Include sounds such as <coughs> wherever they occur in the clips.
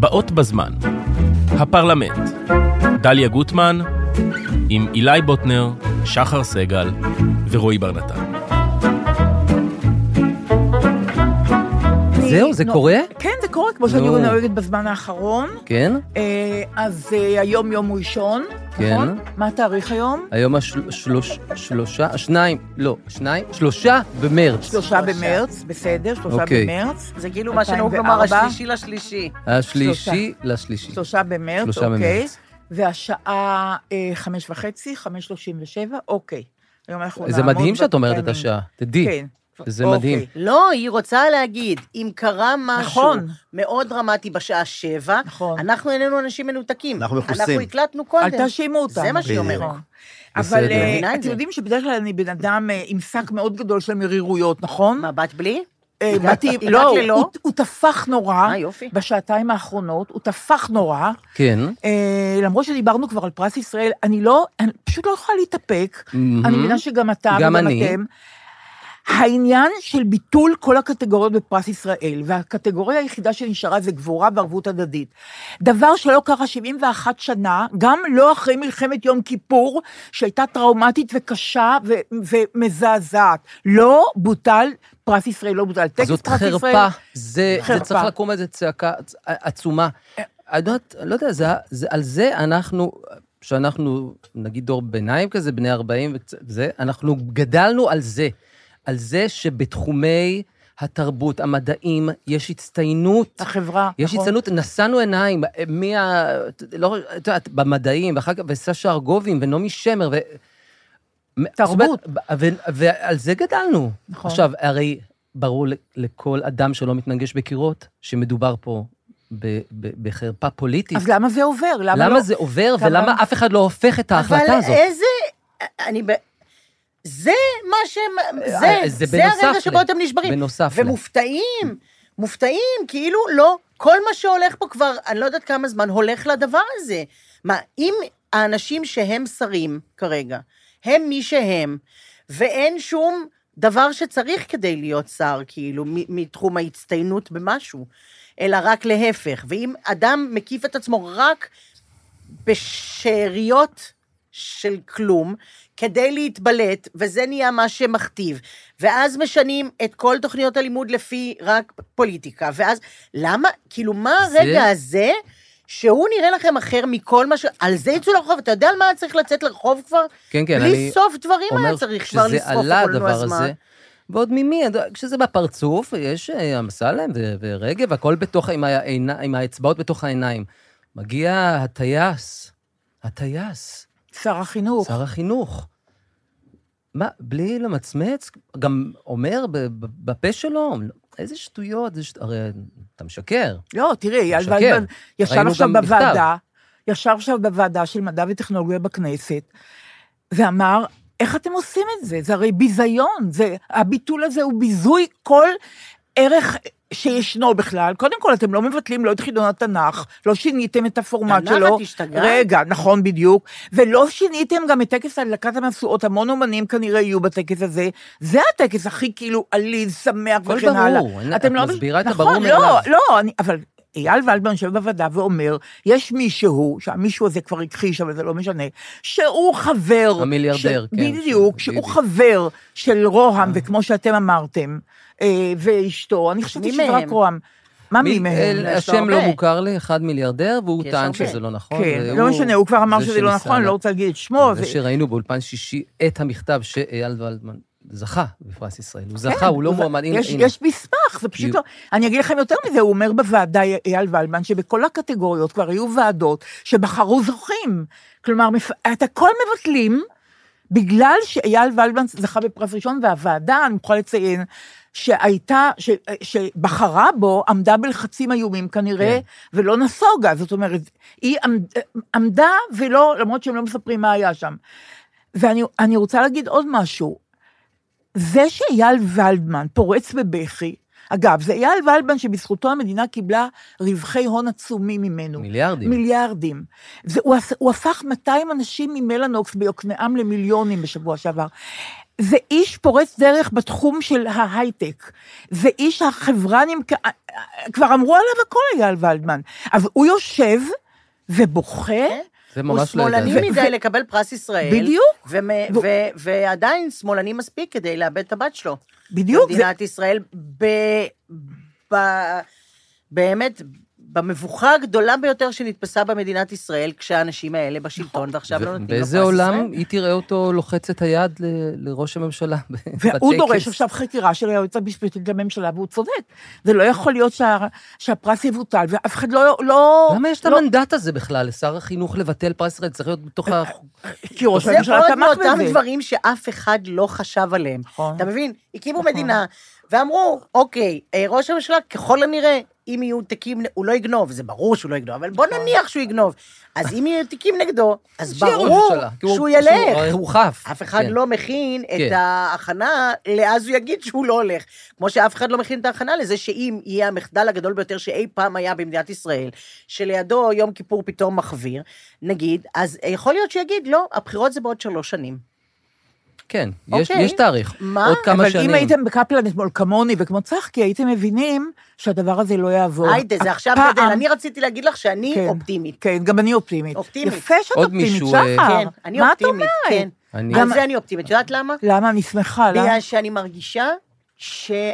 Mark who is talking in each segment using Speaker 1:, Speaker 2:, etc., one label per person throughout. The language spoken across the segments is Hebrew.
Speaker 1: באות בזמן. הפרלמנט. דליה גוטמן, עם אילי בוטנר, שחר סגל ורועי בר נתן.
Speaker 2: אני-
Speaker 3: זהו, זה
Speaker 2: נו,
Speaker 3: קורה?
Speaker 2: כן, זה קורה, כמו שאני
Speaker 3: נו.
Speaker 2: נוהגת בזמן האחרון.
Speaker 3: כן?
Speaker 2: אה, אז אה, היום יום ראשון,
Speaker 3: כן.
Speaker 2: נכון? מה התאריך היום?
Speaker 3: היום השלושה, שניים, לא, שניים, שלושה במרץ.
Speaker 2: שלושה במרץ, בסדר, שלושה
Speaker 3: אוקיי.
Speaker 2: במרץ.
Speaker 4: זה כאילו מה שנהוג לומר
Speaker 2: 2004.
Speaker 4: השלישי לשלישי.
Speaker 3: השלישי לשלישי.
Speaker 2: שלושה במרץ,
Speaker 3: שלושה
Speaker 2: אוקיי.
Speaker 3: במרץ.
Speaker 2: והשעה אה, חמש וחצי, חמש שלושים ושבע, אוקיי. היום אנחנו
Speaker 3: זה
Speaker 2: נעמוד
Speaker 3: מדהים שאת אומרת את
Speaker 2: בפריימינג.
Speaker 3: השעה, תדעי.
Speaker 2: כן.
Speaker 3: זה
Speaker 2: אוקיי.
Speaker 3: מדהים.
Speaker 4: לא, היא רוצה להגיד, אם קרה משהו
Speaker 2: נכון.
Speaker 4: מאוד דרמטי בשעה שבע,
Speaker 2: נכון.
Speaker 4: אנחנו איננו אנשים מנותקים.
Speaker 5: אנחנו מכוסים.
Speaker 4: אנחנו הקלטנו קודם.
Speaker 2: אל תאשימו אותנו.
Speaker 4: זה מה שהיא
Speaker 2: נכון.
Speaker 4: אומרת.
Speaker 2: אבל
Speaker 3: בסדר.
Speaker 2: אה,
Speaker 4: אני מבינה את
Speaker 2: אתם
Speaker 4: זה.
Speaker 2: יודעים שבדרך כלל אני בן אדם אה, עם שק מאוד גדול של מרירויות, נכון?
Speaker 4: מה, באת בלי?
Speaker 2: אה,
Speaker 4: הגעת-
Speaker 2: באתי,
Speaker 4: הגעת
Speaker 2: לא,
Speaker 4: ללא?
Speaker 2: הוא- הוא טפח נורא,
Speaker 4: אה, יופי.
Speaker 2: בשעתיים האחרונות, הוא טפח נורא.
Speaker 3: כן.
Speaker 2: אה, למרות שדיברנו כבר על פרס ישראל, אני לא, אני פשוט לא יכולה להתאפק. אני מבינה שגם אתה
Speaker 3: גם
Speaker 2: וגם
Speaker 3: אני.
Speaker 2: אתם. העניין של ביטול כל הקטגוריות בפרס ישראל, והקטגוריה היחידה שנשארה זה גבורה וערבות הדדית. דבר שלא קרה 71 שנה, גם לא אחרי מלחמת יום כיפור, שהייתה טראומטית וקשה ו- ומזעזעת. לא בוטל פרס ישראל, לא בוטל טקס
Speaker 3: זאת
Speaker 2: פרס ישראל.
Speaker 3: חרפה. זה, זה
Speaker 2: חרפה.
Speaker 3: צריך לקום איזו צעקה עצ- עצומה. אני יודעת, לא יודע, זה, זה, על זה אנחנו, שאנחנו, נגיד דור ביניים כזה, בני 40 וזה, אנחנו גדלנו על זה. על זה שבתחומי התרבות, המדעים, יש הצטיינות.
Speaker 2: החברה,
Speaker 3: יש
Speaker 2: נכון.
Speaker 3: הצטיינות, נשאנו עיניים, אה, מי ה... לא, את יודעת, במדעים, ואחר כך, וסשה ארגובים, ונעמי שמר, ו...
Speaker 2: תרבות.
Speaker 3: זאת אומרת, ו- ועל זה גדלנו.
Speaker 2: נכון.
Speaker 3: עכשיו, הרי ברור ל- לכל אדם שלא מתנגש בקירות, שמדובר פה ב- ב- בחרפה פוליטית.
Speaker 2: אז למה זה עובר? למה,
Speaker 3: למה
Speaker 2: לא?
Speaker 3: זה עובר,
Speaker 2: כמה-
Speaker 3: ולמה אף אחד לא הופך את
Speaker 4: אבל
Speaker 3: ההחלטה הזאת?
Speaker 4: איזה... אני ב... זה מה שהם...
Speaker 3: אה,
Speaker 4: זה,
Speaker 3: זה
Speaker 4: זה,
Speaker 3: בנוסף
Speaker 4: הרגע שבו
Speaker 3: ל-
Speaker 4: אתם נשברים.
Speaker 3: בנוסף ל-
Speaker 4: ומופתעים, מופתעים, כאילו לא, כל מה שהולך פה כבר, אני לא יודעת כמה זמן, הולך לדבר הזה. מה, אם האנשים שהם שרים כרגע, הם מי שהם, ואין שום דבר שצריך כדי להיות שר, כאילו, מ- מתחום ההצטיינות במשהו, אלא רק להפך. ואם אדם מקיף את עצמו רק בשאריות של כלום, כדי להתבלט, וזה נהיה מה שמכתיב. ואז משנים את כל תוכניות הלימוד לפי רק פוליטיקה, ואז למה, כאילו, מה
Speaker 3: זה-
Speaker 4: הרגע הזה, שהוא נראה לכם אחר מכל מה ש... על זה יצאו לרחוב, אתה יודע על מה צריך לצאת לרחוב כבר?
Speaker 3: כן, כן,
Speaker 4: בלי
Speaker 3: אני
Speaker 4: סוף דברים היה
Speaker 3: אומר
Speaker 4: צריך כבר
Speaker 3: שזה
Speaker 4: לשרוף
Speaker 3: עלה
Speaker 4: הכל, נו,
Speaker 3: הדבר
Speaker 4: אז מה?
Speaker 3: הזה. ועוד ממי, כשזה בפרצוף, יש אה, אמסלם ו- ורגב, הכל בתוך, עם, העיני, עם האצבעות בתוך העיניים. מגיע הטייס, הטייס,
Speaker 2: שר החינוך.
Speaker 3: שר החינוך. מה, בלי למצמץ? גם אומר ב- ב- בפה שלו, איזה שטויות, זה שט... הרי אתה משקר.
Speaker 2: לא, תראי, אייל
Speaker 3: משקר.
Speaker 2: ולדמן ישב
Speaker 3: ראינו
Speaker 2: עכשיו
Speaker 3: גם מכתב.
Speaker 2: בוועדה, ישב עכשיו בוועדה של מדע וטכנולוגיה בכנסת, ואמר, איך אתם עושים את זה? זה הרי ביזיון, זה, הביטול הזה הוא ביזוי כל ערך שישנו בכלל. קודם כל, אתם לא מבטלים לא את חידון התנ"ך, לא שיניתם את הפורמט
Speaker 4: תנ"ך,
Speaker 2: שלו.
Speaker 4: את השתגעת?
Speaker 2: רגע, נכון בדיוק. ולא שיניתם גם את טקס הדלקת המשואות, המון אומנים כנראה יהיו בטקס הזה. זה הטקס הכי כאילו עליז, שמח
Speaker 3: הכל
Speaker 2: וכן
Speaker 3: ברור,
Speaker 2: הלאה.
Speaker 3: אין-
Speaker 2: אתם
Speaker 3: את
Speaker 2: לא-
Speaker 3: מסבירה את
Speaker 2: נכון,
Speaker 3: הברור מאליו.
Speaker 2: לא, לא, אני, אבל... אייל ולדמן יושב בוועדה ואומר, יש מישהו, שהמישהו הזה כבר הכחיש, אבל זה לא משנה, שהוא חבר...
Speaker 3: המיליארדר,
Speaker 2: ש...
Speaker 3: כן,
Speaker 2: בדיוק,
Speaker 3: של אה.
Speaker 2: שהוא
Speaker 3: ביבי.
Speaker 2: חבר של רוהם, וכמו שאתם אמרתם, אה, ואשתו, אני חשבתי
Speaker 4: מי
Speaker 2: שזה
Speaker 4: מהם?
Speaker 2: רק רוהם. מה מי מהם?
Speaker 3: אה,
Speaker 4: יש לו
Speaker 3: השם לא
Speaker 4: הרבה.
Speaker 3: מוכר לי, אחד מיליארדר, והוא
Speaker 4: יש
Speaker 3: טען
Speaker 4: הרבה.
Speaker 3: שזה לא נכון.
Speaker 2: כן,
Speaker 3: והוא-
Speaker 2: לא משנה, הוא כבר אמר
Speaker 3: זה
Speaker 2: שזה לא
Speaker 3: שניסה
Speaker 2: נכון, אני
Speaker 3: לה-
Speaker 2: לא רוצה להגיד את שמו.
Speaker 3: זה
Speaker 2: זה-
Speaker 3: שראינו באולפן שישי את המכתב שאייל ולדמן זכה בפרס ישראל. הוא זכה, הוא לא
Speaker 2: הוא-
Speaker 3: מועמד. הנה,
Speaker 2: כן, יש,
Speaker 3: הנה.
Speaker 2: יש מסמך, זה פשוט
Speaker 3: בדיוק.
Speaker 2: לא... אני אגיד לכם יותר מזה, הוא אומר בוועדה, אייל ולמן, שבכל הקטגוריות כבר היו ועדות שבחרו זוכים. כלומר, מפ... את הכל מבטלים, בגלל שאייל ולמן זכה בפרס ראשון, והוועדה, אני מוכרחה לציין, שהייתה, ש, שבחרה בו, עמדה בלחצים איומים כנראה,
Speaker 3: כן.
Speaker 2: ולא נסוגה, זאת אומרת, היא עמד, עמדה ולא, למרות שהם לא מספרים מה היה שם. ואני אני רוצה להגיד עוד משהו. זה שאייל ולדמן פורץ בבכי, אגב, זה אייל ולדמן שבזכותו המדינה קיבלה רווחי הון עצומים ממנו.
Speaker 3: מיליארדים.
Speaker 2: מיליארדים. זה, הוא, עש- הוא הפך 200 אנשים ממלנוקס ביוקנעם למיליונים בשבוע שעבר. זה איש פורץ דרך בתחום של ההייטק. זה איש החברה נמכ... כבר אמרו עליו הכל, אייל ולדמן. אז הוא יושב ובוכה,
Speaker 3: זה
Speaker 4: הוא
Speaker 3: ממש לא יודע.
Speaker 4: שמאלני
Speaker 3: זה-
Speaker 4: מדי לקבל פרס ישראל.
Speaker 2: בדיוק.
Speaker 4: ומ-
Speaker 2: והוא-
Speaker 4: ו- ועדיין שמאלני מספיק כדי לאבד את הבת שלו.
Speaker 2: בדיוק, זה,
Speaker 4: במדינת ישראל, ב... ב... באמת, במבוכה הגדולה ביותר שנתפסה במדינת ישראל, כשהאנשים האלה בשלטון, ועכשיו לא
Speaker 3: נכון. ו-
Speaker 4: נותנים
Speaker 2: כאילו,
Speaker 4: לו פרס
Speaker 3: באיזה
Speaker 4: ישראל.
Speaker 3: עולם היא תראה אותו לוחץ את היד ל- לראש הממשלה ב-
Speaker 2: והוא
Speaker 3: בטקס?
Speaker 2: דורש עכשיו חקירה של היועץ המשפטי לממשלה, והוא צודק. זה לא יכול להיות שה, שהפרס יבוטל, ואף אחד לא... לא
Speaker 3: למה יש את
Speaker 2: לא-
Speaker 3: המנדט הזה בכלל? לשר החינוך לבטל פרס ישראל, צריך להיות בתוך
Speaker 2: אה,
Speaker 3: ה...
Speaker 2: כי ראש
Speaker 4: זה
Speaker 2: הממשלה
Speaker 4: עוד
Speaker 2: תמך בזה.
Speaker 4: מאותם דברים שאף אחד לא חשב עליהם.
Speaker 2: נכון.
Speaker 4: אתה מבין? הקימו מדינה, ואמרו, אוקיי, אה, ראש הממשלה, ככל הנראה, אם יהיו תיקים, הוא לא יגנוב, זה ברור שהוא לא יגנוב, אבל בוא נניח שהוא יגנוב. אז אם יהיו תיקים נגדו, אז
Speaker 3: נכון. שיהיה ראש
Speaker 4: ברור
Speaker 3: ממשלה, כי הוא-
Speaker 4: שהוא ילך.
Speaker 3: הוא חף.
Speaker 4: אף אחד
Speaker 3: כן.
Speaker 4: לא מכין את
Speaker 3: כן.
Speaker 4: ההכנה, לאז הוא יגיד שהוא לא הולך. כמו שאף אחד לא מכין את ההכנה לזה שאם יהיה המחדל הגדול ביותר שאי פעם היה במדינת ישראל, שלידו יום כיפור פתאום מחוויר, נגיד, אז יכול להיות שהוא יגיד, לא, הבחירות זה בעוד שלוש שנים.
Speaker 3: כן, יש-
Speaker 4: אוקיי.
Speaker 3: יש תאריך.
Speaker 4: מה?
Speaker 3: עוד כמה
Speaker 2: אבל
Speaker 3: שנים.
Speaker 2: אם הייתם בקפלן אתמול כמוני וכמו צחקי, הייתם מבינים שהדבר הזה לא יעבור.
Speaker 4: היידה, זה עכשיו
Speaker 2: הפעם-
Speaker 4: גדל. אני רציתי להגיד לך שאני
Speaker 2: כן.
Speaker 4: אופטימית.
Speaker 2: כן, גם אני אופטימית.
Speaker 4: אופטימית.
Speaker 2: יפה שאת
Speaker 3: עוד
Speaker 2: אופטימית,
Speaker 3: מישהו, אה,
Speaker 2: שחר.
Speaker 4: כן, אני
Speaker 2: מה את
Speaker 4: אופטימית, כן.
Speaker 2: אומרת?
Speaker 3: אני-
Speaker 4: על זה אני אופטימית. את יודעת למה?
Speaker 2: למה? אני שמחה, למה?
Speaker 4: בגלל שאני מרגישה שה...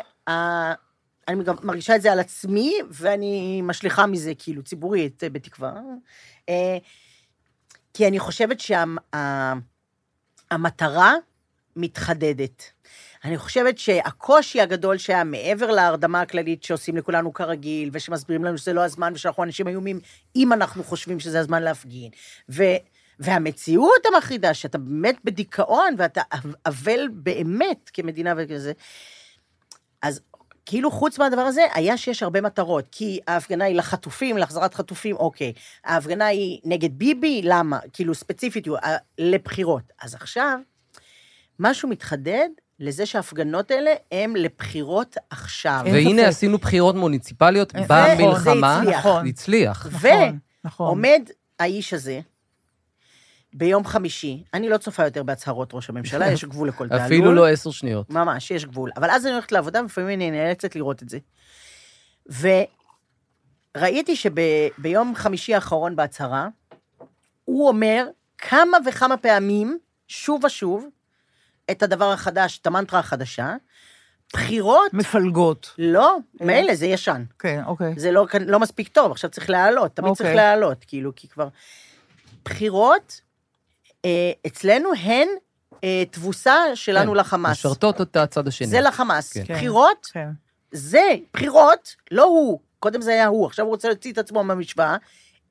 Speaker 4: אני גם מרגישה את זה על עצמי, ואני משליכה מזה, כאילו, ציבורית, אה, בתקווה. אה, כי אני חושבת שהמטרה מתחדדת. אני חושבת שהקושי הגדול שהיה מעבר להרדמה הכללית שעושים לכולנו כרגיל, ושמסבירים לנו שזה לא הזמן, ושאנחנו אנשים איומים, אם אנחנו חושבים שזה הזמן להפגין. ו... והמציאות המחרידה, שאתה באמת בדיכאון, ואתה אבל באמת כמדינה וכזה, אז כאילו חוץ מהדבר הזה, היה שיש הרבה מטרות, כי ההפגנה היא לחטופים, להחזרת חטופים, אוקיי. ההפגנה היא נגד ביבי, למה? כאילו ספציפית, הוא, אה, לבחירות. אז עכשיו, משהו מתחדד לזה שההפגנות האלה הן לבחירות עכשיו.
Speaker 2: אין
Speaker 3: והנה
Speaker 2: ספק.
Speaker 3: עשינו בחירות מוניציפליות
Speaker 2: נכון.
Speaker 3: במלחמה.
Speaker 4: זה הצליח.
Speaker 3: הצליח.
Speaker 2: נכון, נכון.
Speaker 4: ועומד האיש הזה, ביום חמישי, אני לא צופה יותר בהצהרות ראש הממשלה, יש גבול לכל תעלול.
Speaker 3: <laughs> אפילו לא עשר שניות.
Speaker 4: ממש, יש גבול. אבל אז אני הולכת לעבודה, ולפעמים אני נאלצת לראות את זה. וראיתי שביום חמישי האחרון בהצהרה, הוא אומר כמה וכמה פעמים, שוב ושוב, את הדבר החדש, את המנטרה החדשה, בחירות,
Speaker 2: מפלגות.
Speaker 4: לא, מילא, זה ישן.
Speaker 2: כן, אוקיי.
Speaker 4: זה לא, לא מספיק טוב, עכשיו צריך להעלות, תמיד okay. צריך
Speaker 2: אוקיי.
Speaker 4: להעלות, כאילו, כי כבר... בחירות, אה, אצלנו הן אה, תבוסה שלנו
Speaker 3: כן,
Speaker 4: לחמאס.
Speaker 3: משרתות את הצד השני.
Speaker 4: זה לחמאס.
Speaker 3: כן.
Speaker 4: כן. בחירות,
Speaker 2: כן.
Speaker 4: זה בחירות, לא הוא. קודם זה היה הוא, עכשיו הוא רוצה להוציא את עצמו מהמשוואה.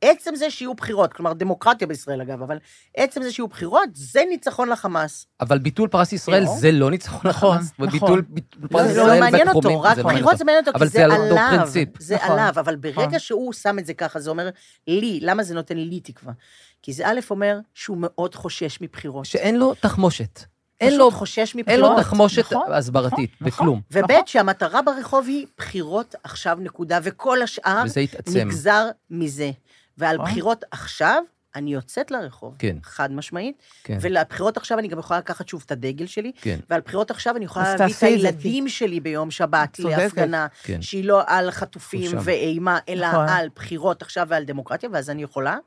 Speaker 4: עצם זה שיהיו בחירות, כלומר דמוקרטיה בישראל אגב, אבל עצם זה שיהיו בחירות, זה ניצחון לחמאס.
Speaker 3: אבל ביטול פרס ישראל
Speaker 4: לא.
Speaker 3: זה לא ניצחון
Speaker 2: נכון,
Speaker 3: לחמאס.
Speaker 2: נכון.
Speaker 3: וביטול- ביטול פרס
Speaker 4: זה לא
Speaker 3: ישראל
Speaker 4: מעניין
Speaker 3: בתחומים,
Speaker 4: אותו, רק
Speaker 3: זה לא מעניין
Speaker 4: בחירות
Speaker 3: אותו.
Speaker 4: זה מעניין אותו, כי
Speaker 3: אבל
Speaker 4: זה
Speaker 3: על אותו
Speaker 4: עליו.
Speaker 3: פרינציפ.
Speaker 4: זה
Speaker 2: נכון,
Speaker 4: עליו, אבל
Speaker 2: נכון.
Speaker 4: ברגע שהוא שם את זה ככה, זה אומר לי, למה זה לא נותן לי תקווה? כי זה א' אומר שהוא מאוד חושש מבחירות.
Speaker 3: שאין לו תחמושת. אין
Speaker 4: פשוט
Speaker 3: לו-
Speaker 4: חושש
Speaker 3: אין לו
Speaker 4: מבחירות.
Speaker 3: תחמושת
Speaker 2: נכון,
Speaker 3: הסברתית,
Speaker 2: נכון,
Speaker 3: בכלום.
Speaker 4: וב' שהמטרה ברחוב היא בחירות עכשיו נקודה, וכל השאר
Speaker 3: וזה יתעצם.
Speaker 4: נגזר מזה. ועל
Speaker 2: נכון.
Speaker 4: בחירות עכשיו, אני יוצאת לרחוב,
Speaker 3: כן.
Speaker 4: חד משמעית,
Speaker 3: כן.
Speaker 4: ולבחירות עכשיו אני גם יכולה לקחת שוב את הדגל שלי,
Speaker 3: כן.
Speaker 4: ועל בחירות עכשיו אני יכולה
Speaker 2: אז
Speaker 4: להביא את
Speaker 2: תעשי את זה,
Speaker 4: הילדים שלי ביום שבת
Speaker 2: צודקת.
Speaker 4: להפגנה,
Speaker 3: כן.
Speaker 4: שהיא לא על חטופים
Speaker 3: הוא שם.
Speaker 4: ואימה, אלא
Speaker 2: נכון.
Speaker 4: על בחירות עכשיו ועל דמוקרטיה, ואז אני יכולה,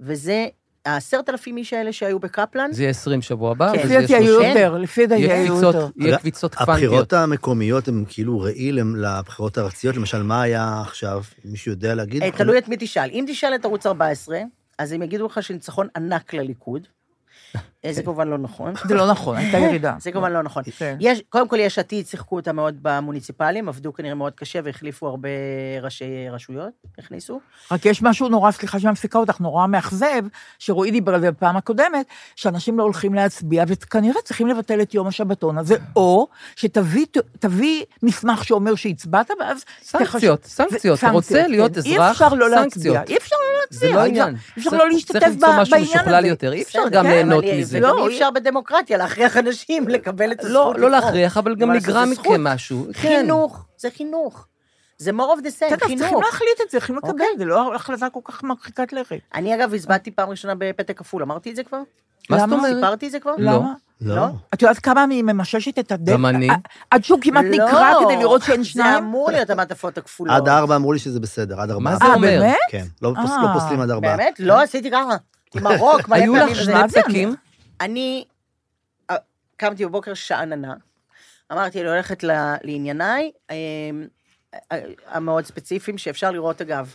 Speaker 4: וזה העשרת אלפים איש האלה שהיו בקפלן,
Speaker 3: זה יהיה 20 שבוע הבא,
Speaker 4: כן.
Speaker 3: וזה
Speaker 2: לפי
Speaker 3: יהיה
Speaker 2: דעתי היו
Speaker 3: 30.
Speaker 2: יותר, לפי דעתי
Speaker 3: יהיה
Speaker 2: היו
Speaker 3: קפיצות,
Speaker 2: יותר.
Speaker 3: יהיה קפיצות קוונטיות.
Speaker 5: הבחירות המקומיות הן כאילו ראי למ- לבחירות הארציות, למשל, מה היה עכשיו, אם מישהו יודע להגיד?
Speaker 4: אה, תלוי את מי תשאל. אם תשאל את ערוץ 14, אז הם יגידו לך שניצחון ענק
Speaker 3: <laughs>
Speaker 4: לליכוד. אה, זה כמובן לא נכון.
Speaker 2: זה לא נכון, הייתה ירידה.
Speaker 3: <laughs>
Speaker 4: זה כמובן לא נכון.
Speaker 2: כן.
Speaker 4: יש, קודם כל, יש עתיד שיחקו אותה מאוד במוניציפלים, עבדו כנראה מאוד קשה והחליפו הרבה ראשי רשויות, הכניסו.
Speaker 2: רק יש משהו נורא, סליחה שאני מפסיקה אותך, נורא מאכזב, שרועי דיבר על זה בפעם הקודמת, שאנשים לא הולכים להצביע, וכנראה צריכים לבטל את יום השבתון הזה, או שתביא תביא מסמך שאומר שהצבעת, ואז...
Speaker 3: סנקציות,
Speaker 2: תחש-
Speaker 3: סנקציות.
Speaker 2: ו-
Speaker 3: אתה רוצה
Speaker 2: סנקציות,
Speaker 3: להיות
Speaker 2: כן.
Speaker 3: אזרח,
Speaker 2: אי אפשר לא
Speaker 3: סנקציות.
Speaker 2: להצביע, אי אפשר לא
Speaker 3: זה
Speaker 2: להצביע.
Speaker 3: לא
Speaker 2: אי אפשר-
Speaker 3: העניין.
Speaker 2: אי אפשר
Speaker 3: צריך-
Speaker 2: לא להשתתף ב-
Speaker 3: צריך למצוא
Speaker 2: בעניין הזה.
Speaker 3: משהו משוכלל יותר, אי אפשר
Speaker 4: בסדר,
Speaker 3: גם
Speaker 4: כן,
Speaker 3: ליהנות
Speaker 4: אבל-
Speaker 3: מזה.
Speaker 4: וגם
Speaker 2: לא,
Speaker 4: אי אפשר בדמוקרטיה להכריח אנשים <laughs> לקבל את הזכות
Speaker 3: לא,
Speaker 4: לבחור.
Speaker 3: לא להכריח, אבל גם
Speaker 4: מה לעשות,
Speaker 3: נגרע
Speaker 4: זה
Speaker 3: מכם
Speaker 4: זכות.
Speaker 3: משהו. כן.
Speaker 4: חינוך, זה חינוך. זה more of the same,
Speaker 2: בסדר, אז צריכים
Speaker 4: חינוך.
Speaker 2: להחליט את זה, צריכים לקבל,
Speaker 4: אוקיי.
Speaker 2: זה לא החלטה כל כך מרחיקת לכת.
Speaker 4: אני, אגב, הצבעתי פעם ראשונה בפתק כפול, אמרתי את זה כבר?
Speaker 3: מה זאת
Speaker 2: למה?
Speaker 3: אומרת?
Speaker 4: סיפרתי את זה כבר?
Speaker 3: לא.
Speaker 2: למה?
Speaker 5: לא.
Speaker 2: את יודעת כמה אני ממששת את הדלת?
Speaker 3: גם אני.
Speaker 2: עד שהוא כמעט
Speaker 4: לא,
Speaker 2: נקרע כדי לראות שאין
Speaker 4: זה
Speaker 2: שניים?
Speaker 4: אמור להיות המעטפות הכפולות.
Speaker 5: עד ארבע אמרו לי שזה בסדר, עד ארבעה.
Speaker 3: לא. מה זה
Speaker 2: אה,
Speaker 3: אומר?
Speaker 2: באמת?
Speaker 5: כן, לא פוס-
Speaker 2: אה.
Speaker 5: לא פוסלים עד ארבעה.
Speaker 4: באמת? לא עשיתי ככה. עם הרוק, מלא
Speaker 3: היו
Speaker 4: פעמים.
Speaker 3: לך
Speaker 4: וזה-
Speaker 3: שני פתקים?
Speaker 4: אני אה, קמתי בבוקר שאננה, אמרתי, אני הולכת ל- לענייניי, אה, אה, המאוד ספציפיים, שאפשר לראות, אגב,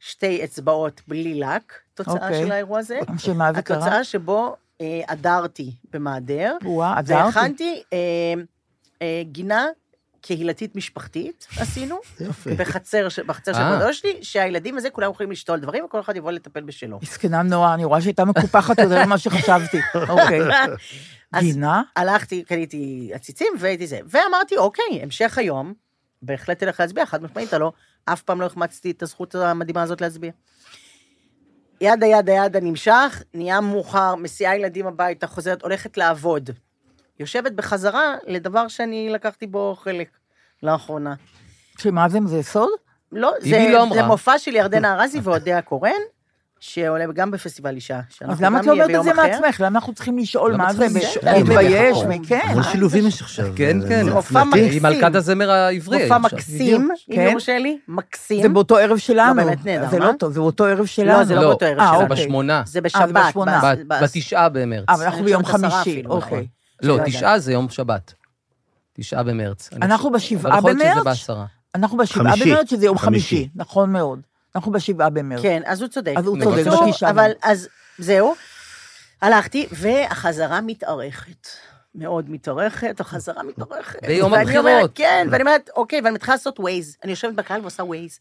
Speaker 4: שתי אצבעות בלי לק, תוצאה
Speaker 2: אוקיי.
Speaker 4: של האירוע הזה.
Speaker 2: שמה זה קרה?
Speaker 4: התוצאה שבו אה, עדרתי במעדר,
Speaker 2: וואה, עזרתי.
Speaker 4: והכנתי אה, אה, גינה קהילתית משפחתית, עשינו,
Speaker 5: יופי.
Speaker 4: בחצר ש- בחצר של
Speaker 3: אה.
Speaker 4: הגדול שלי, שהילדים הזה, כולם יכולים לשתול דברים, וכל אחד יבוא לטפל בשלו.
Speaker 2: מסכנה נועה, אני רואה שהייתה מקופחת יותר ממה
Speaker 4: <laughs>
Speaker 2: שחשבתי. אוקיי.
Speaker 4: אז-
Speaker 2: גינה?
Speaker 4: הלכתי, קניתי עציצים והייתי זה. ואמרתי, אוקיי, המשך היום, בהחלט תלך להצביע, חד משמעית, הלא אף פעם לא החמצתי את הזכות המדהימה הזאת להצביע. ידה ידה ידה נמשך, נהיה מאוחר, מסיעה ילדים הביתה, חוזרת, הולכת לעבוד. יושבת בחזרה לדבר שאני לקחתי בו חלק לאחרונה.
Speaker 2: שמה זה, זה סוד?
Speaker 4: לא,
Speaker 3: היא
Speaker 4: זה,
Speaker 3: לא אמרה.
Speaker 4: זה מופע של ירדנה ארזי ואודיה קורן, שעולה גם בפסטיבל אישה.
Speaker 2: אז
Speaker 4: שאנחנו
Speaker 2: למה את
Speaker 4: גם
Speaker 2: לא
Speaker 4: נהיה
Speaker 2: אומרת את
Speaker 4: ביום
Speaker 2: זה
Speaker 4: אחר.
Speaker 2: מעצמך? למה אנחנו צריכים לשאול
Speaker 3: למה
Speaker 2: מה זה?
Speaker 3: צריכים
Speaker 2: ו-
Speaker 3: לשאול?
Speaker 2: להתבייש,
Speaker 5: אין
Speaker 2: וכן.
Speaker 5: המון שילובים יש עכשיו.
Speaker 3: כן,
Speaker 5: זה-
Speaker 3: כן.
Speaker 5: זה
Speaker 4: מופע
Speaker 5: אופנתי.
Speaker 4: מדהים.
Speaker 3: היא מלכת הזמר העברי.
Speaker 4: מופע
Speaker 3: עכשיו.
Speaker 4: מקסים,
Speaker 2: בדיוק,
Speaker 4: אם
Speaker 2: כן.
Speaker 4: יורשה לי, מקסים.
Speaker 2: זה באותו ערב שלנו.
Speaker 4: באמת נהדר,
Speaker 2: זה
Speaker 4: מה?
Speaker 2: לא טוב, זה באותו ערב שלנו.
Speaker 4: זה לא באותו ערב
Speaker 2: אה,
Speaker 4: שלנו.
Speaker 3: זה
Speaker 4: אוקיי.
Speaker 3: בשמונה.
Speaker 4: זה
Speaker 2: אה, זה
Speaker 4: בשבת.
Speaker 2: בשמונה.
Speaker 4: בס-
Speaker 3: ב-
Speaker 4: בס-
Speaker 3: בתשעה במרץ.
Speaker 2: אה, אבל אנחנו
Speaker 4: אני
Speaker 2: ביום
Speaker 4: חושבת עשרה
Speaker 2: חמישי,
Speaker 4: אפילו,
Speaker 2: אוקיי.
Speaker 3: לא,
Speaker 4: לא
Speaker 3: תשעה זה יום שבת. תשעה במרץ. אני
Speaker 2: אנחנו
Speaker 3: חושב-
Speaker 2: בשבעה
Speaker 3: אבל יכול להיות שזה
Speaker 2: במרץ?
Speaker 3: בעשרה.
Speaker 2: אנחנו בשבעה
Speaker 5: חמישי.
Speaker 2: במרץ, שזה יום חמישי.
Speaker 5: חמישי.
Speaker 2: נכון מאוד. אנחנו בשבעה במרץ.
Speaker 4: כן, אז הוא צודק.
Speaker 2: אז הוא
Speaker 3: צודק,
Speaker 4: בקיצור,
Speaker 2: בקישה.
Speaker 4: אבל אז זהו, הלכתי, והחזרה מתארכת. מאוד מתארכת, החזרה מתארכת.
Speaker 3: ביום
Speaker 4: ואני
Speaker 3: הבחירות.
Speaker 4: אומרת, כן, ואני אומרת, אוקיי, ואני מתחילה לעשות ווייז. אני יושבת בקהל ועושה ווייז.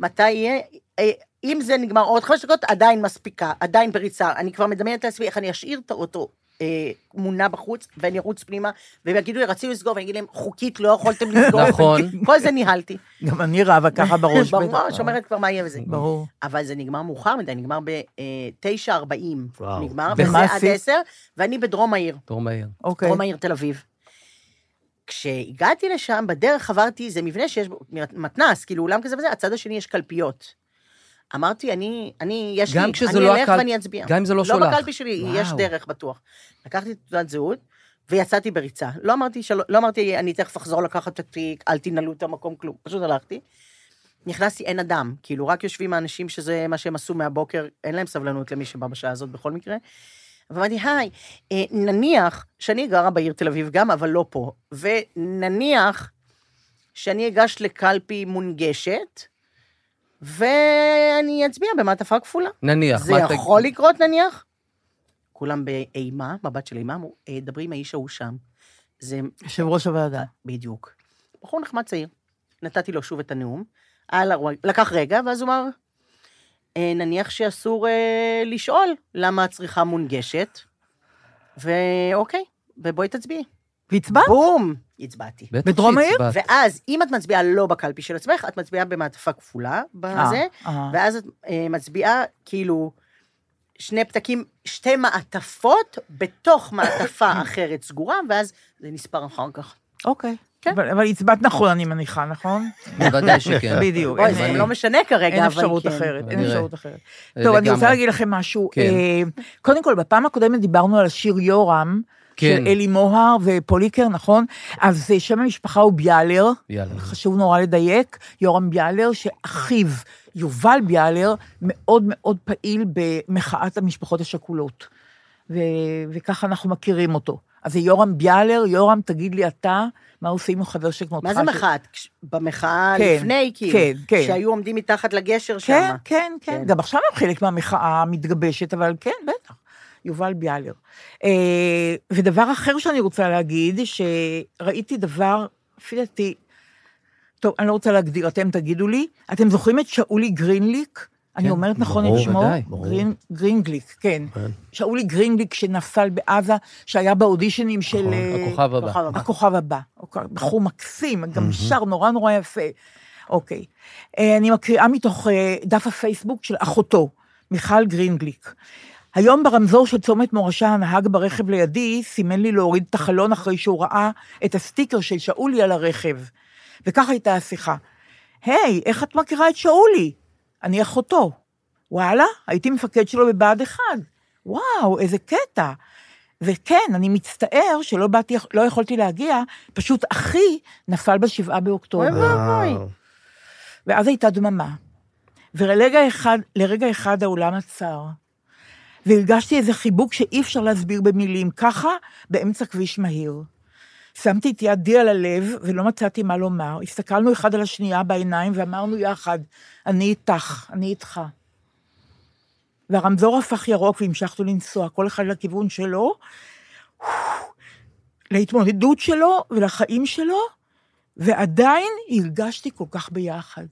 Speaker 4: מתי יהיה? אה, אם זה נגמר עוד חמש דקות, עדיין מספיקה, עדיין בריצה. אני כבר מדמיינת לעצמי איך אני אשאיר את האוטו אה, מונע בחוץ, ואני ארוץ פנימה, והם יגידו לי, רצינו לסגור, ואני אגיד להם, חוקית לא יכולתם לסגור.
Speaker 3: נכון.
Speaker 4: כל זה ניהלתי.
Speaker 2: גם אני רבה ככה
Speaker 4: <laughs>
Speaker 2: בראש.
Speaker 4: ברור,
Speaker 2: בטח.
Speaker 4: שאומרת כבר מה יהיה וזה.
Speaker 2: ברור.
Speaker 4: אבל זה נגמר מאוחר מדי, נגמר ב-9.40.
Speaker 5: וואו.
Speaker 4: נגמר, וזה
Speaker 2: ומה
Speaker 4: עד
Speaker 2: עשית?
Speaker 4: 10, ואני בדרום העיר,
Speaker 3: דור מאיר.
Speaker 2: אוקיי.
Speaker 4: דרום העיר תל אביב. כשהגעתי לשם, בדרך עברתי, זה מבנה שיש בו מתנ"ס, כאילו אולם כזה וזה, הצד השני יש קלפיות. אמרתי, אני, אני, יש
Speaker 3: גם
Speaker 4: לי,
Speaker 3: כשזה
Speaker 4: אני
Speaker 3: לא
Speaker 4: אלך
Speaker 3: הקל-
Speaker 4: ואני אצביע.
Speaker 3: גם אם זה לא
Speaker 4: לא
Speaker 3: שולח.
Speaker 4: בקלפי שלי,
Speaker 3: וואו.
Speaker 4: יש דרך בטוח. לקחתי את תעודת זהות, ויצאתי בריצה. לא אמרתי, של... לא אמרתי, אני תכף אחזור לקחת את התיק, אל תנעלו את המקום, כלום. פשוט הלכתי. נכנסתי, אין אדם. כאילו, רק יושבים האנשים שזה מה שהם עשו מהבוקר, אין להם סבלנות למי שבא בשעה הזאת בכל מקרה. ואמרתי, היי, אה, נניח שאני גרה בעיר תל אביב גם, אבל לא פה, ונניח שאני אגש לקלפי מונגשת, ואני אצביע במעטפה כפולה.
Speaker 3: נניח.
Speaker 4: זה
Speaker 3: מה אתה-
Speaker 4: יכול לקרות נניח? כולם באימה, מבט של אימה, אמרו, "אה, דברי עם האיש ההוא שם. זה
Speaker 2: יושב ראש הוועדה.
Speaker 4: בדיוק. בחור נחמד צעיר. נתתי לו שוב את הנאום. היה לה- לקח רגע, ואז הוא אמר, "אה, נניח שאסור אה, לשאול למה הצריכה מונגשת, ואוקיי, ובואי תצביעי.
Speaker 2: והצבעת?
Speaker 4: בום! הצבעתי.
Speaker 3: בטח
Speaker 2: בדרום העיר?
Speaker 3: שהצבעת.
Speaker 4: ואז, אם את מצביעה לא בקלפי של עצמך, את מצביעה במעטפה כפולה,
Speaker 2: אה,
Speaker 4: בזה,
Speaker 2: אה.
Speaker 4: ואז את אה, מצביעה, כאילו, שני פתקים, שתי מעטפות בתוך
Speaker 2: <coughs>
Speaker 4: מעטפה אחרת סגורה, ואז זה נספר אחר כך.
Speaker 2: אוקיי. אבל אבל הצבעת נכון, אני מניחה, נכון?
Speaker 3: בוודאי שכן.
Speaker 2: <laughs> בדיוק.
Speaker 4: אוי,
Speaker 2: אין-
Speaker 4: זה
Speaker 3: אני-
Speaker 4: לא משנה כרגע,
Speaker 2: אין
Speaker 4: אבל
Speaker 2: אפשרות
Speaker 4: כן.
Speaker 2: אחרת, אין
Speaker 3: נראה.
Speaker 2: אפשרות אחרת.
Speaker 3: אה,
Speaker 2: טוב, אני
Speaker 3: לגמרי.
Speaker 2: רוצה להגיד לכם משהו.
Speaker 3: כן.
Speaker 2: אה, קודם כל, בפעם הקודמת דיברנו על השיר יורם,
Speaker 3: כן.
Speaker 2: של אלי מוהר ופוליקר, נכון? אז אה, שם המשפחה הוא ביאלר,
Speaker 3: יאללה.
Speaker 2: חשוב נורא לדייק, יורם ביאלר, שאחיו, יובל ביאלר, מאוד מאוד פעיל במחאת המשפחות השכולות. ו- וככה אנחנו מכירים אותו. אז זה יורם ביאלר, יורם, תגיד לי אתה, מה עושים עם חבר שכמותך?
Speaker 4: מה זה
Speaker 2: ש-
Speaker 4: מחאת? כש- במחאה
Speaker 2: כן,
Speaker 4: לפני, כאילו,
Speaker 2: כן, כן.
Speaker 4: שהיו עומדים מתחת לגשר
Speaker 2: כן,
Speaker 4: שם.
Speaker 2: כן, כן.
Speaker 4: כן.
Speaker 2: גם עכשיו הם חלק מהמחאה המתגבשת, אבל כן, בטח. יובל ביאלר. אה, ודבר אחר שאני רוצה להגיד, שראיתי דבר, לפי דעתי, טוב, אני לא רוצה להגדיר, אתם תגידו לי, אתם זוכרים את שאולי גרינליק? אני
Speaker 3: כן,
Speaker 2: אומרת נכון
Speaker 3: ברור,
Speaker 2: את שמו?
Speaker 3: ודאי,
Speaker 5: ברור.
Speaker 2: גרין- גרינגליק, כן.
Speaker 5: כן.
Speaker 2: שאולי גרינגליק שנפל בעזה, שהיה באודישנים של... אה,
Speaker 3: נכון, הכוכב הבא.
Speaker 4: כוכב הבא.
Speaker 2: הכוכב הבא. אוקיי, בחור מקסים, גם שר נורא נורא יפה. אוקיי. אה, אני מקריאה מתוך אה, דף הפייסבוק של אחותו, מיכל גרינגליק. היום ברמזור של צומת מורשה הנהג ברכב לידי סימן לי להוריד את החלון אחרי שהוא ראה את הסטיקר של שאולי על הרכב. וכך הייתה השיחה. היי, איך את מכירה את שאולי? אני אחותו. וואלה, הייתי מפקד שלו בבה"ד 1. וואו, איזה קטע. וכן, אני מצטער שלא באתי, לא יכולתי להגיע, פשוט אחי נפל בשבעה באוקטובר.
Speaker 4: אוי.
Speaker 5: וואו.
Speaker 2: ואז הייתה דממה. ולרגע אחד, לרגע אחד האולם עצר. והרגשתי איזה חיבוק שאי אפשר להסביר במילים, ככה, באמצע כביש מהיר. שמתי את ידי על הלב ולא מצאתי מה לומר. הסתכלנו אחד על השנייה בעיניים ואמרנו יחד, אני איתך, אני איתך. והרמזור הפך ירוק והמשכנו לנסוע, כל אחד לכיוון שלו, להתמודדות שלו ולחיים שלו, ועדיין הרגשתי כל כך ביחד.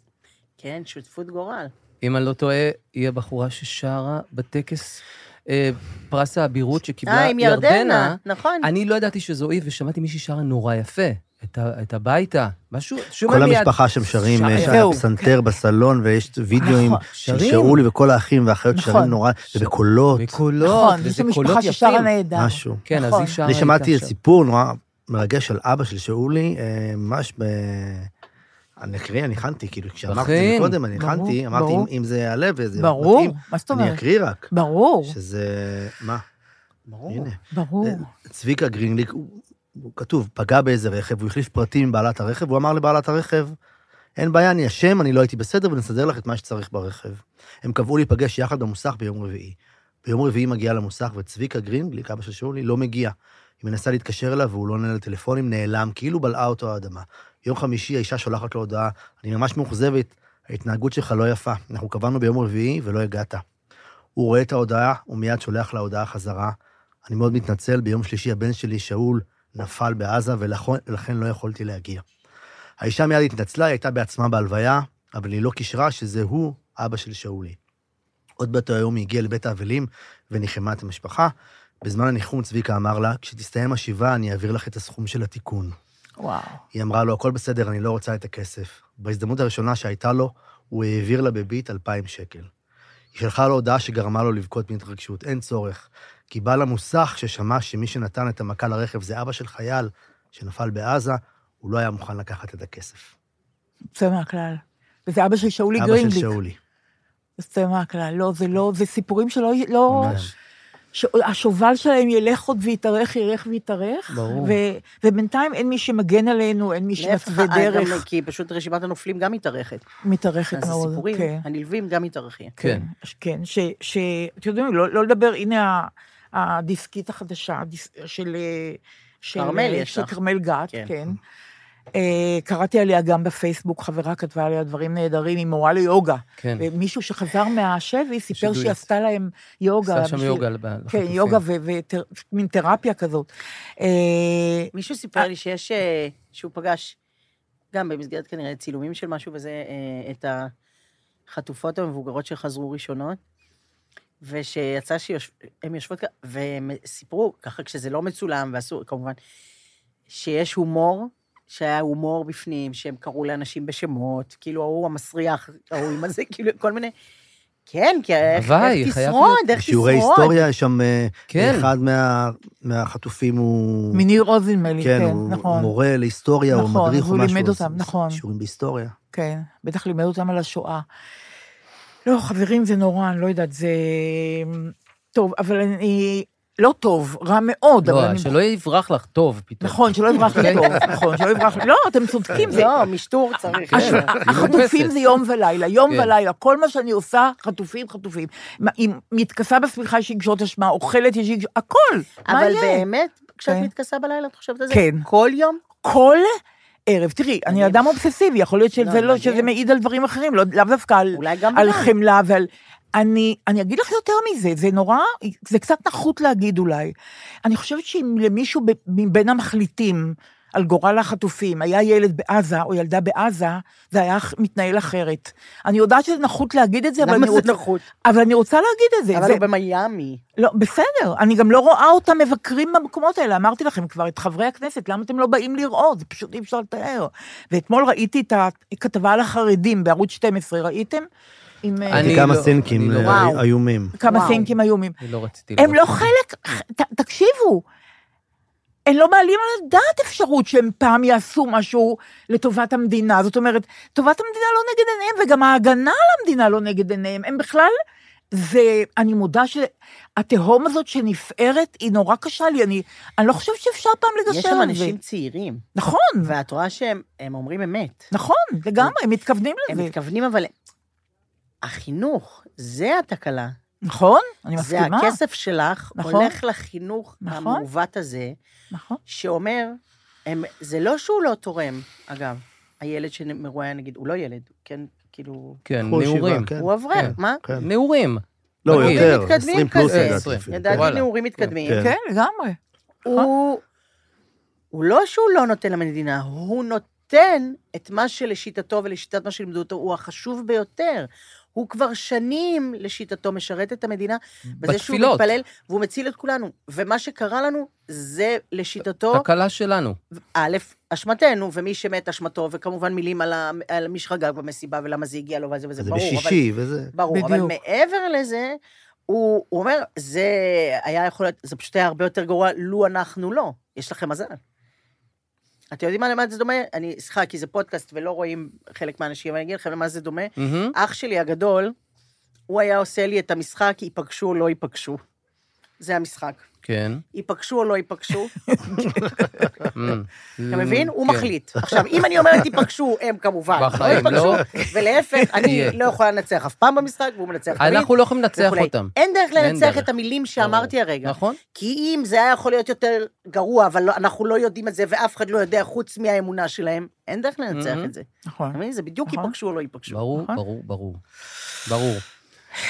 Speaker 4: כן, שותפות גורל.
Speaker 3: אם אני לא טועה, היא הבחורה ששרה בטקס אה, פרס האבירות שקיבלה
Speaker 4: אה, עם ירדנה, נכון.
Speaker 3: אני לא ידעתי שזו היא, ושמעתי מישהי שרה נורא יפה, את, ה, את הביתה, משהו, שומע
Speaker 5: כל
Speaker 3: מיד.
Speaker 5: המשפחה שם שרים,
Speaker 2: אה,
Speaker 3: שר-
Speaker 5: יש
Speaker 3: זהו.
Speaker 5: על הפסנתר בסלון, ויש וידאוים
Speaker 3: נכון,
Speaker 5: של
Speaker 3: שרים.
Speaker 5: שאולי וכל האחים והאחיות
Speaker 2: נכון.
Speaker 5: שרים נורא, ובקולות,
Speaker 3: בקולות,
Speaker 2: נכון, יש
Speaker 3: וזה
Speaker 2: לי
Speaker 3: קולות
Speaker 2: משפחה
Speaker 3: יפים.
Speaker 2: ששרה נהדר.
Speaker 5: משהו.
Speaker 3: כן, אז
Speaker 2: נכון.
Speaker 3: היא שרה
Speaker 5: אני
Speaker 3: איתה
Speaker 5: שמעתי
Speaker 3: עכשיו.
Speaker 5: סיפור נורא מרגש על אבא של שאולי, אה, ממש ב... אני אקריא, אני הכנתי, כאילו, כשאמרתי את זה
Speaker 3: בחיים.
Speaker 5: קודם, אני
Speaker 2: ברור,
Speaker 5: הכנתי, אמרתי,
Speaker 2: ברור.
Speaker 5: אם- אם זה יעלה וזה
Speaker 2: ברור,
Speaker 5: מתאים,
Speaker 2: מה זאת
Speaker 5: אני
Speaker 2: אומרת?
Speaker 5: אקריא רק,
Speaker 2: ברור,
Speaker 5: שזה... מה?
Speaker 4: ברור.
Speaker 5: הנה.
Speaker 2: ברור.
Speaker 5: צביקה גרינגליק, הוא- הוא כתוב, פגע באיזה רכב, הוא החליף פרטים עם בעלת הרכב, הוא אמר לבעלת הרכב, אין בעיה, אני אשם, אני לא הייתי בסדר, ונסדר לך את מה שצריך ברכב. הם קבעו להיפגש יחד במוסך ביום רביעי. ביום רביעי מגיעה למוסך, וצביקה גרינגליק, אבא של שאולי, לא מגיע. היא מנסה להתקשר אליו, והוא לא עונה לטלפונים, נעלם, כאילו בלעה אותו האדמה. יום חמישי האישה שולחת לו הודעה, אני ממש מאוכזבת, ההתנהגות שלך לא יפה. אנחנו קבענו ביום רביעי ולא הגעת. הוא רואה את ההודעה, ומיד שולח לה הודעה חזרה. אני מאוד מתנצל, ביום שלישי הבן שלי, שאול, נפל בעזה, ולכן ולכן לא יכולתי להגיע. האישה מיד התנצלה, היא הייתה בעצמה בהלוויה, אבל היא לא קישרה שזה הוא אבא של שאולי. עוד באותו היום היא הגיעה לבית האבלים וניחמה את המשפחה. בזמן הניחום צביקה אמר לה, כשתסתיים השבעה אני אעביר לך את הסכום של התיקון.
Speaker 2: וואו.
Speaker 5: היא אמרה לו, הכל בסדר, אני לא רוצה את הכסף. בהזדמנות הראשונה שהייתה לו, הוא העביר לה בביט 2,000 שקל. היא שלחה לו הודעה שגרמה לו לבכות מהתרגשות, אין צורך. כי בעל המוסך ששמע שמי שנתן את המכה לרכב זה אבא של חייל שנפל בעזה, הוא לא היה מוכן לקחת את הכסף.
Speaker 2: יוצא מהכלל. וזה אבא של שאולי
Speaker 5: אבא של
Speaker 2: גרינגליק.
Speaker 5: שאולי.
Speaker 2: יוצא מהכלל. לא, זה לא, זה סיפורים שלא... לא,
Speaker 5: ממש.
Speaker 2: ש- השובל שלהם ילך עוד ויתארך, ילך ויתארך.
Speaker 3: ברור.
Speaker 2: ו- ובינתיים אין מי שמגן עלינו, אין מי
Speaker 4: להפך, אה,
Speaker 2: שמתווה
Speaker 4: גם-
Speaker 2: דרך.
Speaker 4: כי פשוט רשימת הנופלים גם מתארכת.
Speaker 2: מתארכת
Speaker 4: אז
Speaker 2: מאוד.
Speaker 4: הסיפורים
Speaker 2: כן.
Speaker 4: הנלווים גם מתארכים.
Speaker 3: כן.
Speaker 2: ש- כן, ש... ש- אתם יודעים, לא לא לדבר, הנה ה- הדיסקית החדשה הדיס- של... אה, של-
Speaker 4: כרמל יש
Speaker 2: של
Speaker 4: לך.
Speaker 2: כרמל גת,
Speaker 4: כן.
Speaker 2: כן. אה, קראתי עליה גם בפייסבוק, חברה כתבה עליה דברים נהדרים, היא מורה ליוגה.
Speaker 3: כן.
Speaker 2: ומישהו שחזר מהשבי סיפר
Speaker 3: שדואית.
Speaker 2: שהיא עשתה להם יוגה.
Speaker 3: עשתה שם
Speaker 2: בשביל-
Speaker 3: יוגה ב- לחטופים.
Speaker 2: כן, יוגה ומין תרפיה כזאת. אה,
Speaker 4: מישהו סיפר לי שיש, אה, שהוא פגש, גם במסגרת כנראה צילומים של משהו וזה, אה, את החטופות המבוגרות שחזרו ראשונות, ושיצא שהן יושבות ככה, והם סיפרו, ככה כשזה לא מצולם, ואסור, כמובן, שיש הומור. שהיה הומור בפנים, שהם קראו לאנשים בשמות, כאילו ההוא המסריח, ההוא עם הזה, כאילו כל מיני, כן, כי איך
Speaker 3: הוואי,
Speaker 4: איך
Speaker 3: חייב
Speaker 4: תשרוד,
Speaker 3: להיות
Speaker 4: איך
Speaker 5: בשיעורי
Speaker 4: תשרוד.
Speaker 5: היסטוריה יש שם... אה,
Speaker 3: כן.
Speaker 5: אחד מה- מהחטופים הוא...
Speaker 2: מניר רוזנמלי,
Speaker 5: כן,
Speaker 2: כן,
Speaker 5: הוא
Speaker 2: נכון.
Speaker 5: מורה להיסטוריה, או
Speaker 2: נכון,
Speaker 5: מדריך
Speaker 2: אז
Speaker 5: או
Speaker 2: הוא
Speaker 5: משהו.
Speaker 2: לימד
Speaker 5: אז-
Speaker 2: אותם,
Speaker 5: אז
Speaker 2: נכון.
Speaker 3: לא,
Speaker 5: שיעורים בהיסטוריה.
Speaker 2: כן, בטח לימד אותם על השואה. לא, חברים, זה נורא, אני לא יודעת, זה... טוב, אבל אני... לא טוב, רע מאוד, אבל
Speaker 3: לא,
Speaker 2: אני...
Speaker 3: שלא יברח לך טוב פתאום.
Speaker 2: נכון, שלא יברח לי טוב, נכון, שלא יברח לי... לא, אתם צודקים, זה...
Speaker 4: לא, משטור צריך.
Speaker 3: כן.
Speaker 4: אה,
Speaker 3: היא
Speaker 2: החטופים
Speaker 3: מאופסת.
Speaker 2: זה יום ולילה, יום
Speaker 3: כן.
Speaker 2: ולילה, כל מה שאני עושה, חטופים, חטופים. מה, אם מתכסה בשמיכה יש רגשות אשמה, אוכלת יש רגשות, הכל, מה
Speaker 4: אבל
Speaker 2: יהיה?
Speaker 4: באמת, כשאת
Speaker 2: כן.
Speaker 4: מתכסה בלילה, את חושבת על זה?
Speaker 2: כן.
Speaker 4: כל יום?
Speaker 2: כל ערב, תראי, אני
Speaker 4: מדהים.
Speaker 2: אדם אובססיבי, יכול להיות שזה
Speaker 4: לא,
Speaker 2: לא, שזה
Speaker 4: מדהים.
Speaker 2: מעיד על דברים אחרים, לא- לאו דווקא על...
Speaker 4: אולי גם
Speaker 2: על
Speaker 4: בלילה.
Speaker 2: חמלה ועל... אני, אני אגיד לך יותר מזה, זה נורא, זה קצת נחות להגיד אולי. אני חושבת שאם למישהו ב- מבין המחליטים על גורל החטופים היה ילד בעזה או ילדה בעזה, זה היה מתנהל אחרת. אני יודעת שזה נחות להגיד את זה, אבל
Speaker 4: למה
Speaker 2: אני,
Speaker 4: זה
Speaker 2: רוצ...
Speaker 4: נחות?
Speaker 2: אבל אני רוצה להגיד את זה.
Speaker 4: אבל
Speaker 2: אה, זה...
Speaker 4: הוא במיאמי.
Speaker 2: לא, בסדר, אני גם לא רואה אותם מבקרים במקומות האלה. אמרתי לכם כבר, את חברי הכנסת, למה אתם לא באים לראות? זה פשוט אי אפשר לתאר. ואתמול ראיתי את הכתבה על החרדים בערוץ 12, ראיתם? עם אה,
Speaker 3: אני
Speaker 5: כמה
Speaker 3: לא-
Speaker 5: סינקים
Speaker 3: אני לא-
Speaker 5: אה,
Speaker 4: וואו.
Speaker 5: איומים.
Speaker 2: כמה
Speaker 4: וואו.
Speaker 2: סינקים איומים.
Speaker 3: אני לא רציתי
Speaker 4: כאילו,
Speaker 2: הם לא
Speaker 4: אוקיי.
Speaker 3: לראות.
Speaker 2: חלק, ת- תקשיבו, הם לא מעלים על הדעת אפשרות שהם פעם יעשו משהו לטובת המדינה. זאת אומרת, טובת המדינה לא נגד עיניהם, וגם ההגנה על המדינה לא נגד עיניהם. הם בכלל, זה, אני מודה שהתהום הזאת שנפערת היא נורא קשה לי, אני, אני לא חושבת שאפשר פעם לגשר על
Speaker 4: יש
Speaker 2: זה.
Speaker 4: שם אנשים צעירים,
Speaker 2: נכון,
Speaker 4: ואת רואה שהם הם אומרים אמת.
Speaker 2: נכון, לגמרי, הם מתכוונים
Speaker 4: הם
Speaker 2: לזה.
Speaker 4: מתכוונים, אבל... החינוך, זה התקלה.
Speaker 2: נכון, אני
Speaker 4: זה
Speaker 2: מסכימה.
Speaker 4: הכסף שלך
Speaker 2: נכון.
Speaker 4: הולך לחינוך
Speaker 2: נכון.
Speaker 4: המעוות הזה,
Speaker 2: נכון.
Speaker 4: שאומר, הם, זה לא שהוא לא תורם, אגב, הילד שמרואיין, נגיד, הוא לא ילד, כן, כאילו,
Speaker 3: כן,
Speaker 5: כל שבעה,
Speaker 3: נעורים.
Speaker 5: כן.
Speaker 4: הוא אברך,
Speaker 3: כן.
Speaker 4: מה?
Speaker 5: כן.
Speaker 3: נעורים.
Speaker 5: לא,
Speaker 3: נגיד.
Speaker 5: יותר,
Speaker 4: מתקדמים
Speaker 5: 20 פלוס
Speaker 4: כזה.
Speaker 5: לדעתי.
Speaker 3: עשרים.
Speaker 5: אפילו.
Speaker 4: לדעתי
Speaker 3: וואלה.
Speaker 4: נעורים מתקדמים.
Speaker 5: כן.
Speaker 2: כן, לגמרי.
Speaker 4: הוא, הוא לא שהוא לא נותן למדינה, הוא נותן את מה שלשיטתו ולשיטת מה שלימדו אותו, הוא החשוב ביותר. הוא כבר שנים, לשיטתו, משרת את המדינה, בזה שהוא
Speaker 3: בתפילות.
Speaker 4: מתפלל, והוא מציל את כולנו. ומה שקרה לנו, זה
Speaker 2: לא.
Speaker 4: לשיטתו,
Speaker 3: תקלה שלנו.
Speaker 4: א', אשמתנו, ומי שמת אשמתו, וכמובן מילים על, ה, על מי שחגג במסיבה ולמה זה הגיע לו וזה וזה,
Speaker 5: זה
Speaker 4: ברור.
Speaker 5: בשישי, וזה...
Speaker 4: אבל, ברור, אבל
Speaker 2: בדיוק.
Speaker 4: מעבר לזה, הוא, הוא אומר, זה היה יכול להיות, זה פשוט היה הרבה יותר גרוע לו אנחנו לא. יש לכם מזל. אתם יודעים מה למה זה דומה? אני, סליחה, כי זה פודקאסט ולא רואים חלק מהאנשים, אבל אני אגיד לכם למה זה דומה.
Speaker 3: מהמם.
Speaker 4: אח שלי הגדול, הוא היה עושה לי את המשחק, ייפגשו או לא ייפגשו. זה המשחק.
Speaker 3: כן.
Speaker 4: ייפגשו או לא
Speaker 3: <laughs>
Speaker 4: ייפגשו,
Speaker 3: אתה
Speaker 4: אתה מבין? הוא מחליט. עכשיו, אם אני אומרת תיפגשו, הם כמובן. לא
Speaker 3: כן. בחיים
Speaker 4: ייפגשו,
Speaker 3: לא.
Speaker 4: <laughs> ולהפך, אני
Speaker 3: <laughs> יהיה.
Speaker 4: לא יכולה לנצח אף פעם במשחק, והוא מנצח תמיד.
Speaker 3: אנחנו לא יכולים לנצח
Speaker 4: וכולי.
Speaker 3: אותם.
Speaker 4: אין דרך
Speaker 3: אין
Speaker 4: לנצח
Speaker 3: דרך.
Speaker 4: את המילים שאמרתי הרגע.
Speaker 3: נכון?
Speaker 4: כי אם זה היה יכול להיות יותר גרוע, אבל לא- אנחנו לא יודעים את זה, ואף אחד לא יודע חוץ מהאמונה שלהם, אין דרך לנצח
Speaker 5: Mm-hmm.
Speaker 3: Mhm.
Speaker 4: את זה.
Speaker 2: נכון.
Speaker 4: אתה מבין? זה בדיוק
Speaker 2: נכון.
Speaker 4: ייפגשו או לא ייפגשו.
Speaker 3: ברור,
Speaker 2: נכון.
Speaker 3: ברור, ברור. ברור.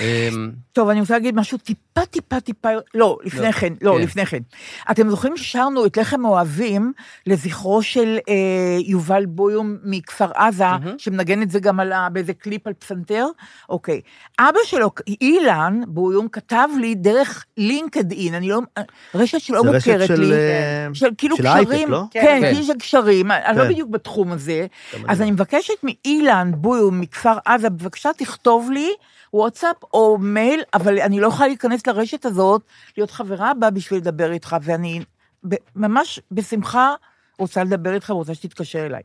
Speaker 3: אמ,
Speaker 2: טוב, אני רוצה להגיד משהו טיפה, טיפה, טיפה, לא, לפני
Speaker 3: לא,
Speaker 2: כן, לא,
Speaker 3: כן.
Speaker 2: לפני כן. אתם זוכרים ששרנו את לחם אוהבים לזכרו של אה, יובל בויום מכפר עזה,
Speaker 3: מהמם.
Speaker 2: שמנגן את זה גם על, ה- באיזה קליפ על פסנתר? אוקיי. אבא שלו, אילן בויום, כתב לי דרך לינקדאין, אני לא, רשת שלא
Speaker 5: זה רשת
Speaker 2: מוכרת
Speaker 5: של,
Speaker 2: לי.
Speaker 5: אה,
Speaker 2: של כאילו
Speaker 5: של ההייטק,
Speaker 2: קשרים,
Speaker 5: לא?
Speaker 2: כן,
Speaker 4: כן.
Speaker 2: כן, כאילו של קשרים, אני לא
Speaker 5: כן.
Speaker 2: בדיוק בתחום הזה,
Speaker 5: גם
Speaker 2: אז
Speaker 5: אני לא.
Speaker 2: אני מבקשת מאילן בויום מכפר עזה, בבקשה תכתוב לי וואטסאפ או מייל, אבל אני לא יכולה להיכנס לרשת הזאת, להיות חברה בה בשביל לדבר איתך, ואני ב- ממש בשמחה רוצה לדבר איתך, רוצה שתתקשר אליי.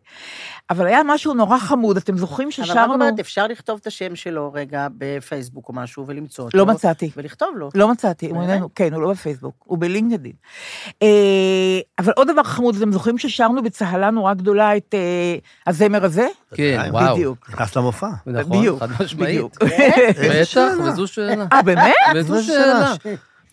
Speaker 2: אבל היה משהו נורא חמוד, אתם זוכרים
Speaker 4: אבל מה זאת
Speaker 2: ששרנו?
Speaker 4: אומרת, אפשר לכתוב את השם שלו רגע בפייסבוק או משהו, ולמצוא אותו.
Speaker 2: לא מצאתי.
Speaker 4: ולכתוב לו.
Speaker 2: לא מצאתי, הוא
Speaker 4: באמת?
Speaker 2: איננו, כן, הוא לא בפייסבוק, הוא בלינקדאין. אה, אבל עוד דבר חמוד, אתם זוכרים ששרנו בצהלה נורא גדולה את אה, הזמר הזה?
Speaker 3: כן,
Speaker 5: בוודאי.
Speaker 3: וואו.
Speaker 2: בדיוק.
Speaker 5: נכנס למופע.
Speaker 3: נכון,
Speaker 2: בדיוק,
Speaker 3: חד משמעית.
Speaker 2: בדיוק.
Speaker 5: איזה
Speaker 3: בטח,
Speaker 5: שאלה.
Speaker 3: וזו שאלה.
Speaker 2: <laughs> אה,
Speaker 3: <laughs>
Speaker 2: באמת? <laughs>
Speaker 3: וזו
Speaker 5: איזה
Speaker 3: שאלה.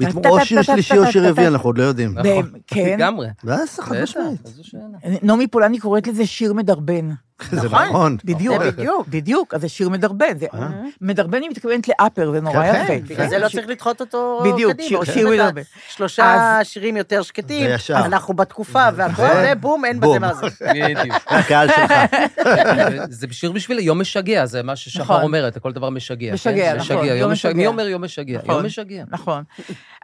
Speaker 5: בתמור- או שיר שלישי או שיר רביעי, אנחנו עוד לא יודעים.
Speaker 3: <laughs> נכון,
Speaker 2: ב- <laughs> כן.
Speaker 3: לגמרי.
Speaker 5: ואז חד
Speaker 3: בטח,
Speaker 5: משמעית.
Speaker 3: זו שאלה.
Speaker 2: נעמי פולני קוראת לזה שיר מדרבן.
Speaker 5: <laughs> זה נכון.
Speaker 2: בדיוק,
Speaker 4: זה בדיוק.
Speaker 2: בדיוק, אז זה שיר מדרבן. זה-
Speaker 5: אה.
Speaker 2: מדרבן היא מתכוונת לאפר, זה נורא
Speaker 5: כן, כן,
Speaker 2: יפה.
Speaker 4: בגלל זה לא צריך לדחות אותו קדימה.
Speaker 2: בדיוק, שיר-
Speaker 4: עושים
Speaker 2: שיר
Speaker 4: את ה-
Speaker 2: מדרבן.
Speaker 4: שלושה שירים יותר שקטים,
Speaker 5: וישר.
Speaker 4: אנחנו בתקופה והכל,
Speaker 5: ו-
Speaker 4: ובום, אין
Speaker 5: בום.
Speaker 4: בזה
Speaker 5: <laughs>
Speaker 4: מה זה.
Speaker 3: בדיוק.
Speaker 5: הקהל שלך.
Speaker 3: <laughs> זה בשיר בשביל יום משגע, זה מה ששחר
Speaker 2: נכון.
Speaker 3: אומרת, הכל דבר משגע. כן?
Speaker 2: משגע, נכון,
Speaker 3: משגע, יום
Speaker 2: יום
Speaker 3: משגע.
Speaker 2: משגע.
Speaker 3: מי אומר יום משגע? יום
Speaker 2: נכון.
Speaker 3: משגע.
Speaker 2: נכון.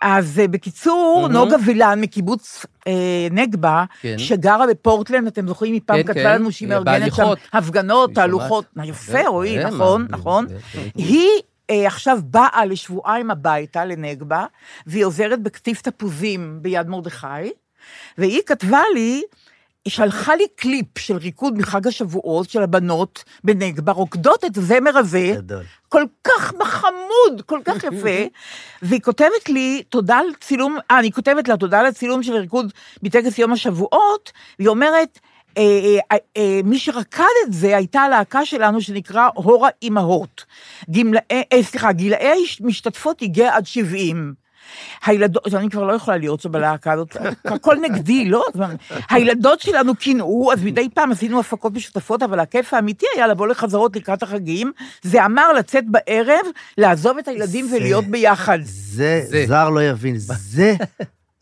Speaker 2: אז אה, בקיצור,
Speaker 3: מהמם.
Speaker 2: נוגה וילן מקיבוץ אה, נגבה,
Speaker 3: כן.
Speaker 2: שגרה בפורטלנד, אתם זוכרים, היא פעם
Speaker 3: כן, כן,
Speaker 2: כתבה לנו שהיא מארגנת שם
Speaker 3: בהליכות.
Speaker 2: הפגנות,
Speaker 3: היא שומעת.
Speaker 2: תהלוכות. יפה,
Speaker 3: זה-
Speaker 2: רועי,
Speaker 3: זה
Speaker 2: נכון,
Speaker 3: מה-
Speaker 2: נכון.
Speaker 3: זה- זה-
Speaker 2: היא אה, עכשיו באה לשבועיים הביתה, לנגבה, והיא עוזרת בקטיף תפוזים ביד מרדכי, והיא כתבה לי, היא שלחה לי קליפ של ריקוד מחג השבועות של הבנות בנגבה, רוקדות את זמר הזה,
Speaker 5: גדול.
Speaker 2: כל כך חמוד, כל כך יפה,
Speaker 3: <laughs>
Speaker 2: והיא כותבת לי, תודה על צילום, אה, אני כותבת לה, תודה על הצילום של הריקוד בטקס יום השבועות, והיא אומרת, אה, אה, אה, מי שרקד את זה הייתה הלהקה שלנו שנקרא הורה אימהות. גמלאי, אה, סליחה, גילאי משתתפות הגיע עד 70. הילדות, אני כבר לא יכולה להיות שם בלהקה הזאת, הכל נגדי, לא? זאת אומרת, הילדות שלנו קינאו, אז מדי פעם עשינו הפקות משותפות, אבל הכיף האמיתי היה לבוא לחזרות לקראת החגים, זה אמר לצאת בערב, לעזוב את הילדים
Speaker 5: זה-
Speaker 2: ולהיות ביחד.
Speaker 5: זה,
Speaker 3: זה.
Speaker 5: זר לא יבין, זה,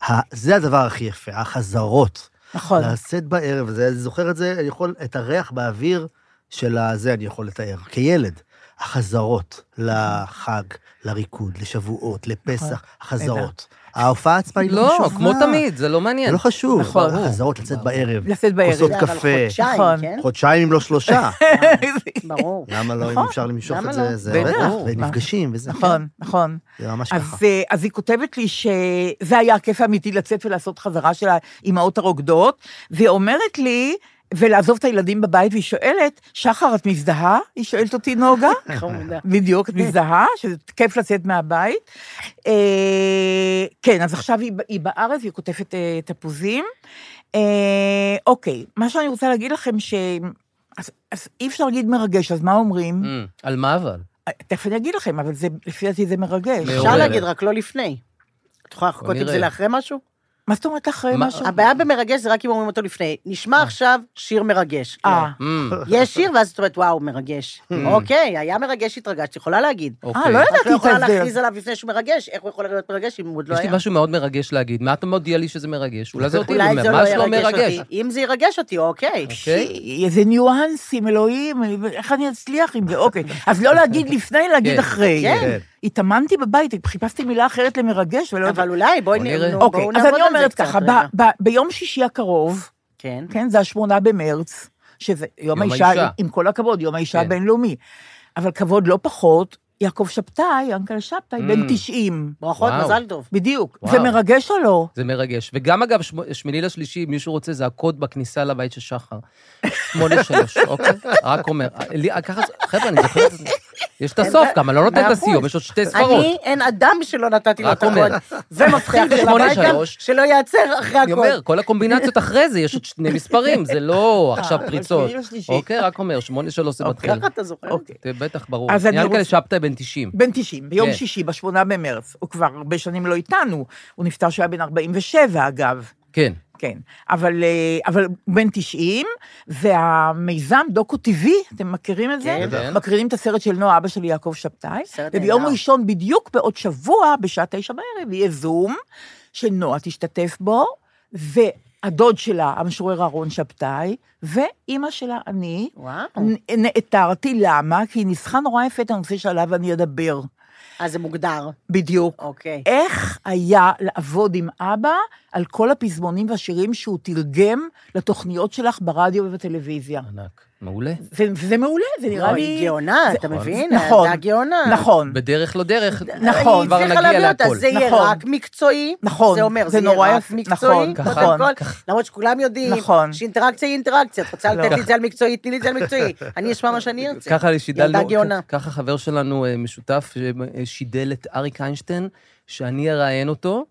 Speaker 5: ה- זה הדבר הכי יפה, החזרות.
Speaker 2: נכון.
Speaker 5: לצאת בערב, הזה, אני זוכר את זה, אני יכול, את הריח באוויר של הזה אני יכול לתאר, כילד. החזרות לחג, לריקוד, לשבועות, לפסח, החזרות. ההופעה עצמה היא לא
Speaker 3: לא,
Speaker 5: חשובה.
Speaker 3: כמו תמיד, זה לא
Speaker 5: זה
Speaker 3: מעניין. אה,
Speaker 5: לא חשוב,
Speaker 2: נכון.
Speaker 3: לא
Speaker 5: החזרות, לצאת בערב.
Speaker 2: לצאת בערב.
Speaker 5: כוסות
Speaker 4: אבל
Speaker 5: קפה.
Speaker 4: חודשיים,
Speaker 2: נכון.
Speaker 4: כן? אה,
Speaker 5: חודשיים אם לא
Speaker 4: <laughs>
Speaker 5: שלושה.
Speaker 4: ברור.
Speaker 5: למה לא, אם אפשר למשוך
Speaker 4: למה
Speaker 5: את
Speaker 4: לא?
Speaker 5: זה, זה
Speaker 2: בטח.
Speaker 5: ברור. ונפגשים וזה.
Speaker 2: <laughs> נכון, נכון.
Speaker 5: כן, זה ממש
Speaker 2: אז,
Speaker 5: ככה.
Speaker 2: אה, אז היא כותבת לי שזה היה הכיף האמיתי לצאת ולעשות חזרה של האימהות הרוקדות, והיא אומרת לי, ולעזוב את הילדים בבית, והיא שואלת, שחר, את מזדהה? היא שואלת אותי, נוגה?
Speaker 4: חמודה.
Speaker 2: בדיוק, את מזדהה, שזה כיף לצאת מהבית. אה, כן, אז עכשיו היא, היא בארץ, היא כותבת אה, תפוזים. אה, אוקיי, מה שאני רוצה להגיד לכם, ש... אז, אז אי אפשר להגיד מרגש, אז מה אומרים?
Speaker 3: אה, על מה אבל?
Speaker 2: אה, תכף אני אגיד לכם, אבל זה, לפי דעתי זה מרגש.
Speaker 3: מעורר.
Speaker 4: אפשר להגיד, רק לא לפני. את יכולה לחכות עם
Speaker 3: נראה.
Speaker 4: זה לאחרי משהו?
Speaker 2: מה זאת אומרת אחרי
Speaker 3: מה-
Speaker 2: משהו?
Speaker 4: הבעיה במרגש זה רק אם אומרים אותו לפני. נשמע עכשיו שיר מרגש. כן.
Speaker 2: אה,
Speaker 3: אה,
Speaker 5: <laughs>
Speaker 4: יש שיר, ואז את אומרת, וואו, מרגש.
Speaker 5: Hmm.
Speaker 4: אוקיי, היה מרגש, התרגשת, יכולה להגיד.
Speaker 2: אה,
Speaker 3: אוקיי.
Speaker 2: לא
Speaker 4: את לא
Speaker 2: ידעתי
Speaker 4: יכולה
Speaker 2: את
Speaker 4: להכריז
Speaker 2: ההבדל.
Speaker 4: עליו לפני שהוא מרגש, איך הוא יכול להיות מרגש אם הוא עוד לא
Speaker 3: יש לי
Speaker 4: היה?
Speaker 3: משהו מאוד מרגש להגיד. מה אתה מודיע לי שזה מרגש? אולי זה
Speaker 4: <laughs>
Speaker 3: אותי,
Speaker 4: אולי
Speaker 3: זה
Speaker 4: זה
Speaker 3: ממש
Speaker 4: לא
Speaker 3: לא מרגש.
Speaker 4: ירגש אותי. אם זה ירגש אותי, אוקיי.
Speaker 3: אוקיי?
Speaker 2: איזה ניואנסים, אלוהים, איך אני אצליח עם זה?
Speaker 3: <laughs>
Speaker 2: אוקיי. אז לא להגיד לפני, להגיד
Speaker 3: כן.
Speaker 2: אחרי.
Speaker 4: כן.
Speaker 2: התאמנתי בבית, חיפשתי מילה אחרת למרגש, ולא...
Speaker 4: אבל אולי, בואי
Speaker 3: בוא
Speaker 4: נ-
Speaker 3: נראה.
Speaker 4: נו,
Speaker 2: אוקיי,
Speaker 4: בואו
Speaker 2: אז
Speaker 4: נעבוד
Speaker 2: אני
Speaker 4: על זה
Speaker 2: אומרת
Speaker 4: קצת
Speaker 2: ככה,
Speaker 4: רגע.
Speaker 2: ב- ב- ביום שישי הקרוב,
Speaker 4: כן.
Speaker 2: כן, זה השמונה במרץ, שזה יום
Speaker 3: יום
Speaker 2: האישה,
Speaker 3: האישה.
Speaker 2: עם כל הכבוד, יום האישה
Speaker 3: כן.
Speaker 2: הבינלאומי. אבל כבוד לא פחות, יעקב שבתאי, ינקל שבתאי, בן
Speaker 3: Mm.
Speaker 2: 90.
Speaker 4: ברכות,
Speaker 3: וואו.
Speaker 4: מזל טוב.
Speaker 2: בדיוק.
Speaker 3: וואו.
Speaker 2: זה מרגש או לא?
Speaker 3: זה מרגש. וגם, אגב, שמ- שמיני לשלישי, אם מישהו רוצה, זה הקוד בכניסה לבית של שחר.
Speaker 4: <laughs>
Speaker 3: שמונה שלוש, אוקיי? רק אומר. לי- ככה, זה- חבר'ה, אני זוכר את זה. יש את הסוף גם, אני לא נותן את
Speaker 4: מאה
Speaker 3: הסיום,
Speaker 4: אחוז.
Speaker 3: יש עוד שתי ספרות.
Speaker 4: אני, אין אדם שלא נתתי לו
Speaker 3: רק
Speaker 4: את הקוד.
Speaker 3: אומר.
Speaker 4: זה מפחיד של
Speaker 3: שמונה
Speaker 4: הבית גם,
Speaker 3: שלוש.
Speaker 4: שלא ייעצר אחרי
Speaker 3: אני
Speaker 4: הקוד.
Speaker 3: אומר, כל הקומבינציות אחרי זה, יש עוד
Speaker 2: <laughs>
Speaker 3: שני מספרים, זה לא
Speaker 2: אה,
Speaker 3: עכשיו פריצות.
Speaker 2: שמיני לשלישי.
Speaker 3: אוקיי, רק אומר, שמונה שלוש זה מתחיל.
Speaker 4: ככה אתה זוכר.
Speaker 2: אוקיי.
Speaker 3: זה בטח ברור.
Speaker 2: אז אני
Speaker 3: יענקל'ה
Speaker 2: רוצה-
Speaker 3: שבתאי בן 90.
Speaker 2: בן 90, ביום
Speaker 3: כן.
Speaker 2: שישי, בשמונה במרץ. הוא כבר הרבה שנים לא איתנו, הוא נפטר כשהוא היה בן 47, אגב.
Speaker 3: כן.
Speaker 2: כן, אבל, אה, אבל הוא בן 90, והמיזם דוקו טבעי, אתם מכירים את זה?
Speaker 3: כן.
Speaker 2: מקרינים את הסרט של נועה, אבא שלי יעקב שבתאי,
Speaker 4: סרט
Speaker 2: וביום
Speaker 4: נהדר.
Speaker 2: ראשון, בדיוק בעוד שבוע, בשעה תשע בערב, יהיה זום, שנועה תשתתף בו, והדוד שלה, המשורר אהרון שבתאי, ואימא שלה, אני,
Speaker 4: וואו.
Speaker 2: נ- נעתרתי, למה? כי היא ניסחה נורא יפה את הנושא שעליו אני אדבר.
Speaker 4: אז זה מוגדר.
Speaker 2: בדיוק.
Speaker 4: אוקיי.
Speaker 2: איך היה לעבוד עם אבא על כל הפזמונים והשירים שהוא תרגם לתוכניות שלך ברדיו ובטלוויזיה.
Speaker 3: ענק. מעולה.
Speaker 2: זה, זה מעולה, זה נראה
Speaker 4: לא,
Speaker 2: לי...
Speaker 4: היא גאונה, אתה
Speaker 3: נכון.
Speaker 4: מבין?
Speaker 2: נכון.
Speaker 4: זה הגאונה.
Speaker 2: נכון,
Speaker 3: בדרך לא דרך,
Speaker 2: נכון.
Speaker 3: כבר
Speaker 4: היא הצליחה
Speaker 3: נגיע
Speaker 4: להביא אותה,
Speaker 3: להכל.
Speaker 4: זה יהיה
Speaker 2: נכון.
Speaker 4: רק מקצועי.
Speaker 2: נכון.
Speaker 4: זה אומר,
Speaker 2: זה
Speaker 4: זה יהיה
Speaker 2: נורא
Speaker 4: רק
Speaker 2: יפה, נכון,
Speaker 4: מקצועי,
Speaker 2: נכון.
Speaker 4: קודם כל. למרות שכולם יודעים
Speaker 2: נכון.
Speaker 4: שאינטראקציה היא אינטראקציה. את רוצה
Speaker 2: לא.
Speaker 4: לתת לי את זה על מקצועי, תני לי את זה על
Speaker 2: <laughs>
Speaker 4: מקצועי. אני אשמע מה שאני ארצה.
Speaker 3: ככה שידלנו,
Speaker 4: ילדה גאונה.
Speaker 3: ככה חבר שלנו אה, משותף אה, שידל את אריק איינשטיין, שאני אראיין אותו,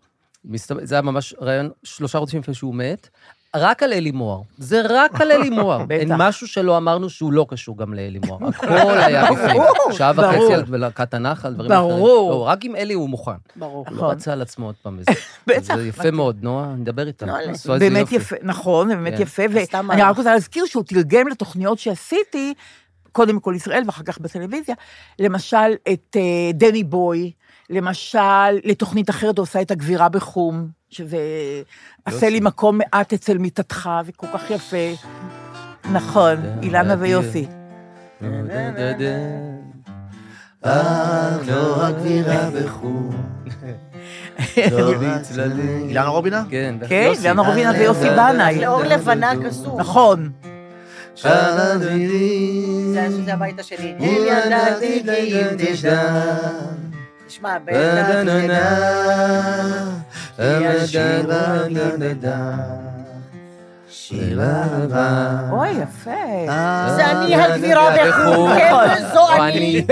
Speaker 3: מסתבר- זה היה ממש ראיון שלושה חודשים לפני שהוא מת, רק על אלי מוהר. זה רק על אלי מוהר.
Speaker 2: <laughs> בטח.
Speaker 3: אין משהו שלא אמרנו שהוא לא קשור גם לאלי מוהר. הכל היה בפנים. שעה
Speaker 2: ברור.
Speaker 3: וחצי על להקת הנחל, דברים אחרים.
Speaker 2: ברור.
Speaker 3: לא, רק עם אלי הוא מוכן.
Speaker 4: ברור.
Speaker 3: הוא לא
Speaker 2: נכון.
Speaker 3: רצה על עצמו עוד
Speaker 2: <laughs>
Speaker 3: פעם איזה.
Speaker 2: בטח. לא,
Speaker 3: זה יפה מאוד, נועה, נדבר איתה. עשו על אה, זה
Speaker 2: באמת יפה, נכון, זה באמת
Speaker 3: כן.
Speaker 2: יפה,
Speaker 4: סתם
Speaker 2: ואני
Speaker 4: מהלך.
Speaker 2: רק רוצה להזכיר שהוא תרגם לתוכניות שעשיתי, קודם כל ישראל ואחר כך בטלוויזיה, למשל את אה, דני בוי, למשל לתוכנית אחרת הוא עושה את הגבירה בחום, שזה עשה לי מקום מעט אצל מיטתך, וכל כך יפה. נכון,
Speaker 3: זה
Speaker 2: אילנה
Speaker 3: מדהים.
Speaker 2: ויוסי.
Speaker 3: Ah,
Speaker 5: אך לא הגבירה בחור. לא הצללים. אילנה רובינה?
Speaker 3: כן, Ah,
Speaker 2: כן, אילנה רובינה ויוסי
Speaker 3: אה,
Speaker 2: בנאי.
Speaker 4: לאור לבנה כזו.
Speaker 2: נכון.
Speaker 3: Ah,
Speaker 4: זה היה שזה הבית
Speaker 2: <laughs>
Speaker 4: השני. אם ידעתי כי אם תשמע, תשמע, בטח תדע.
Speaker 3: אה.
Speaker 2: אוי, יפה.
Speaker 3: Ah,
Speaker 4: זה אני הגבירה בחו"ל, כן, זו אני.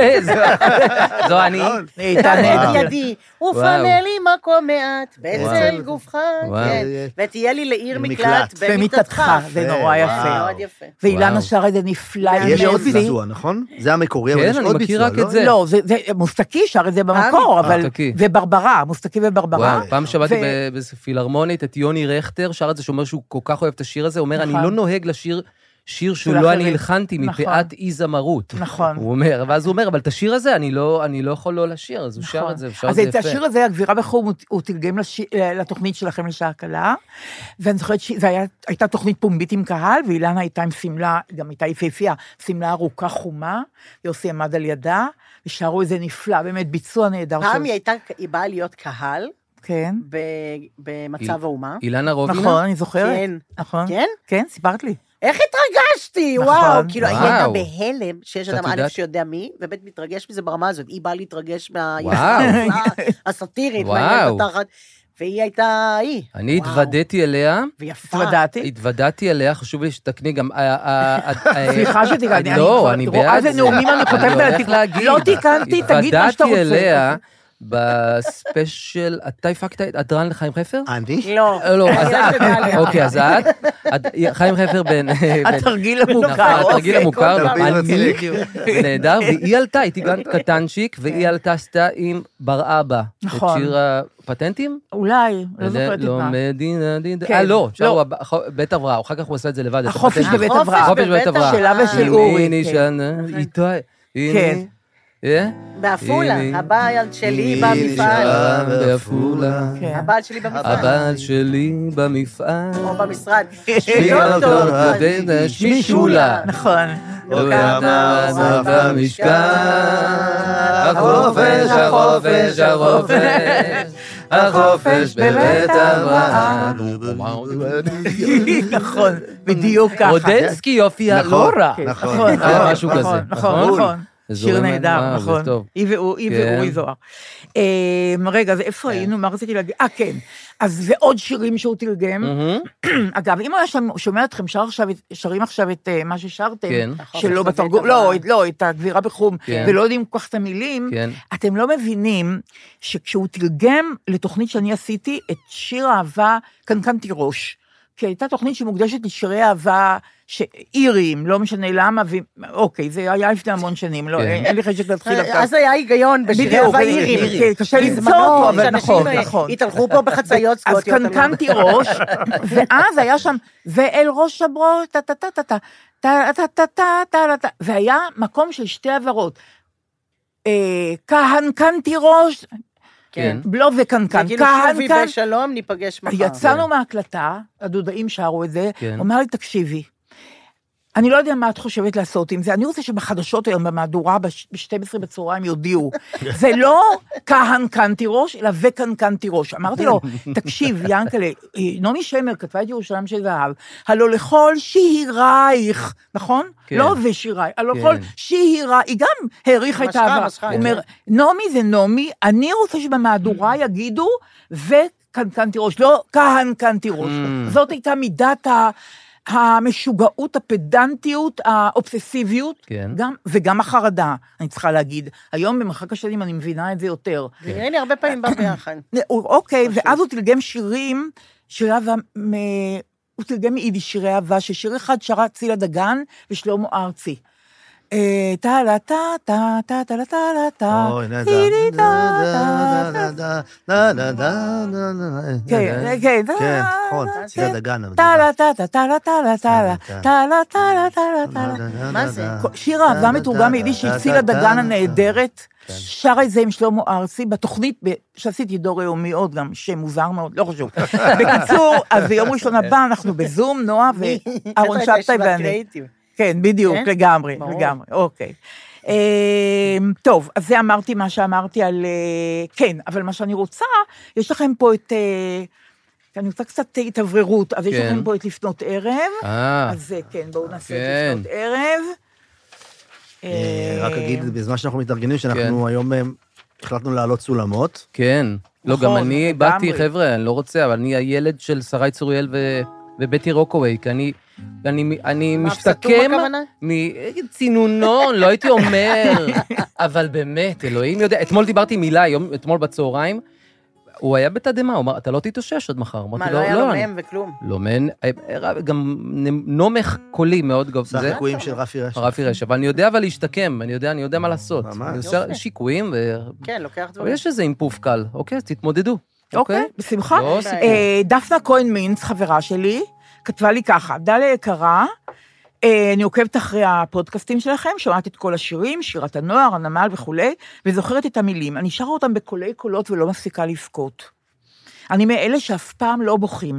Speaker 3: <laughs> זו אני.
Speaker 5: נכון.
Speaker 2: נהייתה
Speaker 5: אה,
Speaker 2: נהדר.
Speaker 4: את ידי, ופנה לי מקום מעט, בצל
Speaker 3: וואו.
Speaker 4: גופך,
Speaker 3: וואו.
Speaker 4: כן. ותהיה לי לעיר
Speaker 5: מקלט.
Speaker 4: מקלט
Speaker 2: במיטתך,
Speaker 4: במיטתך.
Speaker 2: זה נורא יפה.
Speaker 4: מאוד יפה.
Speaker 2: ואילנה
Speaker 3: וואו.
Speaker 2: שרה את זה נפלא. עם
Speaker 5: יש עוד
Speaker 2: לוי.
Speaker 5: ביצוע, נכון? זה המקורי, אבל
Speaker 3: כן,
Speaker 5: יש
Speaker 3: אני
Speaker 5: עוד
Speaker 3: מכיר
Speaker 5: ביצוע,
Speaker 3: רק
Speaker 5: לא?
Speaker 3: את זה.
Speaker 2: לא, זה, זה מוסטקי שר את זה במקור, אבל...
Speaker 3: מוסטקי.
Speaker 2: וברברה, מוסטקי וברברה.
Speaker 3: וואו, פעם שמעתי
Speaker 2: ו-
Speaker 3: ב- באיזה פילהרמונית את יוני רכטר, שר את זה, שאומר שהוא כל כך אוהב את השיר הזה, אומר, אני
Speaker 2: נכון.
Speaker 3: לא נוהג לשיר שיר
Speaker 2: של
Speaker 3: שלא אני
Speaker 2: אחרים."
Speaker 3: הלחנתי
Speaker 2: נכון.
Speaker 3: מפאת אי זמרות.
Speaker 2: נכון.
Speaker 3: הוא אומר, ואז הוא אומר, אבל את השיר הזה אני לא אני לא יכול לא לשיר, אז הוא שר
Speaker 2: נכון.
Speaker 3: את זה, ושר את
Speaker 2: אז
Speaker 3: זה
Speaker 2: את
Speaker 3: יפה.
Speaker 2: השיר הזה, הגבירה בחום, הוא- הוא תרגם לשיר- לתוכנית שלכם לשעה קלה, ואני זוכרת שהייתה תוכנית פומבית עם קהל, ואילנה הייתה עם שמלה, גם הייתה יפהפייה, שמלה ארוכה חומה, יוסי עמד על ידה, ושרו איזה נפלא, באמת ביצוע נהדר.
Speaker 4: פעם
Speaker 2: של-
Speaker 4: היא הייתה, היא באה להיות קהל
Speaker 2: כן,
Speaker 4: ב- במצב האומה.
Speaker 3: אילנה רובינה?
Speaker 2: נכון, אני זוכרת.
Speaker 4: כן.
Speaker 2: נכון.
Speaker 4: כן?
Speaker 2: כן, סיפרת לי.
Speaker 4: איך התרגשתי,
Speaker 2: נכון.
Speaker 4: וואו. כאילו, היא הייתה
Speaker 3: וואו.
Speaker 4: בהלם שיש
Speaker 3: שאת
Speaker 4: אדם א'
Speaker 3: יודעת-
Speaker 4: שיודע מי, וב' מתרגש מזה ברמה הזאת. היא באה להתרגש <laughs>
Speaker 3: וואו.
Speaker 4: מהיצירה הסאטירית,
Speaker 3: וואו.
Speaker 4: מעניינת תחת. והיא הייתה היא.
Speaker 3: אני
Speaker 4: וואו.
Speaker 3: התוודעתי אליה,
Speaker 4: ויפה.
Speaker 2: התוודעתי.
Speaker 3: התוודעתי אליה, חשוב לי שתקני גם... אה, אה, אה,
Speaker 2: סליחה שתיקנתי, אני
Speaker 3: לא,
Speaker 2: כבר
Speaker 3: אני בעד זה.
Speaker 2: רואה איזה נאומים אני כותבת על
Speaker 3: הולך
Speaker 2: התיק.
Speaker 3: להגיד.
Speaker 2: לא תיקנתי, תגיד מה שאתה רוצה.
Speaker 3: התוודעתי אליה בספיישל, אתה הפקת את הדרן לחיים חפר?
Speaker 5: אני?
Speaker 4: לא.
Speaker 3: אה, לא, אז
Speaker 4: אני
Speaker 3: את.
Speaker 4: יודעת עליה.
Speaker 3: אוקיי, אז את. את- חיים חפר בן... בן-
Speaker 2: התרגיל
Speaker 3: נכון,
Speaker 2: המוכר.
Speaker 3: התרגיל
Speaker 2: אוקיי.
Speaker 3: המוכר,
Speaker 5: כל דבר.
Speaker 3: אני, נהדר, והיא עלתה, הייתי גם
Speaker 5: <laughs>
Speaker 3: קטנצ'יק, והיא עלתה עשתה עם בר אבא, את
Speaker 2: כן. נכון.
Speaker 3: שיר הפטנטים?
Speaker 2: אולי, לא זוכרת את
Speaker 3: לא,
Speaker 2: מה.
Speaker 3: מדינה, דינה,
Speaker 2: כן,
Speaker 3: אה, לא,
Speaker 2: לא.
Speaker 3: שרו הב- ח- בית הבראה, אחר כך הוא עשה את זה לבד, את
Speaker 2: החופש
Speaker 3: הפטנטים.
Speaker 2: בבית הבראה.
Speaker 3: החופש בבית הבראה.
Speaker 2: שלה ושל
Speaker 3: הנה,
Speaker 2: אורי,
Speaker 3: הנה,
Speaker 2: כן.
Speaker 3: שנה, איתו,
Speaker 2: כן.
Speaker 3: הנה, אה, הנה,
Speaker 4: בעפולה, הבעל שלי
Speaker 3: הנה,
Speaker 4: במפעל.
Speaker 3: שרה בעפולה,
Speaker 2: כן.
Speaker 4: הבעל שלי במפעל.
Speaker 3: הבעל שלי במפעל,
Speaker 4: או במשרד. לא
Speaker 3: דוקטור
Speaker 5: דוקטור
Speaker 3: דודנה שמישולה,
Speaker 4: שמישולה.
Speaker 2: <laughs> נכון.
Speaker 3: לא וכמה עזב המשכן, החופש, החופש, החופש, החופש בבית אברהם.
Speaker 2: נכון, בדיוק ככה.
Speaker 3: רודנסקי יופייה לא
Speaker 5: כן. נכון,
Speaker 3: רע.
Speaker 5: נכון.
Speaker 2: נכון,
Speaker 3: אה, משהו
Speaker 2: נכון,
Speaker 3: כזה,
Speaker 2: נכון,
Speaker 3: נכון?
Speaker 2: נכון.
Speaker 3: אזורים
Speaker 2: שיר
Speaker 3: האלה, וואו,
Speaker 2: נהדר,
Speaker 3: זה
Speaker 2: נכון.
Speaker 3: טוב.
Speaker 2: היא והוא- היא
Speaker 3: כן.
Speaker 2: ואורי זוהר. אמ, רגע, אז איפה היינו? מה רציתי להגיד? אה, כן. אז זה עוד שירים שהוא תרגם.
Speaker 3: מהמם.
Speaker 2: <clears throat> אגב, אם היה שם- שומע אתכם שר עכשיו את- שרים עכשיו את אה, מה ששרתם,
Speaker 3: כן.
Speaker 5: נכון,
Speaker 2: שלא
Speaker 4: החופש
Speaker 2: בתרגום,
Speaker 4: בבית
Speaker 2: לא,
Speaker 4: הבראה.
Speaker 2: את- לא, את הגבירה בחום,
Speaker 3: כן.
Speaker 2: ולא יודעים כל כך את המילים,
Speaker 3: כן.
Speaker 2: אתם לא מבינים שכשהוא תרגם לתוכנית שאני עשיתי את שיר אהבה קנקן תירוש, כי הייתה תוכנית שמוקדשת לשירי אהבה ש- איריים, לא משנה למה, ו- אוקיי, זה היה לפני המון שנים, לא,
Speaker 3: כן.
Speaker 2: אין אין לי חשק להתחיל עכשיו.
Speaker 4: אז היה היגיון בשירי
Speaker 2: אה, בדיוק,
Speaker 4: הווירים.
Speaker 2: כן, קשה למצוא אותו, אבל נכון, נכון.
Speaker 4: התהלכו אה, פה בחצאיות
Speaker 2: אז
Speaker 4: סקוטיות.
Speaker 2: קנקנתי
Speaker 4: <laughs>
Speaker 2: ראש, ואז היה שם, ואל ראש הברו, טה טה טה טה טה, טה טה טה טה טה טה, והיה מקום של שתי עברות. אה, כהנקנתי ראש,
Speaker 3: כן.
Speaker 2: לא וקנקן,
Speaker 4: זה כאילו שובי
Speaker 2: כהנקן.
Speaker 4: בשלום, ניפגש מחר.
Speaker 2: יצאנו מההקלטה, הדודאים שרו את זה,
Speaker 3: כן.
Speaker 2: הוא אמר לי, תקשיבי, אני לא יודע מה את חושבת לעשות עם זה, אני רוצה שבחדשות היום, במהדורה, ב-12 בצהריים
Speaker 3: <laughs>
Speaker 2: יודיעו. זה לא כהן קנטי ראש, אלא וקנקנטי ראש. אמרתי
Speaker 3: <laughs>
Speaker 2: לו, תקשיב, ינקלה, אה, נעמי שמר כתבה את ירושלים של זהב, הלא לכל שירייך, נכון?
Speaker 3: כן.
Speaker 2: לא ושירייך, הלא
Speaker 3: כן.
Speaker 2: לכל שירייך, היא גם העריכה את
Speaker 4: משכה,
Speaker 2: העבר.
Speaker 4: משכה,
Speaker 2: הוא
Speaker 4: כן.
Speaker 2: אומר, נעמי זה נעמי, אני רוצה
Speaker 3: Mm.
Speaker 2: שבמהדורה יגידו, וקנקנתי ראש, לא כהנקנתי ראש.
Speaker 3: Mm.
Speaker 2: זאת הייתה מידת ה... המשוגעות, הפדנטיות, האובססיביות,
Speaker 3: כן.
Speaker 2: גם, וגם החרדה, אני צריכה להגיד. היום, במרחק השנים, אני מבינה את זה יותר.
Speaker 4: זה נראה לי הרבה פעמים בא ביחד.
Speaker 2: <laughs> אוקיי, ואז הוא תרגם שירים, שירי אהבה, מ- הוא תרגם מיידיש שירי אהבה, ששיר אחד שרה צילה דגן ושלמה ארצי. אה, טה לה טה טה טה טה לה טה לה טה.
Speaker 5: אוי, נהדר.
Speaker 2: טילי טה טה טה. כן,
Speaker 5: כן,
Speaker 2: כן.
Speaker 5: כן, נכון, צילה דגן.
Speaker 2: טה-לה, טה-טה, טה-לה, טה-לה, טה-לה, טה-לה, טה-לה, טה-לה, טה-לה.
Speaker 4: מה זה?
Speaker 3: אה,
Speaker 2: שיר אהבה מתורגם מיידיש של צילה דגן הנהדרת, שרה את זה עם שלמה ארצי, בתוכנית ב- שעשיתי דור היומי עוד גם, שם מוזר מאוד, לא חשוב. בקיצור, אז ביום ראשון הבא אנחנו בזום, נועה ואהרון
Speaker 4: זאת הייתה
Speaker 2: שבתאי
Speaker 4: ישיבת
Speaker 2: ואני.
Speaker 4: קריאיטיב.
Speaker 2: כן, בדיוק,
Speaker 4: כן?
Speaker 2: לגמרי,
Speaker 4: ברור.
Speaker 2: לגמרי, אוקיי. אמ, טוב, אז זה אמרתי מה שאמרתי על... אה, כן, אבל מה שאני רוצה, יש לכם פה את... אה, כי אני רוצה קצת התאווררות, אז יש
Speaker 6: כן.
Speaker 2: לכם פה את לפנות ערב,
Speaker 6: אה,
Speaker 2: אז זה כן, בואו נעשה
Speaker 6: כן.
Speaker 2: את לפנות ערב.
Speaker 5: אה, רק אגיד, בזמן שאנחנו מתארגנים,
Speaker 6: כן.
Speaker 5: שאנחנו היום אה, החלטנו לעלות סולמות.
Speaker 6: כן. לא, גם
Speaker 2: נכון,
Speaker 6: אני
Speaker 2: לגמרי.
Speaker 6: באתי, חבר'ה, אני לא רוצה, אבל אני הילד של שרי צוריאל ו- ובטי רוקווי, כי אני- אני אני
Speaker 4: מה,
Speaker 6: משתקם
Speaker 4: סתום הכוונה?
Speaker 6: מצינונון, לא הייתי אומר, אבל באמת, אלוהים יודע. אתמול דיברתי עם הילה, היום- אתמול בצהריים, הוא היה בתדהמה, הוא אמר, אתה לא תתאושש עד מחר. אמרתי
Speaker 4: מה,
Speaker 6: לו,
Speaker 4: לא היה לו
Speaker 6: אני-
Speaker 4: מהם וכלום.
Speaker 6: לא מן, גם נומך קולי מאוד
Speaker 5: זה
Speaker 6: גבוה. זה
Speaker 5: החיקויים של רפי רשת.
Speaker 6: רפי רשע, אבל אני יודע אבל להשתקם, אני יודע, אני יודע מה לעשות.
Speaker 5: ממש.
Speaker 6: אני עושה
Speaker 4: יופי.
Speaker 6: שיקויים, ו...
Speaker 4: כן, לוקח
Speaker 6: אבל
Speaker 4: דברים.
Speaker 6: יש איזה אימפוף קל, אוקיי, אז תתמודדו.
Speaker 2: אוקיי, בשמחה.
Speaker 6: לא
Speaker 4: אין
Speaker 6: סיפור.
Speaker 4: בעיה.
Speaker 2: אה, דפנה כהן מינץ, חברה שלי, כתבה לי ככה, דליה יקרה, אה, אני עוקבת אחרי הפודקאסטים שלכם, שומעת את כל השירים, שירת הנוער, הנמל וכולי, וזוכרת את המילים. אני שרה אותם בקולי קולות ולא מפסיקה לבכות. אני מאלה שאף פעם לא בוכים.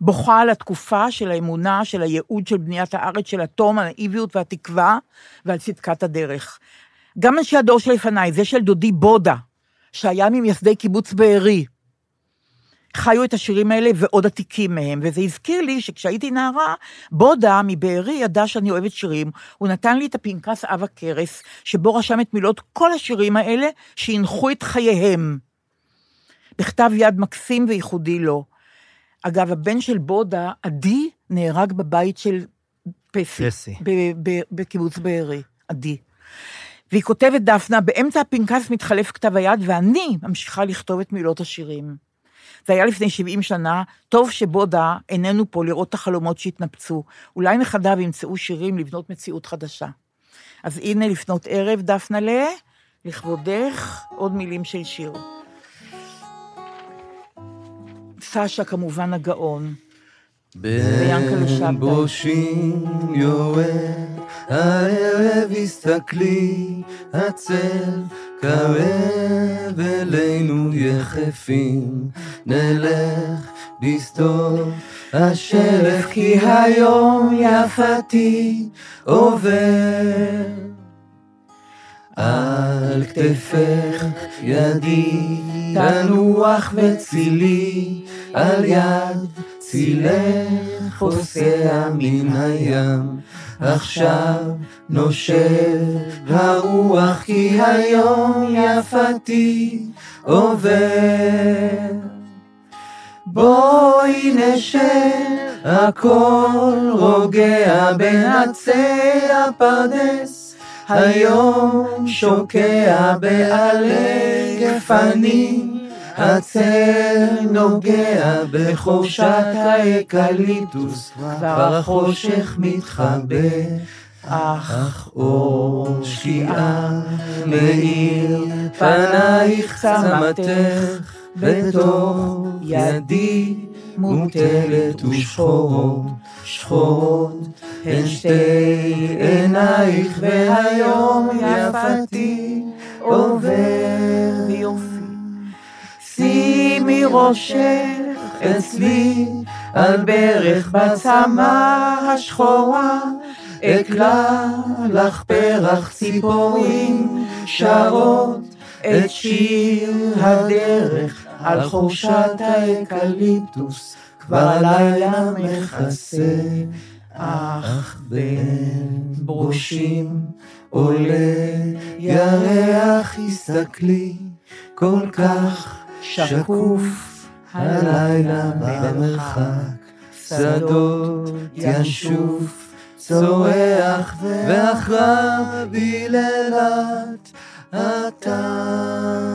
Speaker 2: בוכה על התקופה של האמונה, של הייעוד, של בניית הארץ, של התום, על האיביות והתקווה ועל צדקת הדרך. גם אנשי הדור שלפניי, זה של דודי בודה, שהיה ממייסדי קיבוץ בארי, חיו את השירים האלה ועוד עתיקים מהם, וזה הזכיר לי שכשהייתי נערה, בודה מבארי ידע שאני אוהבת שירים, הוא נתן לי את הפנקס עב הכרס, שבו רשם את מילות כל השירים האלה שהנחו את חייהם. בכתב יד מקסים וייחודי לו. אגב, הבן של בודה, עדי, נהרג בבית של פסי,
Speaker 5: פסי.
Speaker 2: ב- ב- בקיבוץ בארי, עדי. והיא כותבת, דפנה, באמצע הפנקס מתחלף כתב היד, ואני ממשיכה לכתוב את מילות השירים. זה היה לפני 70 שנה, טוב שבודה איננו פה לראות את החלומות שהתנפצו. אולי נכדיו ימצאו שירים לבנות מציאות חדשה. אז הנה לפנות ערב, דפנה ל... לכבודך, עוד מילים של שיר. סשה, כמובן, הגאון. ויענקל'ה שבתאי.
Speaker 6: בושים יורד, הערב הסתכלי, הצל קרב אלינו יחפים, נלך בסתור השלף, כי היום יפתי עובר. על כתפך ידי תנוח וצילי, על יד צילך חוסע מן הים. עכשיו נושב הרוח, כי היום יפתי עובר. בואי נשב, הכל רוגע בין עצי הפרדס, היום שוקע בעלי גפנים, הצל נוגע בחורשת האקליפטוס, כבר החושך מתחבא. אך אור שקיעה מאיר פנייך צמתך בתוך ידי מוטלת ושחורות שחורות הן שתי עינייך והיום יפתי עובר
Speaker 2: ויופי.
Speaker 6: שימי ראשך אצלי על ברך בצמה השחורה אקלע לך פרח ציפורים שרות את שיר הדרך על חורשת האקליפטוס כבר הלילה מכסה
Speaker 2: אך
Speaker 6: בין ברושים עולה ירח, הסתכלי, כל כך שקוף הלילה במרחק, שדות ינשוף, צורח ואחריו היללת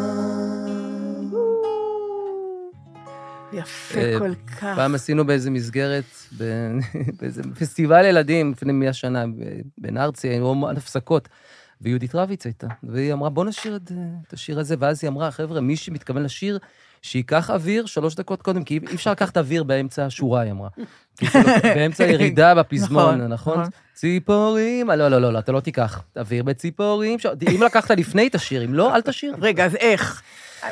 Speaker 6: אתה.
Speaker 2: יפה
Speaker 3: אה,
Speaker 2: כל כך.
Speaker 3: פעם עשינו באיזה מסגרת, ב- <laughs> באיזה פסטיבל ילדים, לפני מאה שנה, ב- בן ארצי, היו המון הפסקות. ויהודית רביץ הייתה, והיא אמרה, בוא נשיר את, אה, את השיר הזה, ואז היא אמרה, חבר'ה, מי שמתכוון לשיר, שייקח אוויר שלוש דקות קודם, כי אי אפשר לקחת אוויר באמצע השורה, היא אמרה. כי זה לא-
Speaker 5: <laughs>
Speaker 3: באמצע הירידה בפזמון,
Speaker 2: נכון,
Speaker 3: נכון?
Speaker 2: נכון.
Speaker 3: ציפורים, אה, לא, לא, לא, לא, אתה לא תיקח אוויר בציפורים. ש- אם לקחת לפני, תשיר, אם לא, אל תשיר.
Speaker 2: רגע, אז איך?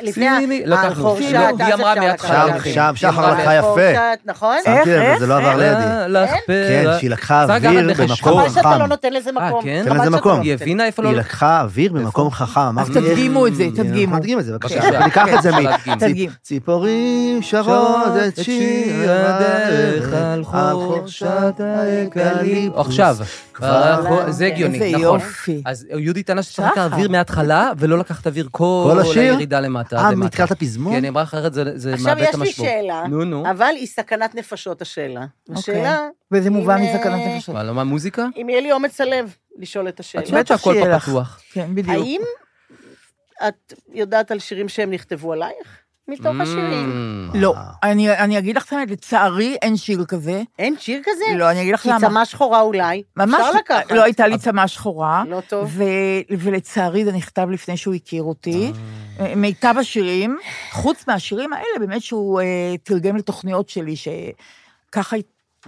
Speaker 4: לפני
Speaker 3: ציני, לא לקחנו,
Speaker 4: החורשת,
Speaker 3: לא,
Speaker 4: אז
Speaker 3: היא אמרה
Speaker 4: אפשר
Speaker 3: מההתחלה,
Speaker 4: לקחת.
Speaker 3: אחי.
Speaker 5: שם, שם,
Speaker 4: היא אמרה
Speaker 5: שחר לקחה יפה.
Speaker 4: מהחורשת, נכון?
Speaker 2: איך,
Speaker 5: שמתי לב,
Speaker 2: איך,
Speaker 5: זה לא עבר
Speaker 2: איך?
Speaker 5: לידי.
Speaker 3: אה, לך
Speaker 5: כן,
Speaker 3: פרח.
Speaker 5: שהיא לקחה
Speaker 3: צריך לקחת
Speaker 5: אוויר
Speaker 3: בחשבון.
Speaker 5: במקום
Speaker 4: חבל שאתה
Speaker 5: חכם.
Speaker 4: לא נותן לזה מקום.
Speaker 3: כן?
Speaker 5: תן
Speaker 4: חבל
Speaker 5: לזה
Speaker 4: שאתה
Speaker 5: מקום.
Speaker 4: לא
Speaker 3: היא
Speaker 4: נותן.
Speaker 3: הבינה איפה לא...
Speaker 5: היא לקחה אוויר במקום חכם.
Speaker 2: אז תדגימו את זה, תדגימו.
Speaker 5: תדגים את זה, בבקשה.
Speaker 3: בבקשה.
Speaker 5: ניקח את זה
Speaker 3: אפשר
Speaker 5: מ...
Speaker 3: להדגים.
Speaker 2: תדגים.
Speaker 5: ציפורים שרות את שיר הדרך על חורשת האקליפוס.
Speaker 3: עכשיו,
Speaker 5: כבר לא
Speaker 3: כבר זה הגיוני,
Speaker 2: איזה
Speaker 3: נכון.
Speaker 2: יופי.
Speaker 3: אז יהודי טענה שצריך לקחת
Speaker 2: שחר.
Speaker 3: אוויר מההתחלה, ולא לקחת אוויר כל
Speaker 5: כל השיר?
Speaker 3: הירידה למטה. עד
Speaker 5: אה,
Speaker 3: למטה.
Speaker 5: מתחילת הפזמון?
Speaker 3: כן, היא אמרה אחרת, זה זה
Speaker 4: עכשיו
Speaker 3: מאבד את
Speaker 4: יש לי
Speaker 3: המשמעות.
Speaker 4: שאלה,
Speaker 3: נו, נו.
Speaker 4: אבל היא סכנת נפשות השאלה. השאלה,
Speaker 2: באיזה מובן
Speaker 4: אם,
Speaker 2: מסכנת
Speaker 4: אה,
Speaker 2: נפשות?
Speaker 3: מה, לא, מה, מוזיקה?
Speaker 4: אם יהיה לי אומץ הלב לשאול את
Speaker 3: את
Speaker 4: השאלה.
Speaker 3: יודעת שהכל
Speaker 2: שיהיה
Speaker 3: פה
Speaker 2: לך.
Speaker 3: פתוח.
Speaker 2: כן, בדיוק.
Speaker 4: האם את יודעת על שירים שהם נכתבו עלייך? מתוך השירים.
Speaker 3: Mm.
Speaker 2: לא,
Speaker 5: אה.
Speaker 2: אני, אני אגיד לך את האמת, לצערי אין שיר כזה.
Speaker 4: אין שיר כזה?
Speaker 2: לא, אני אגיד לך
Speaker 4: כי
Speaker 2: למה.
Speaker 4: צמה שחורה אולי.
Speaker 2: ממש,
Speaker 4: אפשר לקחת.
Speaker 2: לא הייתה לי צמא שחורה.
Speaker 4: לא טוב.
Speaker 2: ו, ולצערי זה נכתב לפני שהוא הכיר אותי. אה, מיטב השירים, חוץ מהשירים האלה, באמת שהוא אה, תרגם לתוכניות שלי, שככה... הי-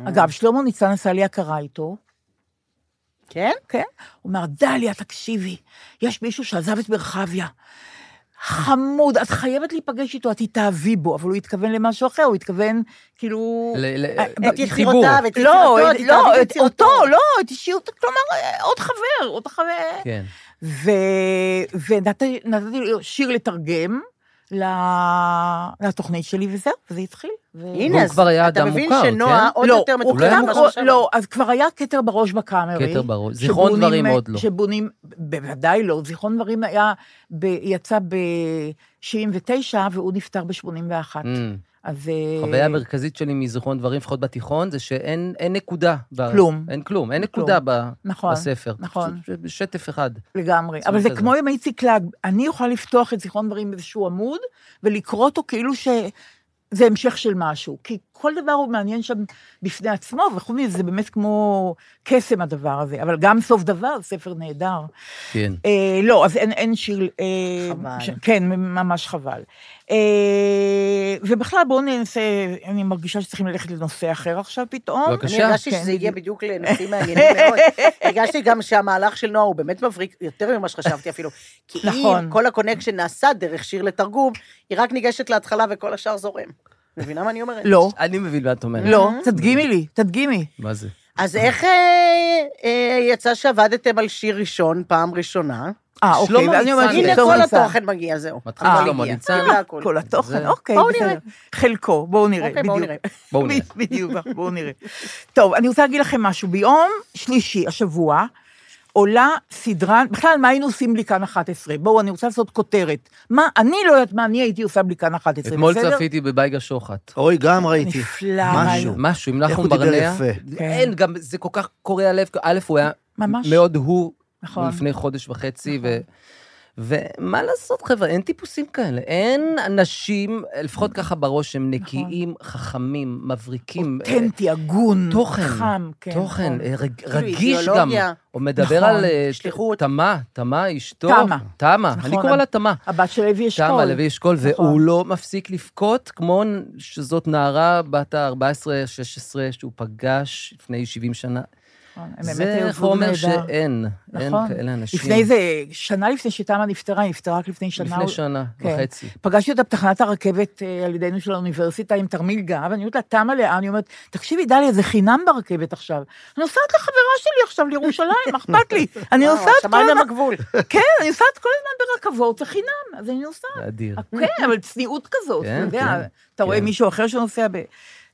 Speaker 4: אה.
Speaker 2: אגב, שלמה ניצן עשה לי הכרה איתו.
Speaker 4: כן?
Speaker 2: כן? הוא אמר, דליה, תקשיבי, יש מישהו שעזב את מרחביה. חמוד, את חייבת להיפגש איתו, את תתאהבי בו, אבל הוא התכוון למשהו אחר, הוא התכוון, כאילו...
Speaker 3: ל- ל-
Speaker 2: אה,
Speaker 4: את
Speaker 3: חיבור.
Speaker 4: יצירותיו, את
Speaker 2: לא,
Speaker 4: יצירתו, את
Speaker 2: את- לא,
Speaker 4: התאהבי
Speaker 2: את
Speaker 4: ביצירתו.
Speaker 2: אותו, לא, את אישיות, כלומר, אה, עוד חבר, עוד חבר.
Speaker 3: כן.
Speaker 2: ונתתי לו שיר לתרגם ל- לתוכנית שלי, וזהו, וזה התחיל. ו-
Speaker 4: הנה,
Speaker 3: והוא
Speaker 4: אז
Speaker 3: כבר היה
Speaker 4: אתה
Speaker 3: אדם
Speaker 4: מבין
Speaker 3: מוכר,
Speaker 4: שנועה
Speaker 3: כן?
Speaker 4: עוד
Speaker 2: לא,
Speaker 4: יותר
Speaker 2: הוא
Speaker 4: מתוחכם.
Speaker 2: כתב-
Speaker 3: מה
Speaker 2: הוא- לא, אז כבר היה כתר בראש בקאמרי.
Speaker 3: כתר בראש. זיכרון
Speaker 2: שבונים,
Speaker 3: דברים עוד לא.
Speaker 2: שבונים, בוודאי לא, זיכרון דברים היה, ב, יצא ב-79 והוא נפטר ב-81.
Speaker 3: Mm.
Speaker 2: אז... אה,
Speaker 3: החוויה המרכזית שלי מזיכרון דברים, לפחות בתיכון, זה שאין אין נקודה. ב-
Speaker 2: כלום.
Speaker 3: אין כלום, אין
Speaker 2: כלום.
Speaker 3: נקודה ב-
Speaker 2: נכון,
Speaker 3: בספר.
Speaker 2: נכון.
Speaker 3: ש- ש- שטף אחד.
Speaker 2: לגמרי.
Speaker 3: זה
Speaker 2: אבל זה
Speaker 3: כזה.
Speaker 2: כמו עם איציק להג, אני יכולה לפתוח את זיכרון דברים באיזשהו עמוד ולקרוא אותו כאילו ש... זה המשך של משהו, כי כל דבר הוא מעניין שם בפני עצמו, וחוץ מזה זה באמת כמו קסם הדבר הזה, אבל גם סוף דבר, ספר נהדר.
Speaker 3: כן.
Speaker 2: אה, לא, אז אין, אין שיר... אה,
Speaker 4: חבל.
Speaker 2: כן, ממש חבל. אה, ובכלל, בואו ננסה, אני מרגישה שצריכים ללכת לנושא אחר עכשיו פתאום.
Speaker 3: בבקשה.
Speaker 4: אני הרגשתי
Speaker 2: כן,
Speaker 4: שזה הגיע
Speaker 2: בדיוק.
Speaker 4: בדיוק לנושאים
Speaker 2: <laughs>
Speaker 4: מעניינים מאוד. הרגשתי גם שהמהלך של נועה הוא באמת מבריק יותר ממה שחשבתי
Speaker 2: <laughs>
Speaker 4: אפילו. כי
Speaker 2: נכון.
Speaker 4: אם כל הקונקשן נעשה דרך שיר לתרגום, היא רק ניגשת להתחלה וכל השאר זורם. מבינה מה אני אומרת?
Speaker 2: לא,
Speaker 3: אני מבין מה את אומרת.
Speaker 2: לא, תדגימי לי, תדגימי.
Speaker 3: מה זה?
Speaker 4: אז איך אה, אה, יצא שעבדתם על שיר ראשון פעם ראשונה?
Speaker 2: אה,
Speaker 3: שלמה
Speaker 2: אוקיי, ואני אומרת,
Speaker 3: ניצן,
Speaker 4: הנה
Speaker 3: טוב,
Speaker 2: שלמה
Speaker 4: כל
Speaker 2: ניצן.
Speaker 4: התוכן מגיע, זהו.
Speaker 3: מתחיל
Speaker 4: הכל
Speaker 3: שלמה
Speaker 4: הגיע.
Speaker 3: ניצן.
Speaker 4: הגיע הכל.
Speaker 2: כל התוכן,
Speaker 3: זה-
Speaker 2: אוקיי,
Speaker 4: בואו
Speaker 2: בסדר.
Speaker 4: נראה.
Speaker 2: חלקו, בואו נראה,
Speaker 4: אוקיי, בואו
Speaker 2: בדיוק. <laughs>
Speaker 4: נראה.
Speaker 3: בואו נראה.
Speaker 2: בדיוק, בואו נראה. טוב, אני רוצה להגיד לכם משהו. ביום שלישי, השבוע, עולה סדרה, בכלל, מה היינו עושים בלי כאן 11? בואו, אני רוצה לעשות כותרת. מה, אני לא יודעת מה אני הייתי עושה בלי כאן 11, בסדר?
Speaker 3: אתמול צפיתי בבייגה שוחט.
Speaker 5: אוי, גם ראיתי.
Speaker 2: נפלא.
Speaker 5: משהו.
Speaker 3: משהו עם
Speaker 5: איך
Speaker 3: נחום
Speaker 5: הוא דיבר
Speaker 3: ברנע.
Speaker 5: יפה.
Speaker 2: כן.
Speaker 3: אין, גם זה כל כך קורע לב. א', הוא היה
Speaker 2: ממש.
Speaker 3: מאוד הוא
Speaker 2: נכון.
Speaker 3: לפני חודש וחצי, ו... ומה לעשות, חבר'ה, אין טיפוסים כאלה. אין אנשים, לפחות
Speaker 2: נכון.
Speaker 3: ככה בראש, הם נקיים, חכמים, מבריקים.
Speaker 2: אותנטי, הגון,
Speaker 3: אה, תוכן,
Speaker 2: חם, כן.
Speaker 3: תוכן,
Speaker 2: נכון.
Speaker 3: אה, רג- רגיש גם.
Speaker 4: אידיאולוגיה.
Speaker 3: הוא מדבר
Speaker 2: נכון.
Speaker 3: על אה,
Speaker 4: שליחות.
Speaker 3: תמה, תמה אשתו.
Speaker 2: תמה.
Speaker 3: תמה, אני
Speaker 2: נכון,
Speaker 3: קורא לה תמה.
Speaker 2: הבת של לוי אשכול.
Speaker 3: תמה, לוי אשכול,
Speaker 2: נכון.
Speaker 3: והוא לא מפסיק לבכות, כמו שזאת נערה בת ה-14-16 שהוא פגש לפני 70 שנה.
Speaker 2: נכון, הם באמת
Speaker 3: זה
Speaker 2: היו זוג
Speaker 3: חומר
Speaker 2: נהדר.
Speaker 3: שאין, אין
Speaker 2: נכון.
Speaker 3: כאלה אנשים.
Speaker 2: לפני זה, שנה לפני שתמה נפטרה, היא נפטרה רק לפני שנה.
Speaker 3: לפני שנה
Speaker 2: כן.
Speaker 3: וחצי.
Speaker 2: פגשתי אותה בתחנת הרכבת אה, על ידינו של האוניברסיטה עם תרמיל גב, אני אומרת לה, תמה לאן? היא אומרת, תקשיבי, דליה, זה חינם ברכבת עכשיו. אני נוסעת לחברה שלי עכשיו לירושלים, מה אכפת
Speaker 4: <laughs>
Speaker 2: לי. אני
Speaker 4: וואו,
Speaker 2: נוסעת כל
Speaker 4: השמיים הם
Speaker 2: הזמן,
Speaker 4: אה, הגבול.
Speaker 2: <laughs> כן, אני נוסעת כל הזמן ברכבות, זה חינם, אז אני נוסעת.
Speaker 3: זה אדיר.
Speaker 2: כן, אבל צניעות כזאת, אתה
Speaker 3: כן,
Speaker 2: יודע,
Speaker 3: כן,
Speaker 2: אתה רואה
Speaker 3: כן.
Speaker 2: מישהו אחר שנוסע ב...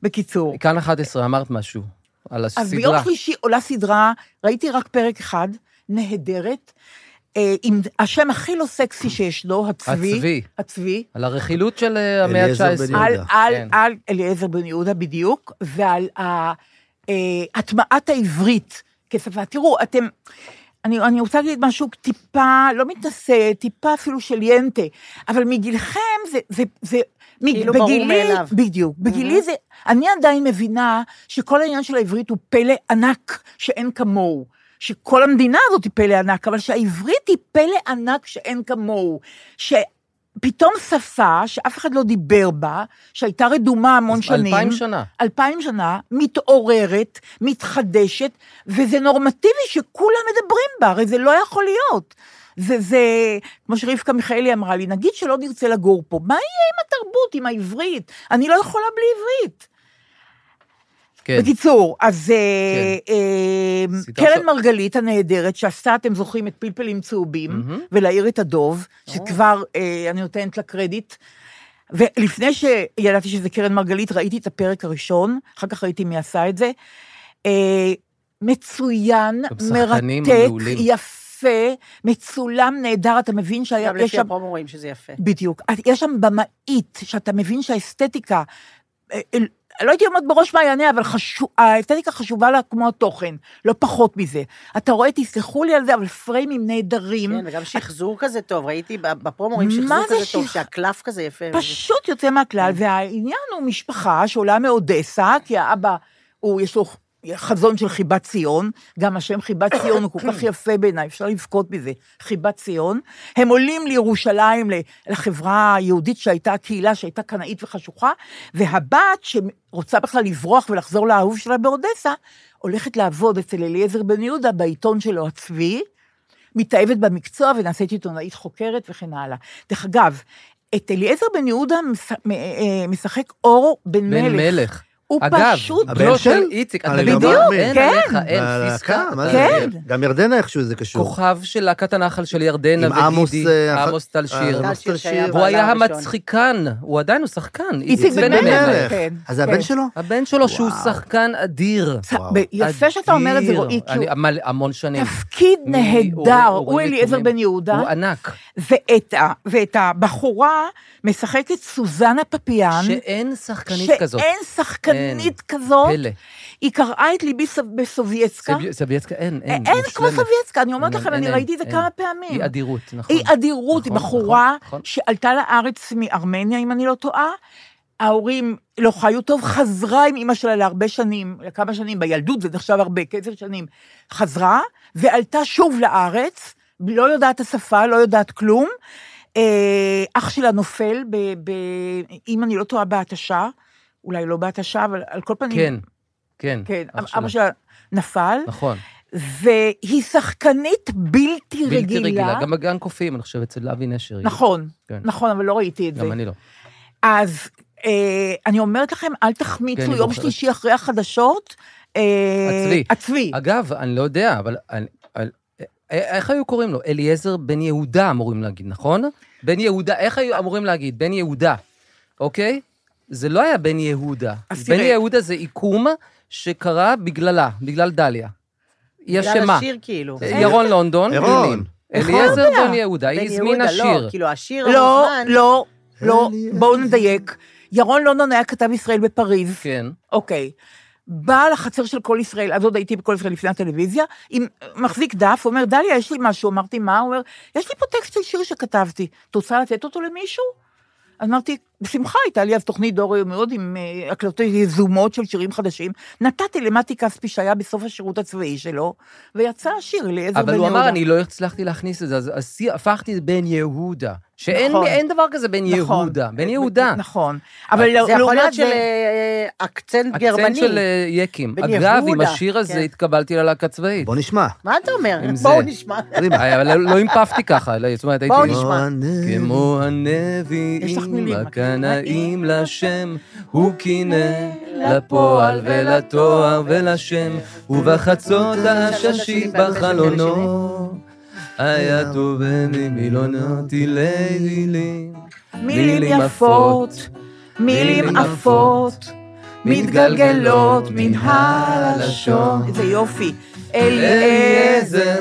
Speaker 2: בקיצור.
Speaker 3: כאן 11, אמרת משהו. על
Speaker 2: אז ביום
Speaker 3: הסדרה.
Speaker 2: שלישי עולה סדרה, ראיתי רק פרק אחד, נהדרת, אה, עם השם הכי לא סקסי שיש לו, הצבי.
Speaker 3: הצבי.
Speaker 2: הצבי.
Speaker 3: על הרכילות של אה, המאה
Speaker 5: אליעזר
Speaker 3: ה-19.
Speaker 5: בן
Speaker 2: על,
Speaker 5: יהודה.
Speaker 2: על,
Speaker 3: כן.
Speaker 2: על אליעזר בן יהודה בדיוק, ועל ה- אה, הטמעת העברית כשפה. תראו, אתם, אני, אני רוצה להגיד משהו טיפה, לא מתנשא, טיפה אפילו של ינטה, אבל מגילכם זה, זה, זה, מג-
Speaker 4: כאילו ברור מאליו.
Speaker 2: בדיוק,
Speaker 3: Mm-hmm.
Speaker 2: בגילי זה, אני עדיין מבינה שכל העניין של העברית הוא פלא ענק שאין כמוהו. שכל המדינה הזאת היא פלא ענק, אבל שהעברית היא פלא ענק שאין כמוהו. שפתאום שפה שאף אחד לא דיבר בה, שהייתה רדומה המון שנים.
Speaker 3: אלפיים שנה.
Speaker 2: אלפיים שנה, מתעוררת, מתחדשת, וזה נורמטיבי שכולם מדברים בה, הרי זה לא יכול להיות. זה, זה, כמו שרבקה מיכאלי אמרה לי, נגיד שלא נרצה לגור פה, מה יהיה עם התרבות, עם העברית? אני לא יכולה בלי עברית.
Speaker 3: כן.
Speaker 2: בקיצור, אז
Speaker 3: כן.
Speaker 2: כן. אה,
Speaker 3: סדרה
Speaker 2: קרן
Speaker 3: ש-
Speaker 2: מרגלית הנהדרת, שעשתה, אתם זוכרים, את פלפלים צהובים,
Speaker 3: מהמם.
Speaker 2: ולהעיר את הדוב, שכבר אה, אני נותנת לה קרדיט. ולפני שידעתי שזה קרן מרגלית, ראיתי את הפרק הראשון, אחר כך ראיתי מי עשה את זה. אה, מצוין,
Speaker 3: גם שחקנים
Speaker 2: מרתק,
Speaker 3: מעולים.
Speaker 2: יפה, מצולם נהדר, אתה מבין
Speaker 4: גם
Speaker 2: שיש
Speaker 4: לפי
Speaker 2: אה, שם...
Speaker 4: הפרומו רואים שזה יפה.
Speaker 2: בדיוק. את- יש שם במאית, שאתה מבין שהאסתטיקה, אה, אה, לא הייתי אומרת בראש מעייני, אבל חשוב, האסתטיקה חשובה לה כמו התוכן, לא פחות מזה. אתה רואה, תסלחו לי על זה, אבל פריימים נהדרים.
Speaker 4: כן, וגם שחזור כזה טוב, ראיתי ב- בפרומו רואים שחזור
Speaker 2: מה זה
Speaker 4: כזה טוב,
Speaker 2: שח-
Speaker 4: שהקלף כזה יפה.
Speaker 2: פשוט יוצא מהכלל, והעניין הוא משפחה שעולה מאודסה, כי האבא, הוא, יש לו חזון של חיבת ציון, גם השם חיבת ציון הוא כל כך יפה בעיניי, אפשר לבכות מזה, חיבת ציון. הם עולים לירושלים, ל- לחברה היהודית שהייתה הקהילה, שהייתה קנאית וחשוכה, והבת שרוצה בכלל לברוח ולחזור לאהוב שלה באודסה, הולכת לעבוד אצל אליעזר בן יהודה בעיתון שלו, הצבי, מתאהבת במקצוע ונעשית עיתונאית חוקרת וכן הלאה. דרך אגב, את אליעזר בן יהודה מש- מ- אה, משחק אור בן
Speaker 3: בן
Speaker 2: מלך.
Speaker 3: מלך.
Speaker 2: הוא
Speaker 3: אגב,
Speaker 2: פשוט...
Speaker 5: הבן
Speaker 3: בנו של
Speaker 5: של?
Speaker 3: איציק, אתה
Speaker 5: אה,
Speaker 3: יודע,
Speaker 5: בדיוק,
Speaker 3: אין
Speaker 2: כן.
Speaker 3: עליך, אין
Speaker 5: והלהקה,
Speaker 3: פיסקה.
Speaker 5: מה זה?
Speaker 2: כן.
Speaker 5: גם ירדנה איכשהו זה קשור.
Speaker 3: כוכב של להקת הנחל של ירדנה
Speaker 5: עם עמוס,
Speaker 3: וגידי,
Speaker 5: אה,
Speaker 3: עמוס טל שיר.
Speaker 5: אה, עמוס טל
Speaker 4: שהיה
Speaker 5: שיר.
Speaker 3: הוא
Speaker 4: בעלה
Speaker 3: היה
Speaker 4: הראשון.
Speaker 3: המצחיקן, הוא עדיין, הוא שחקן.
Speaker 2: איציק בן מלך. כן,
Speaker 5: אז זה
Speaker 2: כן.
Speaker 5: הבן שלו?
Speaker 3: הבן שלו, שהוא
Speaker 5: וואו.
Speaker 3: שחקן אדיר.
Speaker 2: צ- ב- יפה שאתה אומר את זה,
Speaker 3: אדיר.
Speaker 2: רועי, כי הוא
Speaker 3: אני- המל- המון שנים.
Speaker 2: תפקיד
Speaker 3: מ-
Speaker 2: נהדר,
Speaker 3: אורי-
Speaker 2: הוא
Speaker 3: אורי
Speaker 2: אליעזר
Speaker 3: נתונים.
Speaker 2: בן יהודה,
Speaker 3: הוא ענק.
Speaker 2: ואת ה- ואת הבחורה משחקת סוזנה פפיאן.
Speaker 3: שאין שחקנית כזאת.
Speaker 2: כן. שאין שחקנית כזאת.
Speaker 3: פלא.
Speaker 2: היא קראה את ליבי סב- בסובייצקה.
Speaker 3: סבי- סבייצקה, אין, אין.
Speaker 2: אין כמו
Speaker 3: מושלמת.
Speaker 2: סובייצקה, אני אומרת
Speaker 3: אין,
Speaker 2: לכם,
Speaker 3: אין,
Speaker 2: אני
Speaker 3: אין,
Speaker 2: ראיתי את זה
Speaker 3: אין.
Speaker 2: כמה פעמים.
Speaker 3: היא אדירות, נכון.
Speaker 2: היא אדירות, היא
Speaker 3: נכון,
Speaker 2: בחורה
Speaker 3: נכון, נכון.
Speaker 2: שעלתה לארץ מארמניה, אם אני לא טועה. ההורים לא חיו טוב, חזרה עם אימא שלה להרבה שנים, לכמה שנים, בילדות זה נחשב הרבה, כעשר שנים. חזרה, ועלתה שוב לארץ, לא יודעת את השפה, לא יודעת כלום. אה, אח שלה נופל, ב, ב, אם אני לא טועה, בהתשה, אולי לא בהתשה, אבל על כל פנים...
Speaker 3: כן, כן.
Speaker 2: כן,
Speaker 3: אח
Speaker 2: אבא
Speaker 3: שלה.
Speaker 2: שלה נפל,
Speaker 3: נכון.
Speaker 2: והיא שחקנית בלתי רגילה.
Speaker 3: בלתי רגילה. גם בגן קופים, אני חושב, אצל אבי נשר. היא.
Speaker 2: נכון,
Speaker 3: כן.
Speaker 2: נכון, אבל לא ראיתי את זה.
Speaker 3: גם אני לא.
Speaker 2: אז אה, אני אומרת לכם, אל
Speaker 3: כן,
Speaker 2: תחמיצו
Speaker 3: אני
Speaker 2: יום
Speaker 3: זוכרת.
Speaker 2: שלישי אחרי החדשות. אה,
Speaker 3: הצבי.
Speaker 2: הצבי.
Speaker 3: אגב, אני לא יודע, אבל... אני- על- אה, איך היו קוראים לו? אליעזר בן יהודה אמורים להגיד, נכון? בן יהודה, איך היו אמורים להגיד? בן יהודה, אוקיי? זה לא היה בן יהודה.
Speaker 2: אז
Speaker 3: בן
Speaker 2: תראה.
Speaker 3: יהודה זה עיקום שקרה בגללה, בגלל דליה. היא
Speaker 4: בגלל
Speaker 3: אשמה.
Speaker 4: השיר כאילו.
Speaker 3: אה, ירון לונדון,
Speaker 5: ירון. נכון.
Speaker 3: מילים.
Speaker 5: איך
Speaker 3: אליעזר בן יהודה,
Speaker 4: נכון. בן
Speaker 3: היא
Speaker 4: יהודה,
Speaker 3: הזמינה שיר.
Speaker 4: לא, כאילו השיר
Speaker 2: לא,
Speaker 4: המוזמן.
Speaker 2: לא, לא,
Speaker 5: אוקיי. אלי,
Speaker 2: בואו נדייק. ירון לונדון היה כתב ישראל בפריז.
Speaker 3: כן.
Speaker 2: אוקיי. בא לחצר של כל ישראל, אז עוד הייתי בכל ישראל לפני הטלוויזיה, עם, מחזיק דף, אומר, דליה, יש לי משהו. אמרתי, מה? הוא אומר, יש לי פה טקסט של שיר שכתבתי, את רוצה לתת אותו למישהו? אז אמרתי, בשמחה, הייתה לי אז תוכנית דור מאוד עם אה, הקלטות יזומות של שירים חדשים. נתתי למתי כספי שהיה בסוף השירות הצבאי שלו, ויצא השיר לאיזה
Speaker 3: אבל הוא אמר, אני לא הצלחתי להכניס את זה, אז אז הפכתי את בן יהודה. שאין
Speaker 2: נכון.
Speaker 3: אין דבר כזה בן יהודה.
Speaker 4: אה,
Speaker 3: בן יהודה.
Speaker 2: נכון. אבל
Speaker 4: זה יכול
Speaker 2: לעומת
Speaker 4: להיות של
Speaker 2: זה,
Speaker 4: אה, אקצנט
Speaker 3: הקצנט
Speaker 4: גרמני.
Speaker 3: של אה, יקים.
Speaker 4: בן
Speaker 3: אגב, עם
Speaker 4: יהודה,
Speaker 3: השיר הזה
Speaker 4: כן.
Speaker 3: התקבלתי ללהקה צבאית.
Speaker 5: בוא נשמע.
Speaker 4: מה אתה אומר?
Speaker 3: עם זה.
Speaker 4: בואו נשמע.
Speaker 3: אבל לא- לא המפפתי ככה, לא, זאת אומרת, הייתי...
Speaker 4: בואו
Speaker 3: כמו-
Speaker 4: נשמע.
Speaker 3: כמו
Speaker 2: יש לך
Speaker 3: הנביאים,
Speaker 2: מילים.
Speaker 3: הקנאים לשם, הוא קינא לפועל ולתואר ולשם, ובחצות העששית בחלונו, היה טוב ממילונות הילי לילים.
Speaker 2: מילים יפות, מילים עפות,
Speaker 6: מתגלגלות מן הלשון.
Speaker 2: איזה יופי.
Speaker 6: אליעזר,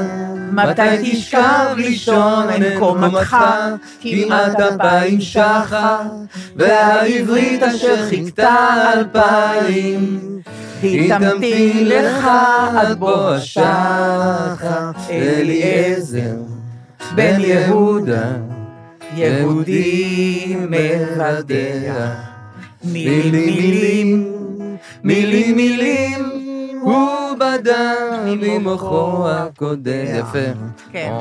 Speaker 6: מתי תשכב לישון, אין קומתך, כמעט אלפיים שחר, והעברית אשר חיכתה אלפיים, היא תמתין לך עד בוא השחר, אליעזר, בן יהודה, יהודי מבדח. מילים, מילים, מילים, מילים, הוא בדם ממוחו הקודם. יפה.
Speaker 2: כן.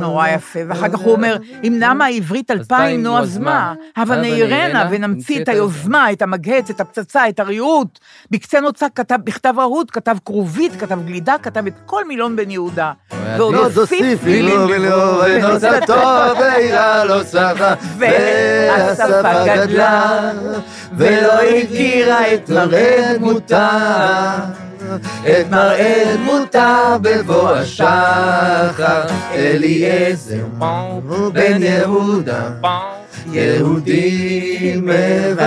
Speaker 2: נורא יפה,
Speaker 6: לא
Speaker 2: ואחר כך הוא אומר, אם נמה העברית אלפיים, נו אז מה? הבה נעירנה ונמציא את היוזמה, את המגהץ, את הפצצה, את הריהוט. בקצה נוצה כתב בכתב רהוט, כתב כרובית, כתב גלידה, כתב את כל מילון בן יהודה. ועוד
Speaker 5: לא, תוסיף, לא, לא,
Speaker 6: <laughs> ונוצר טוב, ואירה לא צחה, והשפה גדלה, ולא הכירה את מראה דמותה, את מראה דמותה בבוא השחר, אליעזר, בן יהודה, יהודי מבדח,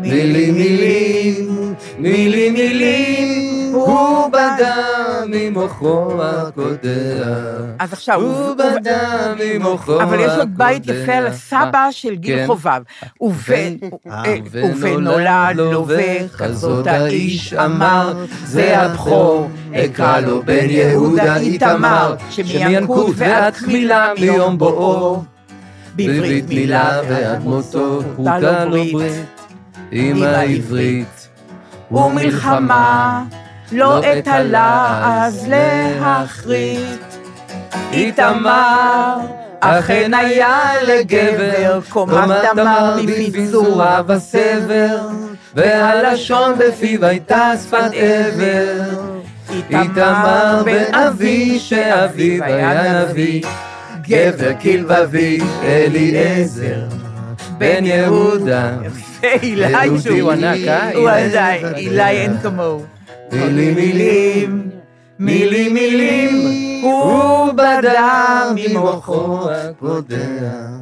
Speaker 6: מילים מילים, מילים מילים, הוא בדם ממוחו הקודח.
Speaker 2: אז עכשיו,
Speaker 6: הוא בדם ממוחו
Speaker 2: אבל יש עוד בית
Speaker 6: הקודח.
Speaker 2: יפה על הסבא של גיל
Speaker 6: כן.
Speaker 2: חובב. ובן, אה, ובנולד לו וכזאת האיש אמר, זה הבכור, אקרא לו בן יהודה איתמר, שמינקות ועד קמילה מיום בואו,
Speaker 6: בברית מילה ועד מותו, הוטה לו ברית עם העברית.
Speaker 2: ומלחמה, לא את הלעז להחריט. איתמר,
Speaker 6: אכן היה לגבר, קומת תמר מפיצורה בסבר, והלשון בפיו הייתה שפת עבר. איתמר בן אבי, שאביו היה נביא, גבר כלבבי, אליעזר, בן יהודה.
Speaker 2: ואילי
Speaker 6: יהודי
Speaker 2: שהוא
Speaker 6: הוא ענק, אה?
Speaker 2: הוא
Speaker 6: אילי.
Speaker 2: עדיין, אילי אין כמוהו.
Speaker 6: מילים מילים, מילים מילים, הוא בדם ממוחו הקודח.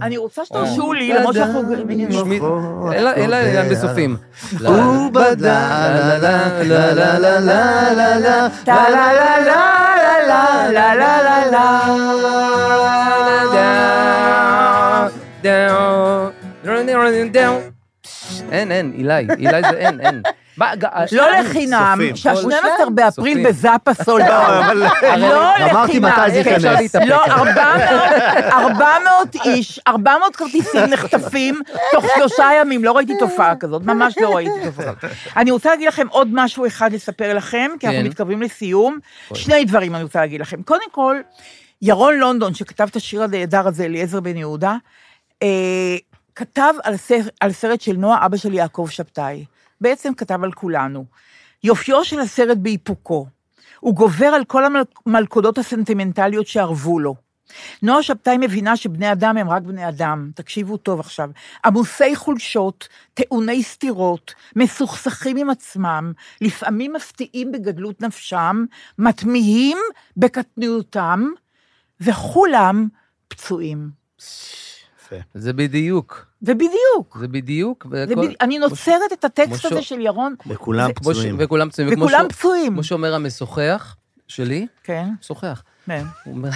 Speaker 2: אני רוצה שתרשו לי, למרות שאנחנו...
Speaker 3: שמי- אלא- אלא אלא בסופים.
Speaker 6: הוא בדה לה לה לה לה לה לה לה לה טה לה לה לה לה לה לה לה לה
Speaker 3: אין, אין, אילי, אילי זה אין, אין. מה, ג-
Speaker 2: לא לחינם,
Speaker 5: סופים.
Speaker 2: שה-12 באפריל
Speaker 3: סופים.
Speaker 2: בזאפה סולד.
Speaker 5: <laughs> אבל-
Speaker 2: לא לחינם.
Speaker 5: אמרתי מתי זה
Speaker 2: כן,
Speaker 5: ייכנס.
Speaker 3: אפשר להתאפק.
Speaker 2: לא, 400 400 איש, 400 כרטיסים נחטפים תוך שלושה ימים, לא ראיתי תופעה כזאת, ממש לא ראיתי תופעה. אני רוצה להגיד לכם עוד משהו אחד לספר לכם, כי אנחנו
Speaker 3: כן.
Speaker 2: מתקרבים לסיום. שני דברים אני רוצה להגיד לכם. קודם כל, ירון לונדון, שכתב את השיר הנהדר הזה, אליעזר בן יהודה, אה, כתב על, ספר, על סרט של נועה, אבא של יעקב שבתאי. בעצם כתב על כולנו. יופיו של הסרט באיפוקו. הוא גובר על כל המלכודות הסנטימנטליות שארבו לו. נועה שבתאי מבינה שבני אדם הם רק בני אדם, תקשיבו טוב עכשיו, עמוסי חולשות, טעוני סתירות, מסוכסכים עם עצמם, לפעמים מפתיעים בגדלות נפשם, מתמיהים בקטניותם, וכולם פצועים.
Speaker 3: זה בדיוק,
Speaker 2: ובדיוק,
Speaker 3: זה בדיוק,
Speaker 2: זה
Speaker 3: והכל-
Speaker 2: בד... אני נוצרת את הטקסט
Speaker 3: משה-
Speaker 2: הזה של ירון,
Speaker 5: וכולם
Speaker 3: כמו ש-
Speaker 5: פצועים.
Speaker 3: וכולם פצועים. וכמו
Speaker 2: וכולם
Speaker 3: ש-
Speaker 2: פצועים.
Speaker 3: כמו שאומר המשוחח שלי,
Speaker 2: כן,
Speaker 3: משוחח.
Speaker 2: כן.
Speaker 3: הוא אומר-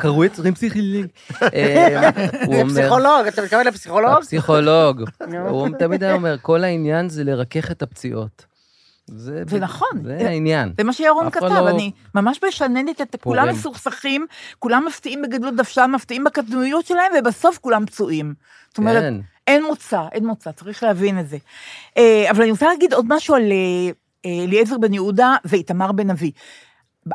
Speaker 3: קראו יצורים פסיכיים. אה, הוא אומר,
Speaker 4: פסיכולוג, אתה מתכוון לפסיכולוג?
Speaker 3: הפסיכולוג. הוא תמיד היה אומר, כל העניין זה לרכך את הפציעות. זה
Speaker 2: זה
Speaker 3: ב-
Speaker 2: נכון.
Speaker 3: זה העניין.
Speaker 2: זה מה שירון
Speaker 3: אף אחד
Speaker 2: כתב,
Speaker 3: לא-
Speaker 2: אני ממש משננת את... כולם
Speaker 3: פורם.
Speaker 2: מסוכסכים, כולם מפתיעים בגדלות נפשם, מפתיעים בקטנוניות שלהם, ובסוף כולם פצועים. זאת אומרת,
Speaker 3: כן.
Speaker 2: אין מוצא, אין מוצא, צריך להבין את זה. אה, אבל אני רוצה להגיד עוד משהו על אה, אה, אליעזר בן יהודה ואיתמר בן אבי.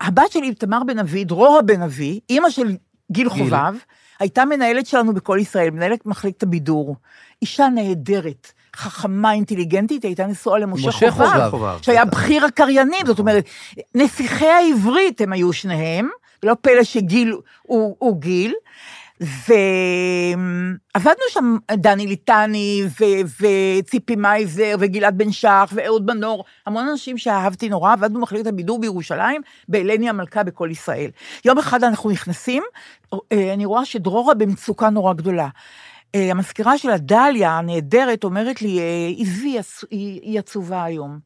Speaker 2: הבת שלי, איתמר בן אבי, דרורה בן אבי, אימא של גיל חובב, הייתה מנהלת שלנו בכל ישראל, מנהלת מחלקת הבידור. אישה נהדרת, חכמה, אינטליגנטית, היא הייתה נשואה למשה
Speaker 3: משה
Speaker 2: חובב,
Speaker 5: חובב.
Speaker 2: שהיה בכיר הקריינים, זאת אומרת, נסיכי העברית הם היו שניהם, לא פלא שגיל הוא, הוא גיל. ועבדנו שם, דני ליטני, ו- וציפי מייזר, וגלעד בן שח, ואהוד מנור, המון אנשים שאהבתי נורא, עבדנו במחלקת הבידור בירושלים, בהלני המלכה בכל ישראל. יום אחד אנחנו נכנסים, אה, אני רואה שדרורה במצוקה נורא גדולה. אה, המזכירה שלה, דליה, הנהדרת, אומרת לי, אה, עזבי, עש- היא היא עצובה היום.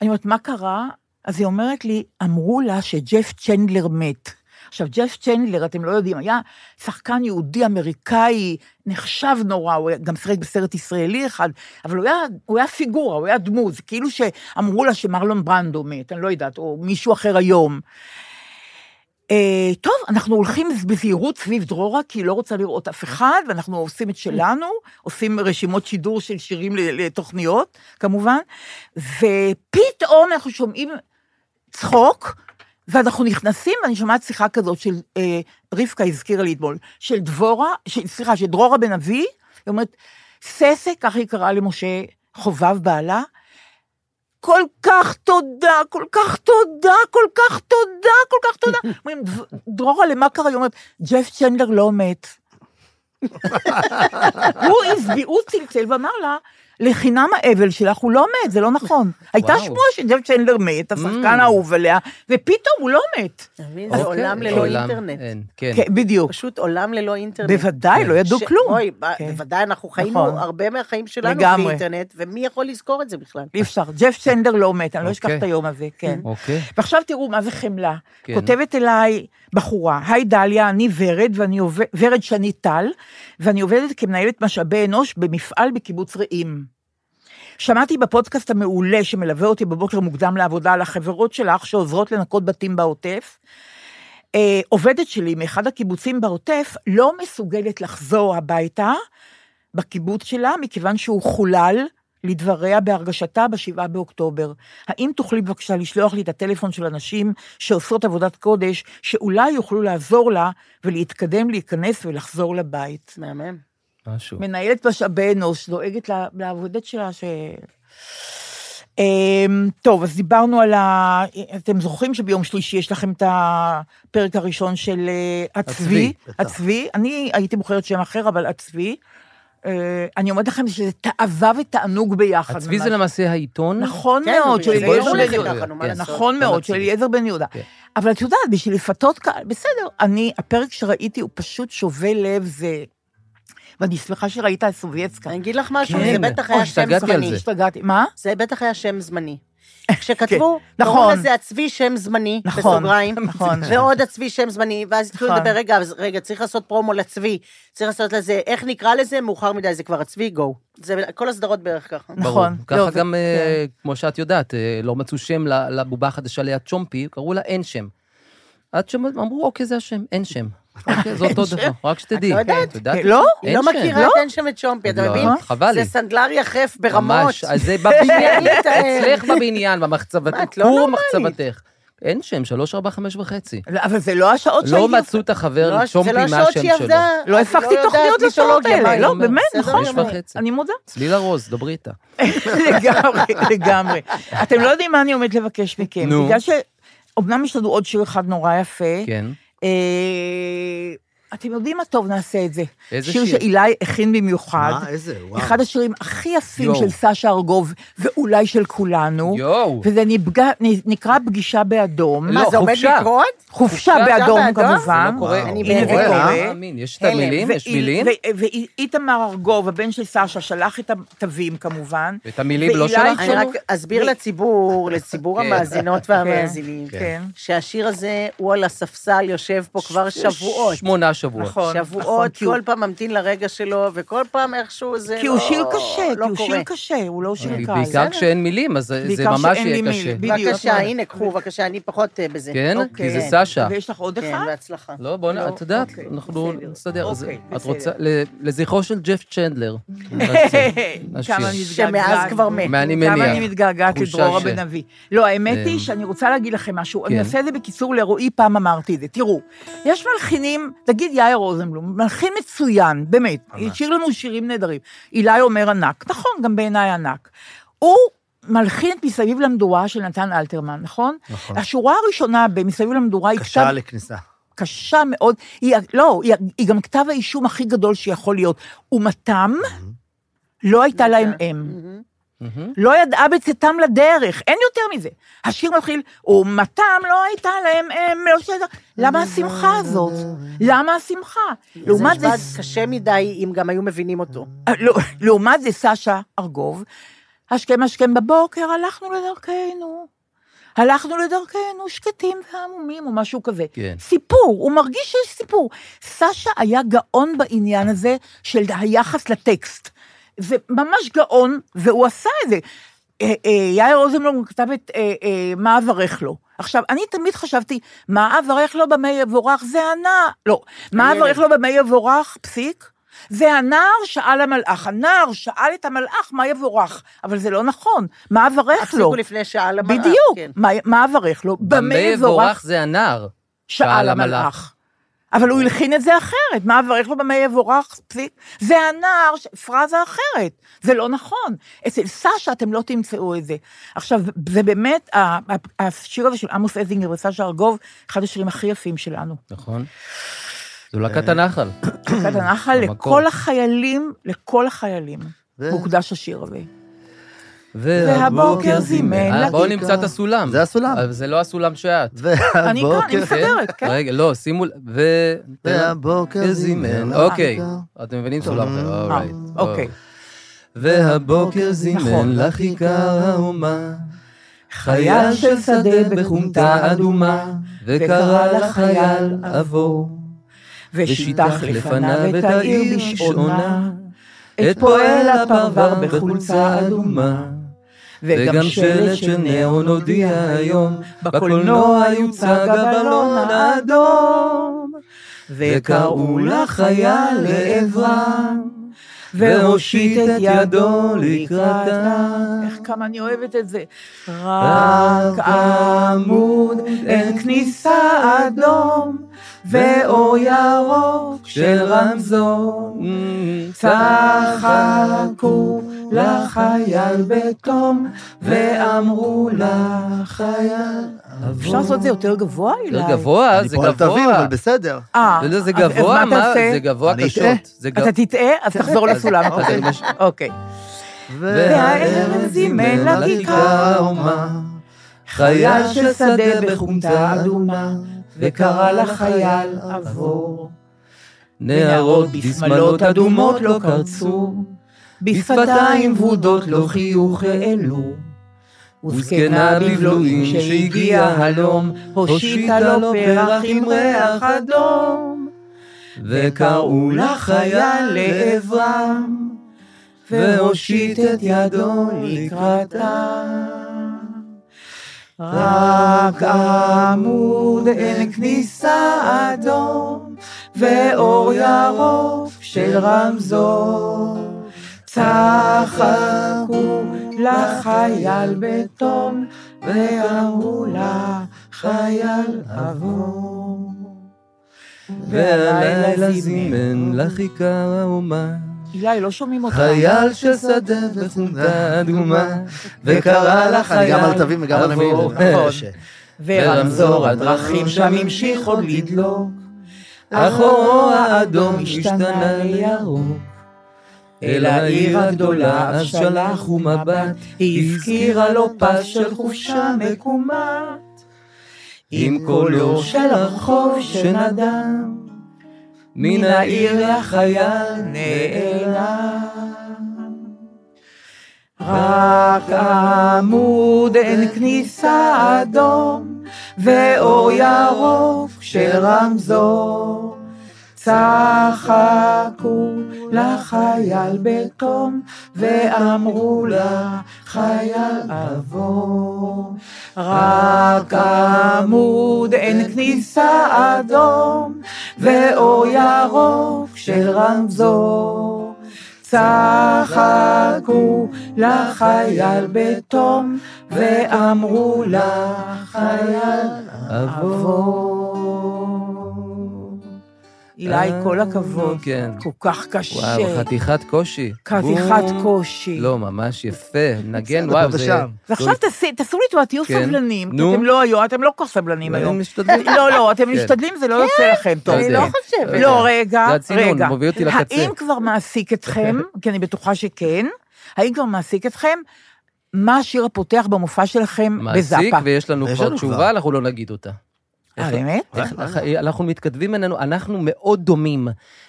Speaker 2: אני אומרת, מה קרה? אז היא אומרת לי, אמרו לה שג'ף צ'נדלר מת. עכשיו, ג'ף צ'נדלר, אתם לא יודעים, היה שחקן יהודי אמריקאי, נחשב נורא, הוא היה גם שיחק בסרט ישראלי אחד, אבל הוא היה, הוא היה פיגורה, הוא היה דמות, זה כאילו שאמרו לה שמרלון ברנדו מת, אני לא יודעת, או מישהו אחר היום. אה, טוב, אנחנו הולכים בזהירות סביב דרורה, כי היא לא רוצה לראות אף אחד, ואנחנו עושים את שלנו, עושים רשימות שידור של שירים ל- לתוכניות, כמובן, ופתאום אנחנו שומעים צחוק, ואנחנו נכנסים, ואני שומעת שיחה כזאת של, אה, רבקה הזכירה לי אתמול, של דבורה, של- סליחה, של דרורה בן אבי, היא אומרת, ססה, כך היא קראה למשה חובב בעלה, כל כך תודה, כל כך תודה, כל כך תודה, כל כך תודה. אומרים, "דב- דרורה, למה קרה? היא אומרת, ג'ף צ'נדלר לא מת. הוא הסביר, הוא צלצל ואמר לה, לחינם האבל שלך, הוא לא מת, זה לא נכון. הייתה
Speaker 3: וואו.
Speaker 2: שמועה שג'ף צ'נדלר מת,
Speaker 3: Mm.
Speaker 2: השחקן האהוב עליה, ופתאום הוא לא מת.
Speaker 4: אתה מבין? זה
Speaker 3: אוקיי.
Speaker 4: עולם ללא
Speaker 3: עולם,
Speaker 4: אינטרנט.
Speaker 3: אין, כן.
Speaker 2: כן, בדיוק.
Speaker 4: פשוט עולם ללא אינטרנט.
Speaker 2: בוודאי, לא ידעו
Speaker 4: ש-
Speaker 2: כלום.
Speaker 4: אוי, ב-
Speaker 2: כן.
Speaker 4: בוודאי, אנחנו חיינו
Speaker 2: נכון.
Speaker 4: הרבה מהחיים שלנו
Speaker 2: לגמרי.
Speaker 4: בלי אינטרנט, ומי יכול לזכור את זה בכלל?
Speaker 2: אי אפשר, ג'ף צ'נדלר לא מת, אני לא אשכח
Speaker 3: אוקיי.
Speaker 2: את היום הזה, כן.
Speaker 3: אוקיי.
Speaker 2: ועכשיו תראו מה זה חמלה.
Speaker 3: כן.
Speaker 2: כותבת אליי בחורה, היי דליה, אני ורד, ואני עובד, ורד שני טל, ואני עובדת כמנהלת משאבי אנוש במפעל בקיבוץ רעים. שמעתי בפודקאסט המעולה שמלווה אותי בבוקר מוקדם לעבודה על החברות שלך שעוזרות לנקות בתים בעוטף. אה, עובדת שלי מאחד הקיבוצים בעוטף לא מסוגלת לחזור הביתה בקיבוץ שלה, מכיוון שהוא חולל, לדבריה, בהרגשתה ב-7 באוקטובר. האם תוכלי בבקשה לשלוח לי את הטלפון של הנשים שעושות עבודת קודש, שאולי יוכלו לעזור לה ולהתקדם, להיכנס ולחזור לבית?
Speaker 4: מהמם.
Speaker 3: משהו.
Speaker 2: מנהלת משאבי אנוש, דואגת לה- לעבודת שלה ש... אמ, טוב, אז דיברנו על ה... אתם זוכרים שביום שלישי יש לכם את הפרק הראשון של אה, הצבי?
Speaker 3: הצבי,
Speaker 5: בטח.
Speaker 2: הצבי. אני הייתי בוחרת שם אחר, אבל הצבי. אה, אני אומרת לכם שזה תאווה ותענוג ביחד.
Speaker 3: הצבי זה
Speaker 2: ממש.
Speaker 3: למעשה העיתון.
Speaker 2: נכון
Speaker 4: כן,
Speaker 2: מאוד, של
Speaker 4: בגלל זה
Speaker 2: אליעזר
Speaker 4: קראו
Speaker 3: בואי
Speaker 2: בן
Speaker 4: לזה
Speaker 3: נגיד-
Speaker 2: יהודה.
Speaker 4: ככה, נו, מה
Speaker 3: כן.
Speaker 4: לעשות?
Speaker 2: נכון מאוד, של
Speaker 3: הצבי.
Speaker 2: אליעזר בן יהודה.
Speaker 3: כן.
Speaker 2: אבל את יודעת, בשביל לפתות קהל, בסדר, אני, הפרק שראיתי הוא פשוט שובה לב, זה... ואני שמחה שראית את סובייצקה.
Speaker 4: אני אגיד לך משהו,
Speaker 3: כן.
Speaker 4: זה בטח
Speaker 3: אוי,
Speaker 4: היה שם
Speaker 3: השתגעתי על
Speaker 4: זמני.
Speaker 3: זה.
Speaker 2: השתגעתי, מה?
Speaker 4: זה בטח היה שם
Speaker 2: <laughs>
Speaker 4: זמני. כשכתבו,
Speaker 2: כן,
Speaker 4: קראו
Speaker 2: נכון.
Speaker 4: לזה הצבי שם זמני,
Speaker 2: נכון,
Speaker 4: בסוגריים,
Speaker 2: <laughs> נכון.
Speaker 4: ועוד הצבי שם זמני, ואז התחילו
Speaker 2: נכון.
Speaker 4: לדבר, רגע, אז רגע, צריך לעשות פרומו לצבי, צריך לעשות לזה, איך נקרא לזה, מאוחר מדי, זה כבר הצבי, גו. זה כל הסדרות בערך ככה.
Speaker 3: ברור.
Speaker 2: נכון.
Speaker 3: ככה
Speaker 2: לא, זה-
Speaker 3: גם,
Speaker 2: כן.
Speaker 3: אה, כמו שאת יודעת, אה, לא מצאו שם ל- לבובה החדשה ליד צ'ומפי, קראו לה אין שם. עד שהם אמרו, אוקיי, זה השם, אין
Speaker 4: <laughs>
Speaker 3: שם. אוקיי, זה אותו דבר, רק שתדעי.
Speaker 4: את לא יודעת?
Speaker 3: את יודעת?
Speaker 2: אה, לא?
Speaker 4: היא
Speaker 3: אין
Speaker 4: לא
Speaker 3: שם.
Speaker 4: מכירה את אין שם את שומפי, אתה
Speaker 3: לא,
Speaker 4: מבין?
Speaker 3: חבל לי.
Speaker 4: זה סנדלר יחף ברמות.
Speaker 3: ממש, אז
Speaker 4: <laughs>
Speaker 3: זה בבניין,
Speaker 4: אין להם.
Speaker 3: אצלך בבניין,
Speaker 4: מה,
Speaker 3: במחצבתך,
Speaker 4: את לא
Speaker 3: כור
Speaker 4: נורמלית.
Speaker 3: מחצבתך. אין שם, שלוש, ארבע, חמש וחצי.
Speaker 2: לא, אבל זה לא השעות
Speaker 3: לא
Speaker 2: שהייתי...
Speaker 3: מצאו את החבר
Speaker 4: לא,
Speaker 3: צ'ומפי
Speaker 4: זה לא
Speaker 3: מהשם
Speaker 4: השעות שהיא
Speaker 3: שלו.
Speaker 4: עבדה.
Speaker 2: לא
Speaker 4: אז היא
Speaker 2: הפקתי
Speaker 4: יודעת
Speaker 2: תוכניות לשעות
Speaker 4: מיתולוגיה, מה
Speaker 2: האלה,
Speaker 4: היא
Speaker 2: לא,
Speaker 4: אומרת.
Speaker 2: באמת,
Speaker 4: בסדר
Speaker 2: נכון,
Speaker 4: גמור.
Speaker 3: וחצי.
Speaker 2: אני מודה. <laughs>
Speaker 3: צלילה רוז, דברי איתה.
Speaker 2: לגמרי, לגמרי. אתם לא יודעים מה אני עומדת לבקש מכם.
Speaker 3: נו.
Speaker 2: בגלל ש... אמנם יש לנו עוד שיר אחד נורא יפה.
Speaker 3: כן.
Speaker 2: אה, אתם יודעים מה טוב, נעשה את זה.
Speaker 3: איזה
Speaker 2: שיר
Speaker 3: שיר?
Speaker 2: שאילי הכין במיוחד.
Speaker 5: מה, איזה, וואו.
Speaker 2: אחד השירים הכי יפים
Speaker 3: יואו.
Speaker 2: של סשה ארגוב, ואולי של כולנו.
Speaker 3: יואו.
Speaker 2: וזה נפגע- נקרא פגישה באדום.
Speaker 4: מה,
Speaker 3: לא,
Speaker 4: זה עומד
Speaker 3: חופשה.
Speaker 4: לקרות?
Speaker 2: חופשה
Speaker 3: חופשה
Speaker 2: באדום,
Speaker 4: באדום?
Speaker 2: כמובן.
Speaker 3: זה לא קורה.
Speaker 4: אני
Speaker 2: הנה זה
Speaker 4: בהלם.
Speaker 2: קורה.
Speaker 3: לא מאמין, יש את המילים, יש
Speaker 2: ואי-
Speaker 3: מילים.
Speaker 2: ו- ואיתמר ארגוב, הבן של סשה, שלח את התווים כמובן.
Speaker 3: ואת המילים לא
Speaker 2: ואילי
Speaker 3: שלחת?
Speaker 4: אני רק אסביר
Speaker 2: ו- <laughs>
Speaker 4: לציבור, לציבור
Speaker 3: כן.
Speaker 4: המאזינות והמאזינים,
Speaker 2: כן.
Speaker 4: שהשיר הזה, הוא על הספסל יושב פה כבר שבועות.
Speaker 3: שמונה
Speaker 2: נכון.
Speaker 3: שבועות.
Speaker 2: נכון,
Speaker 4: שבועות,
Speaker 2: כי הוא-
Speaker 4: כל פעם ממתין לרגע שלו, וכל פעם איכשהו זה לא
Speaker 2: כי הוא שיר קשה,
Speaker 4: לא
Speaker 2: כי הוא
Speaker 4: קורה.
Speaker 2: שיר קשה, הוא לא שיר קל.
Speaker 3: אה, בעיקר כשאין מילים, אז זה- זה
Speaker 2: בעיקר
Speaker 3: ממש
Speaker 2: שאין לי
Speaker 3: יהיה
Speaker 2: מיל,
Speaker 3: קשה.
Speaker 2: בדיוק.
Speaker 4: בבקשה,
Speaker 2: נכון.
Speaker 4: הנה, קחו, בבקשה, אני פחות אה, בזה.
Speaker 3: כן?
Speaker 2: אוקיי.
Speaker 3: כי זה סשה.
Speaker 2: ויש לך עוד
Speaker 4: כן,
Speaker 2: אחד?
Speaker 4: בהצלחה.
Speaker 3: לא, בוא, נ-
Speaker 2: לא,
Speaker 3: את יודעת,
Speaker 2: אוקיי,
Speaker 3: אנחנו
Speaker 2: בסדר.
Speaker 3: נסתדר. אז
Speaker 2: אוקיי,
Speaker 3: את רוצה,
Speaker 2: בסדר.
Speaker 3: ל- לזכרו של ג'ף
Speaker 2: <laughs>
Speaker 3: צ'נדלר. <laughs> השיר.
Speaker 2: כמה אני מתגעגעת.
Speaker 4: שמאז כבר מת.
Speaker 3: מה אני
Speaker 2: כמה
Speaker 3: מניח?
Speaker 2: אני מתגעגעת
Speaker 3: תחושה
Speaker 2: לדרורה
Speaker 3: ש-
Speaker 2: בן אבי. לא, האמת היא
Speaker 3: אמ,
Speaker 2: שאני רוצה להגיד לכם משהו. אני
Speaker 3: כן.
Speaker 2: אעשה את זה בקיצור לרועי, פעם אמרתי את זה. תראו, יש מלחינים, נגיד יאיר רוזנבלום, מלחין מצוין, באמת. השאיר לנו שירים נהדרים. אילי אומר ענק, נכון, גם בעיניי ענק. הוא... מלחין את מסביב למדורה של נתן אלתרמן, נכון?
Speaker 5: נכון.
Speaker 2: השורה הראשונה במסביב למדורה היא כתב
Speaker 5: קשה לכניסה.
Speaker 2: קשה מאוד, היא, לא, היא, היא גם כתב האישום הכי גדול שיכול להיות. ומתם, לא הייתה להם אם.
Speaker 4: מהמם.
Speaker 2: לא ידעה בצאתם לדרך, אין יותר מזה. השיר מתחיל, ומתם לא הייתה להם, הם לא ש... למה השמחה הזאת? למה השמחה? לעומת
Speaker 4: זה
Speaker 2: זה,
Speaker 4: נשמע קשה מדי אם גם היו מבינים אותו.
Speaker 2: לא, לעומת זה סשה ארגוב, השכם השכם בבוקר, הלכנו לדרכנו. הלכנו לדרכנו שקטים והמומים או משהו כזה.
Speaker 3: כן.
Speaker 2: סיפור, הוא מרגיש שיש סיפור. סשה היה גאון בעניין הזה של היחס לטקסט. זה ממש גאון, והוא עשה את זה. אה, אה, יאיר רוזנבלום כתב את אה, אה, מה אברך לו. עכשיו, אני תמיד חשבתי, מה אברך לו במה יבורך זה הנער, לא, מה
Speaker 4: הילד.
Speaker 2: אברך לו במה יבורך, פסיק, זה הנער שאל המלאך, הנער שאל את המלאך מה יבורך, אבל זה לא נכון, מה אברך לו?
Speaker 4: הפסיקו לפני שעה למראה.
Speaker 2: לא? בדיוק,
Speaker 4: כן.
Speaker 2: מה- מה אברך לו? במה יבורך
Speaker 3: זה הנער.
Speaker 2: שאל המלאך. אבל הוא הלחין את זה אחרת, מה אברך לו במה יבורך, פסיק, זה הנער, ש- פרזה אחרת, זה לא נכון. אצל סשה אתם לא תמצאו את זה. עכשיו, זה באמת, ה- ה- השיר הזה של עמוס אזינגר וסשה ארגוב, אחד השירים הכי יפים שלנו.
Speaker 3: נכון. זו להקת הנחל.
Speaker 2: להקת <clears throat> הנחל
Speaker 3: במקור.
Speaker 2: לכל החיילים, לכל החיילים, מוקדש השיר הזה. והבוקר זימן
Speaker 3: אה, בואו
Speaker 2: לכיכר.
Speaker 3: נמצא את הסולם.
Speaker 5: זה הסולם.
Speaker 3: אבל זה לא הסולם שאת.
Speaker 2: אני כאן, אני
Speaker 5: והבוקר...
Speaker 2: מסתדרת, כן.
Speaker 3: רגע, לא, שימו... ל- ו... אה,
Speaker 5: והבוקר זימן.
Speaker 3: זימן.
Speaker 5: לך
Speaker 3: אוקיי.
Speaker 5: כיכר.
Speaker 3: אתם מבינים סולם.
Speaker 2: אה,
Speaker 3: אורייט.
Speaker 2: אוקיי.
Speaker 3: והבוקר
Speaker 2: נכון.
Speaker 3: זימן לכיכר האומה,
Speaker 2: חייל של שדה
Speaker 3: חומתה
Speaker 2: בחומתה
Speaker 3: אדומה, וקרא לחייל עבור,
Speaker 2: ושיטח לפניו את העיר בשעונה, את פועל הפרבר בחולצה אדומה,
Speaker 3: וגם שלט של נאון הודיע היום,
Speaker 2: בקולנוע יוצג הבלון האדום,
Speaker 3: וקראו לחייל לעברם, והושיט את ידו לקראתם.
Speaker 2: איך כמה אני אוהבת את זה. רק עמוד אין כניסה אדום, ואור ירוק
Speaker 3: של רמזור,
Speaker 2: צחקו לחייל בתום, ואמרו לחייל... אפשר לעשות את זה יותר גבוה
Speaker 3: זה
Speaker 2: אולי?
Speaker 3: גבוה,
Speaker 5: אני
Speaker 3: זה
Speaker 5: פה על תווים,
Speaker 3: גבוה.
Speaker 5: אבל בסדר.
Speaker 2: אה,
Speaker 3: אתה יודע, זה
Speaker 2: אז- אז מה
Speaker 3: גבוה, מה?
Speaker 2: תעשה?
Speaker 3: זה גבוה
Speaker 5: אני אטעה.
Speaker 3: קשות. זה גבוה.
Speaker 2: אתה תטעה, אז תחזור לסולם.
Speaker 3: אוקיי.
Speaker 2: אוקיי. והערב זימן לכיכר
Speaker 3: האומה,
Speaker 2: חייל של שדה בחומתה אדומה, וקרא לחייל עבור.
Speaker 3: נערות בשמלות אדומות לא קרצו, בשפתיים ורודות לא חיוך העלו, וזקנה בבלועים שהגיע הלום, הושיטה לו פרח עם ריח אדום, וקראו לחייל לעברם, והושיט את ידו לקראתם.
Speaker 2: רק עמוד אין כניסה אדום, ואור ירוק של רמזור. צחקו לחייל בתום, ואמרו לחייל עבור.
Speaker 3: והלילה זימן לכיכר האומה,
Speaker 2: אילי, לא שומעים אותך.
Speaker 3: חייל של שדה וחומתה אדומה, וקרא
Speaker 5: אני
Speaker 3: לחייל
Speaker 5: גם על תווים וגם על המילים.
Speaker 3: עבור.
Speaker 5: זה מאוד קשה.
Speaker 3: נכון. ורמזור הדרכים שם המשיך עוד לדלוק, אחורו האדום השתנה לירוק. אל העיר הגדולה אף שלחו מבט, היא הזכירה לו פס של חופשה מקומט, עם קולו של הרחוב שנדם, מן העיר החייל נעלם.
Speaker 2: רק עמוד אין כניסה אדום, ואור ירוק של רמזור. צחקו לחייל בתום, ואמרו לחייל עבור. רק עמוד אין כניסה אדום, ואור ירוק של רמזור. צחקו לחייל בתום, ואמרו לחייל עבור. אילי, כל הכבוד.
Speaker 3: כן.
Speaker 2: כל כך קשה.
Speaker 3: וואו, חתיכת קושי.
Speaker 2: חתיכת
Speaker 3: בום.
Speaker 2: קושי.
Speaker 3: לא, ממש יפה, נגן,
Speaker 5: בסדר,
Speaker 3: וואו,
Speaker 5: פה
Speaker 3: זה...
Speaker 5: ושם.
Speaker 2: ועכשיו תעשי- תעשו לי טובה, תהיו
Speaker 3: כן.
Speaker 2: סבלניים. כי
Speaker 3: נו. אה,
Speaker 2: אתם לא היו, אתם לא כל כך סבלנים היום.
Speaker 3: אני משתדל.
Speaker 2: לא, לא, אתם
Speaker 3: כן.
Speaker 2: משתדלים, זה לא יוצא לכם טוב.
Speaker 3: אני לא
Speaker 4: חושבת.
Speaker 2: לא, רגע,
Speaker 3: זה הצינון,
Speaker 2: רגע.
Speaker 3: מוביל אותי לקצה. <laughs>
Speaker 2: האם כבר מעסיק אתכם, כי אני בטוחה שכן, האם כבר מעסיק אתכם? מה השיר הפותח במופע שלכם בזאפה?
Speaker 3: מעסיק, ויש לנו
Speaker 5: ויש
Speaker 3: כבר
Speaker 5: לנו כבר.
Speaker 3: תשובה, אנחנו לא נגיד אותה.
Speaker 2: אה,
Speaker 3: איך-
Speaker 2: באמת?
Speaker 3: איך- אנחנו מתכתבים בינינו, אנחנו מאוד דומים.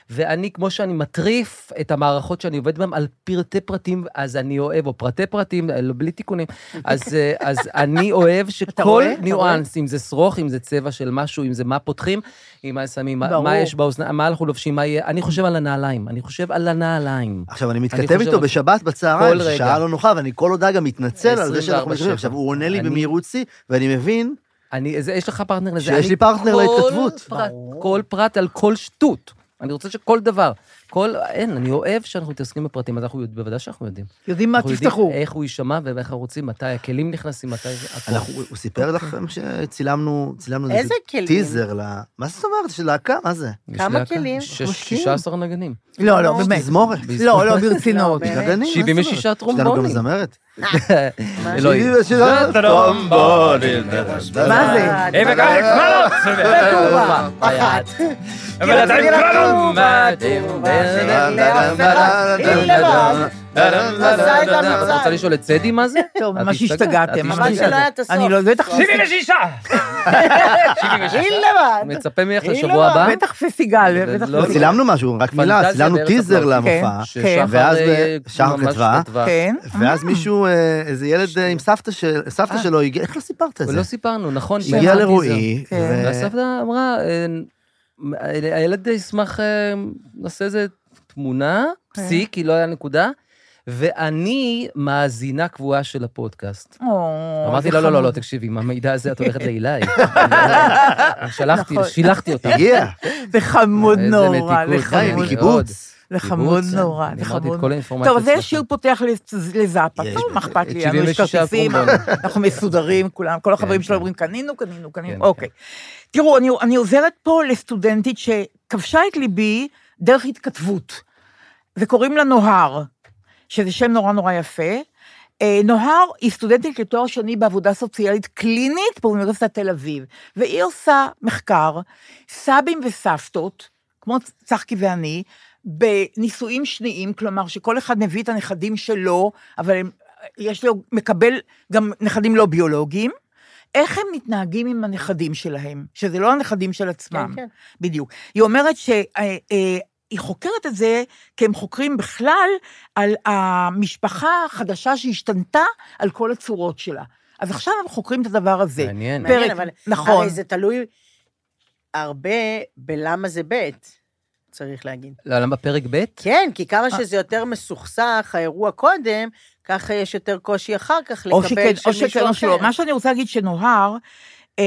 Speaker 3: ואני, כמו שאני מטריף את המערכות שאני עובד בהן על פרטי פרטים, אז אני אוהב, או פרטי פרטים, לא, בלי תיקונים. אז, אה, אז אני אוהב שכל
Speaker 2: רואה? אתה
Speaker 3: ניואנס, אם זה שרוך, אם זה צבע של משהו, אם זה מה פותחים, אם מה שמים, מה-
Speaker 2: ברור.
Speaker 3: מה יש באוזניים, מה אנחנו לובשים, מה יהיה, אני חושב על הנעליים, אני חושב על הנעליים.
Speaker 5: עכשיו, אני
Speaker 3: חושב
Speaker 5: מתכתב
Speaker 3: על-
Speaker 5: איתו בשבת בצהריים,
Speaker 3: כל רגע.
Speaker 5: שעה לא נוחה, ואני כל הודעה גם מתנצל על זה שאנחנו
Speaker 3: 24/7.
Speaker 5: מתכתבים. עכשיו, הוא עונה לי
Speaker 3: אני-
Speaker 5: במהירות שיא, ואני מבין
Speaker 3: אני, זה, יש לך פרטנר לזה.
Speaker 5: שיש
Speaker 3: אני
Speaker 5: לי פרטנר
Speaker 3: כל
Speaker 5: להתכתבות.
Speaker 3: פרט, כל פרט על כל שטות. אני רוצה שכל דבר, כל, אין, אני אוהב שאנחנו מתעסקים בפרטים, אז אנחנו, יודע- בוודאי שאנחנו יודעים.
Speaker 2: יודעים מה
Speaker 3: אנחנו יודעים
Speaker 2: תפתחו.
Speaker 3: איך הוא יישמע ואיך אנחנו רוצים, מתי הכלים נכנסים, מתי זה, הכל.
Speaker 5: אנחנו, הוא סיפר לכם שצילמנו, צילמנו
Speaker 4: איזה כלים?
Speaker 5: טיזר ל... מה זאת אומרת? של להקה? מה זה?
Speaker 3: יש
Speaker 4: כמה
Speaker 3: להקה,
Speaker 4: כלים?
Speaker 3: שש-
Speaker 5: משקיעים.
Speaker 3: 16 נגנים.
Speaker 2: לא, לא,
Speaker 5: יש
Speaker 2: באמת.
Speaker 5: תזמורת.
Speaker 2: לא, לא, ברצינות.
Speaker 4: לא, באמת.
Speaker 5: <laughs> נגנים, מה זאת אומרת?
Speaker 3: 76
Speaker 5: יש לנו גם
Speaker 3: טרומבונים.
Speaker 5: זמרת.
Speaker 3: <laughs> אלוהים. אה,
Speaker 2: מה זה?
Speaker 5: לא?
Speaker 2: אה,
Speaker 3: אחת. את רוצה לשאול את סדי מה זה?
Speaker 2: טוב,
Speaker 3: את
Speaker 2: ממש
Speaker 3: השתגעת, את
Speaker 2: השתגעתם.
Speaker 4: חבל
Speaker 2: ממש-
Speaker 4: שלא היה את הסוף.
Speaker 2: אני לא יודעת איך...
Speaker 4: אין לבד.
Speaker 3: מצפה ממך לשבוע הבא?
Speaker 2: לא- בטח פסטיגל, בטח כן,
Speaker 3: לא,
Speaker 2: פסטיגל.
Speaker 5: צילמנו משהו, רק מילה,
Speaker 3: פנטזיה
Speaker 5: צילמנו
Speaker 3: בארץ
Speaker 5: טיזר
Speaker 3: הפלאות.
Speaker 5: למופע.
Speaker 3: ששחר,
Speaker 5: ואז
Speaker 3: אה,
Speaker 5: שחר
Speaker 3: ממש
Speaker 5: כתבה.
Speaker 2: כן.
Speaker 5: ואז מישהו, אה, איזה ילד אה, עם סבתא של- סבתא שלו הגיע, איך לא סיפרת את זה?
Speaker 3: לא סיפרנו, נכון.
Speaker 5: הגיע
Speaker 3: מהטיזר.
Speaker 5: לרועי,
Speaker 2: כן.
Speaker 5: ו-
Speaker 3: והסבתא אמרה, אה, ה- הילד ישמח, אה, נעשה איזה תמונה,
Speaker 2: כן.
Speaker 3: פסיק, כי לא היה נקודה, ואני מאזינה קבועה של הפודקאסט.
Speaker 2: או,
Speaker 3: אמרתי,
Speaker 2: אה, זה
Speaker 3: לא, לא, לא,
Speaker 2: חמוד.
Speaker 3: לא, תקשיבי, עם המידע הזה את
Speaker 2: <laughs>
Speaker 3: הולכת לאילי. שלחתי,
Speaker 2: נכון.
Speaker 3: שילחתי אותה. אה,
Speaker 5: הגיע.
Speaker 2: זה חמוד
Speaker 3: איזה
Speaker 2: נורא,
Speaker 3: מתיקות,
Speaker 2: זה
Speaker 5: די,
Speaker 2: חמוד.
Speaker 5: מקיבוץ.
Speaker 2: זה חמוד
Speaker 3: קיבוץ, אה,
Speaker 2: נורא,
Speaker 3: אני
Speaker 2: זה
Speaker 3: אמרתי
Speaker 2: חמוד.
Speaker 3: את כל האינפורמציה.
Speaker 2: טוב, זה
Speaker 3: אצלך.
Speaker 2: שיר פותח לז- לזאפה,
Speaker 5: יש,
Speaker 2: טוב, מה אכפת לי,
Speaker 3: את
Speaker 2: לנו יש
Speaker 3: 76
Speaker 2: כרטיסים,
Speaker 3: פרומבונים.
Speaker 2: <laughs> אנחנו מסודרים, כולם, כל החברים
Speaker 3: כן,
Speaker 2: שלו
Speaker 3: כן.
Speaker 2: אומרים, קנינו, קנינו, קנינו,
Speaker 3: כן,
Speaker 2: אוקיי. תראו, אני- אני עוזרת פה לסטודנטית שכבשה את ליבי דרך התכתבות, וקוראים לה נוהר, שזה שם נורא נורא יפה. אה, נוהר היא סטודנטית לתואר שני בעבודה סוציאלית קלינית באוניברסיטת תל אביב, והיא עושה מחקר, סבים וסבתות, כמו צחקי ואני, בנישואים שניים, כלומר שכל אחד מביא את הנכדים שלו, אבל הם, יש לו, מקבל גם נכדים לא ביולוגיים, איך הם מתנהגים עם הנכדים שלהם, שזה לא הנכדים של עצמם.
Speaker 4: כן, כן.
Speaker 2: בדיוק. היא אומרת שהיא חוקרת את זה, כי הם חוקרים בכלל על המשפחה החדשה שהשתנתה על כל הצורות שלה. אז עכשיו הם חוקרים את הדבר הזה.
Speaker 3: מעניין.
Speaker 2: פרק,
Speaker 4: מעניין, אבל
Speaker 2: נכון.
Speaker 4: הרי זה תלוי הרבה בלמה זה בית, צריך להגיד.
Speaker 3: לא, למה פרק ב'?
Speaker 4: כן, כי כמה
Speaker 2: אה.
Speaker 4: שזה יותר מסוכסך, האירוע קודם, ככה יש יותר קושי אחר כך
Speaker 2: או
Speaker 4: לקבל של
Speaker 2: שכן, או
Speaker 4: מישהו
Speaker 2: שכן או שלא.
Speaker 4: אחר.
Speaker 2: מה שאני רוצה להגיד שנוהר, אה,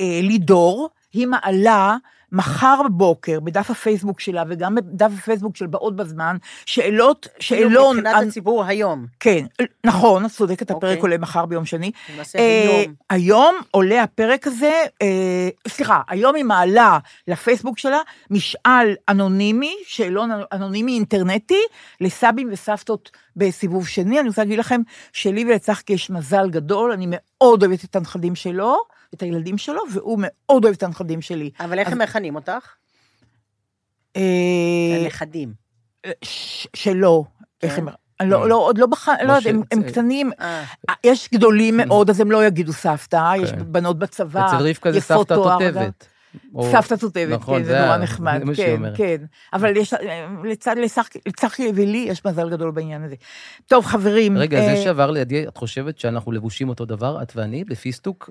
Speaker 2: אה, לידור, היא מעלה מחר בבוקר בדף הפייסבוק שלה, וגם בדף הפייסבוק של באות בזמן, שאלות,
Speaker 4: כאילו,
Speaker 2: שאלון...
Speaker 4: מבחינת
Speaker 2: אנ-
Speaker 4: הציבור היום.
Speaker 2: כן, נכון, צודקת, הפרק
Speaker 4: אוקיי.
Speaker 2: עולה מחר ביום שני.
Speaker 4: נעשה
Speaker 2: אה,
Speaker 4: היום.
Speaker 2: היום עולה הפרק הזה, אה, סליחה, היום היא מעלה לפייסבוק שלה משאל אנונימי, שאלון אנונימי אינטרנטי, לסבים וסבתות בסיבוב שני. אני רוצה להגיד לכם שלי ולצחקי יש מזל גדול, אני מאוד אוהבת את הנכדים שלו, את הילדים שלו, והוא מאוד אוהב את הנכדים שלי.
Speaker 4: אבל איך
Speaker 2: אז-
Speaker 4: הם מכנים אותך?
Speaker 2: אה,
Speaker 4: הנכדים.
Speaker 2: ש- שלו, איך הם... אני לא,
Speaker 3: לא.
Speaker 2: לא, עוד לא בחן, לא יודעת, הם,
Speaker 3: ש-
Speaker 2: הם
Speaker 3: אה,
Speaker 2: קטנים,
Speaker 4: אה,
Speaker 2: יש גדולים מאוד, אז הם לא יגידו סבתא, יש
Speaker 3: Mm. כן.
Speaker 2: בנות בצבא,
Speaker 3: אצל רבקה זה
Speaker 2: יפות
Speaker 3: סבתא
Speaker 2: תואר, אגב.
Speaker 3: תותבת. או-
Speaker 2: סבתא תותבת,
Speaker 3: נכון,
Speaker 2: כן,
Speaker 3: זה
Speaker 2: זה נורא
Speaker 3: ה-
Speaker 2: נחמד,
Speaker 3: זה מה שהיא
Speaker 2: כן,
Speaker 3: אומרת. Mm.
Speaker 2: כן. אבל יש, אה, לצד, לשחק- לצחקי ולי יש מזל גדול בעניין הזה. טוב, חברים.
Speaker 3: רגע,
Speaker 2: אה,
Speaker 3: זה שעבר לידי, את חושבת שאנחנו לבושים אותו דבר, את ואני, בפיסטוק,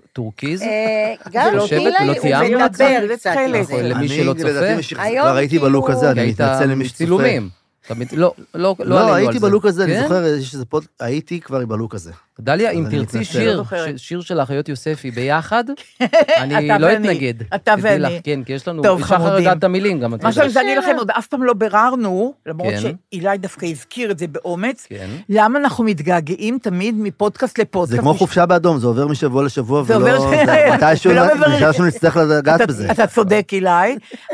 Speaker 5: <laughs>
Speaker 3: טורקיז?
Speaker 4: אה, גם
Speaker 3: לא
Speaker 4: גילי
Speaker 3: חושבת ולא
Speaker 4: הוא
Speaker 3: תיאמנו?
Speaker 4: מדבר קצת עם
Speaker 2: חלק.
Speaker 4: זה.
Speaker 3: למי
Speaker 5: אני,
Speaker 3: שלא צופה.
Speaker 5: לדעתי, משיך-
Speaker 4: היום
Speaker 5: כבר הייתי
Speaker 4: כאילו-
Speaker 5: בלוק הזה,
Speaker 3: כי
Speaker 5: אני
Speaker 3: היית
Speaker 5: מתנצל למי שצופה.
Speaker 3: צילומים. תמיד- לא, לא, לא עלינו
Speaker 5: לא,
Speaker 3: על זה.
Speaker 5: הייתי בלוק הזה, אני
Speaker 3: כן?
Speaker 5: זוכר יש איזה פוד... הייתי כבר בלוק הזה.
Speaker 3: דליה,
Speaker 5: אז
Speaker 3: אם
Speaker 5: אני
Speaker 3: תרצי
Speaker 5: מתנצל.
Speaker 2: לא
Speaker 3: שיר,
Speaker 2: זוכרת.
Speaker 3: ש- שיר של אחיות יוספי ביחד,
Speaker 2: <laughs>
Speaker 3: אני
Speaker 2: אתה
Speaker 3: לא
Speaker 2: ואני.
Speaker 3: אתנגד.
Speaker 2: אתה
Speaker 3: תדעי
Speaker 2: ואני.
Speaker 3: לך, כן, כי יש לנו...
Speaker 2: טוב, חמודים.
Speaker 3: שחר יודעת את המילים גם, את
Speaker 2: מה
Speaker 3: יודעת.
Speaker 2: שאני רוצה להגיד לכם, עוד אף פעם לא ביררנו, למרות
Speaker 3: כן.
Speaker 2: שאילי דווקא הזכיר את זה באומץ,
Speaker 3: כן.
Speaker 2: למה אנחנו מתגעגעים תמיד מפודקאסט לפודקאסט.
Speaker 5: זה כמו חופשה באדום, זה עובר משבוע לשבוע,
Speaker 2: זה
Speaker 5: ולא...
Speaker 2: עובר- <laughs>
Speaker 5: זה- מתישהו
Speaker 2: ולא
Speaker 5: נ-
Speaker 2: מבררים.
Speaker 5: מתישהו נצטרך לגעת
Speaker 2: אתה-
Speaker 5: בזה.
Speaker 2: אתה צודק, אילי,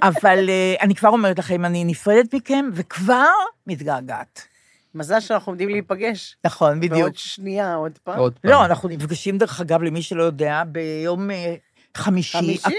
Speaker 2: אבל אה, אני כבר אומרת לכם, אני נפרדת מכם, וכבר מתגעגעת.
Speaker 4: מזל שאנחנו עומדים להיפגש.
Speaker 2: נכון, בדיוק.
Speaker 4: בעוד שנייה, עוד פעם.
Speaker 3: עוד פעם.
Speaker 2: לא, אנחנו נפגשים, דרך אגב, למי שלא יודע, ביום אה, חמישי
Speaker 4: חמישי,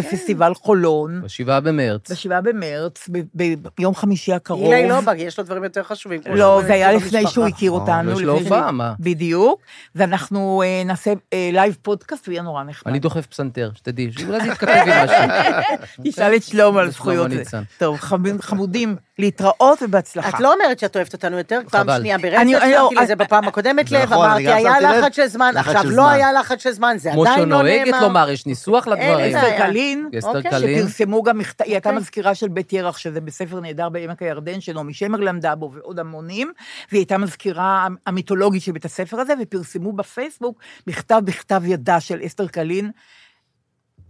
Speaker 4: כן.
Speaker 2: בפסטיבל חולון,
Speaker 3: ב-7 במרץ.
Speaker 2: ב-7 במרץ, ב- ב- ביום חמישי הקרוב.
Speaker 4: אילי לא בא, כי יש לו דברים יותר חשובים. כמו
Speaker 2: לא,
Speaker 4: שאומרים,
Speaker 2: זה היה
Speaker 4: כל
Speaker 2: לפני
Speaker 4: המשפחה.
Speaker 2: שהוא הכיר
Speaker 5: נכון,
Speaker 2: אותנו.
Speaker 3: אה, יש לו
Speaker 2: לפני שהוא-
Speaker 3: הופעה, מה?
Speaker 2: בדיוק, ואנחנו אה, נעשה אה, לייב פודקאסט, הוא יהיה נורא נחמד.
Speaker 3: אני דוחף פסנתר, שתדעי, שאולי זה יתכתב עם משהו.
Speaker 2: <laughs> תשאל את שלמה על
Speaker 3: כן, את שלמה
Speaker 2: זכויות. זה.
Speaker 3: ניצן.
Speaker 2: טוב, חמודים- חמודים, להתראות ובהצלחה.
Speaker 4: את לא אומרת שאת אוהבת אותנו יותר, פעם
Speaker 3: חבל.
Speaker 4: שנייה ברצף,
Speaker 2: אני- אני לא-
Speaker 4: שמתי לזה
Speaker 2: אני-
Speaker 4: בפעם הקודמת
Speaker 5: זה
Speaker 4: לב,
Speaker 5: אה, נכון, אני
Speaker 4: אמרתי,
Speaker 5: גם
Speaker 4: היה
Speaker 5: שמתי לב,
Speaker 4: לחץ של זמן,
Speaker 5: לחץ
Speaker 4: עכשיו
Speaker 5: של
Speaker 4: לא
Speaker 5: זמן.
Speaker 4: היה לחץ של זמן, זה
Speaker 3: כמו
Speaker 4: עדיין לא
Speaker 3: שנוהגת
Speaker 4: נאמר.
Speaker 3: לומר, יש ניסוח לדברים.
Speaker 4: זה
Speaker 2: אסתר
Speaker 4: היה.
Speaker 2: קלין,
Speaker 3: אסתר
Speaker 4: אוקיי,
Speaker 3: אה, קלין.
Speaker 2: שפרסמו גם מכתב, היא הייתה מזכירה של בית ירח, שזה בספר נהדר בעמק הירדן, שנעמי שמר למדה בו ועוד המונים, והיא הייתה מזכירה המיתולוגית של בית הספר הזה, ופרסמו בפייסבוק מכתב בכתב ידה של אסתר קלין.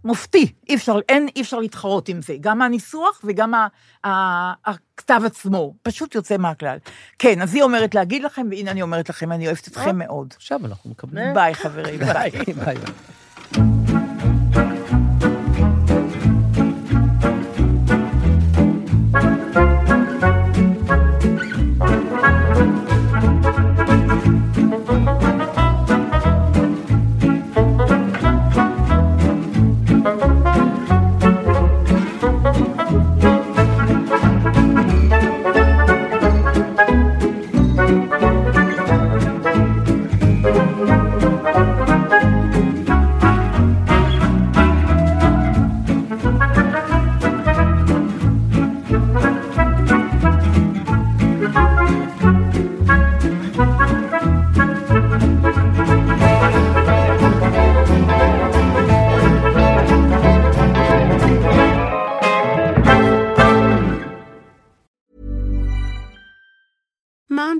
Speaker 2: מופתי, אי אפשר, אין, אי אפשר להתחרות עם זה, גם הניסוח וגם ה, ה, הכתב עצמו, פשוט יוצא מהכלל. כן, אז היא אומרת להגיד לכם, והנה אני אומרת לכם, אני אוהבת אתכם מאוד.
Speaker 3: עכשיו אנחנו מקבלים.
Speaker 2: ביי חברים, <laughs> ביי.
Speaker 3: ביי, ביי.
Speaker 7: Mom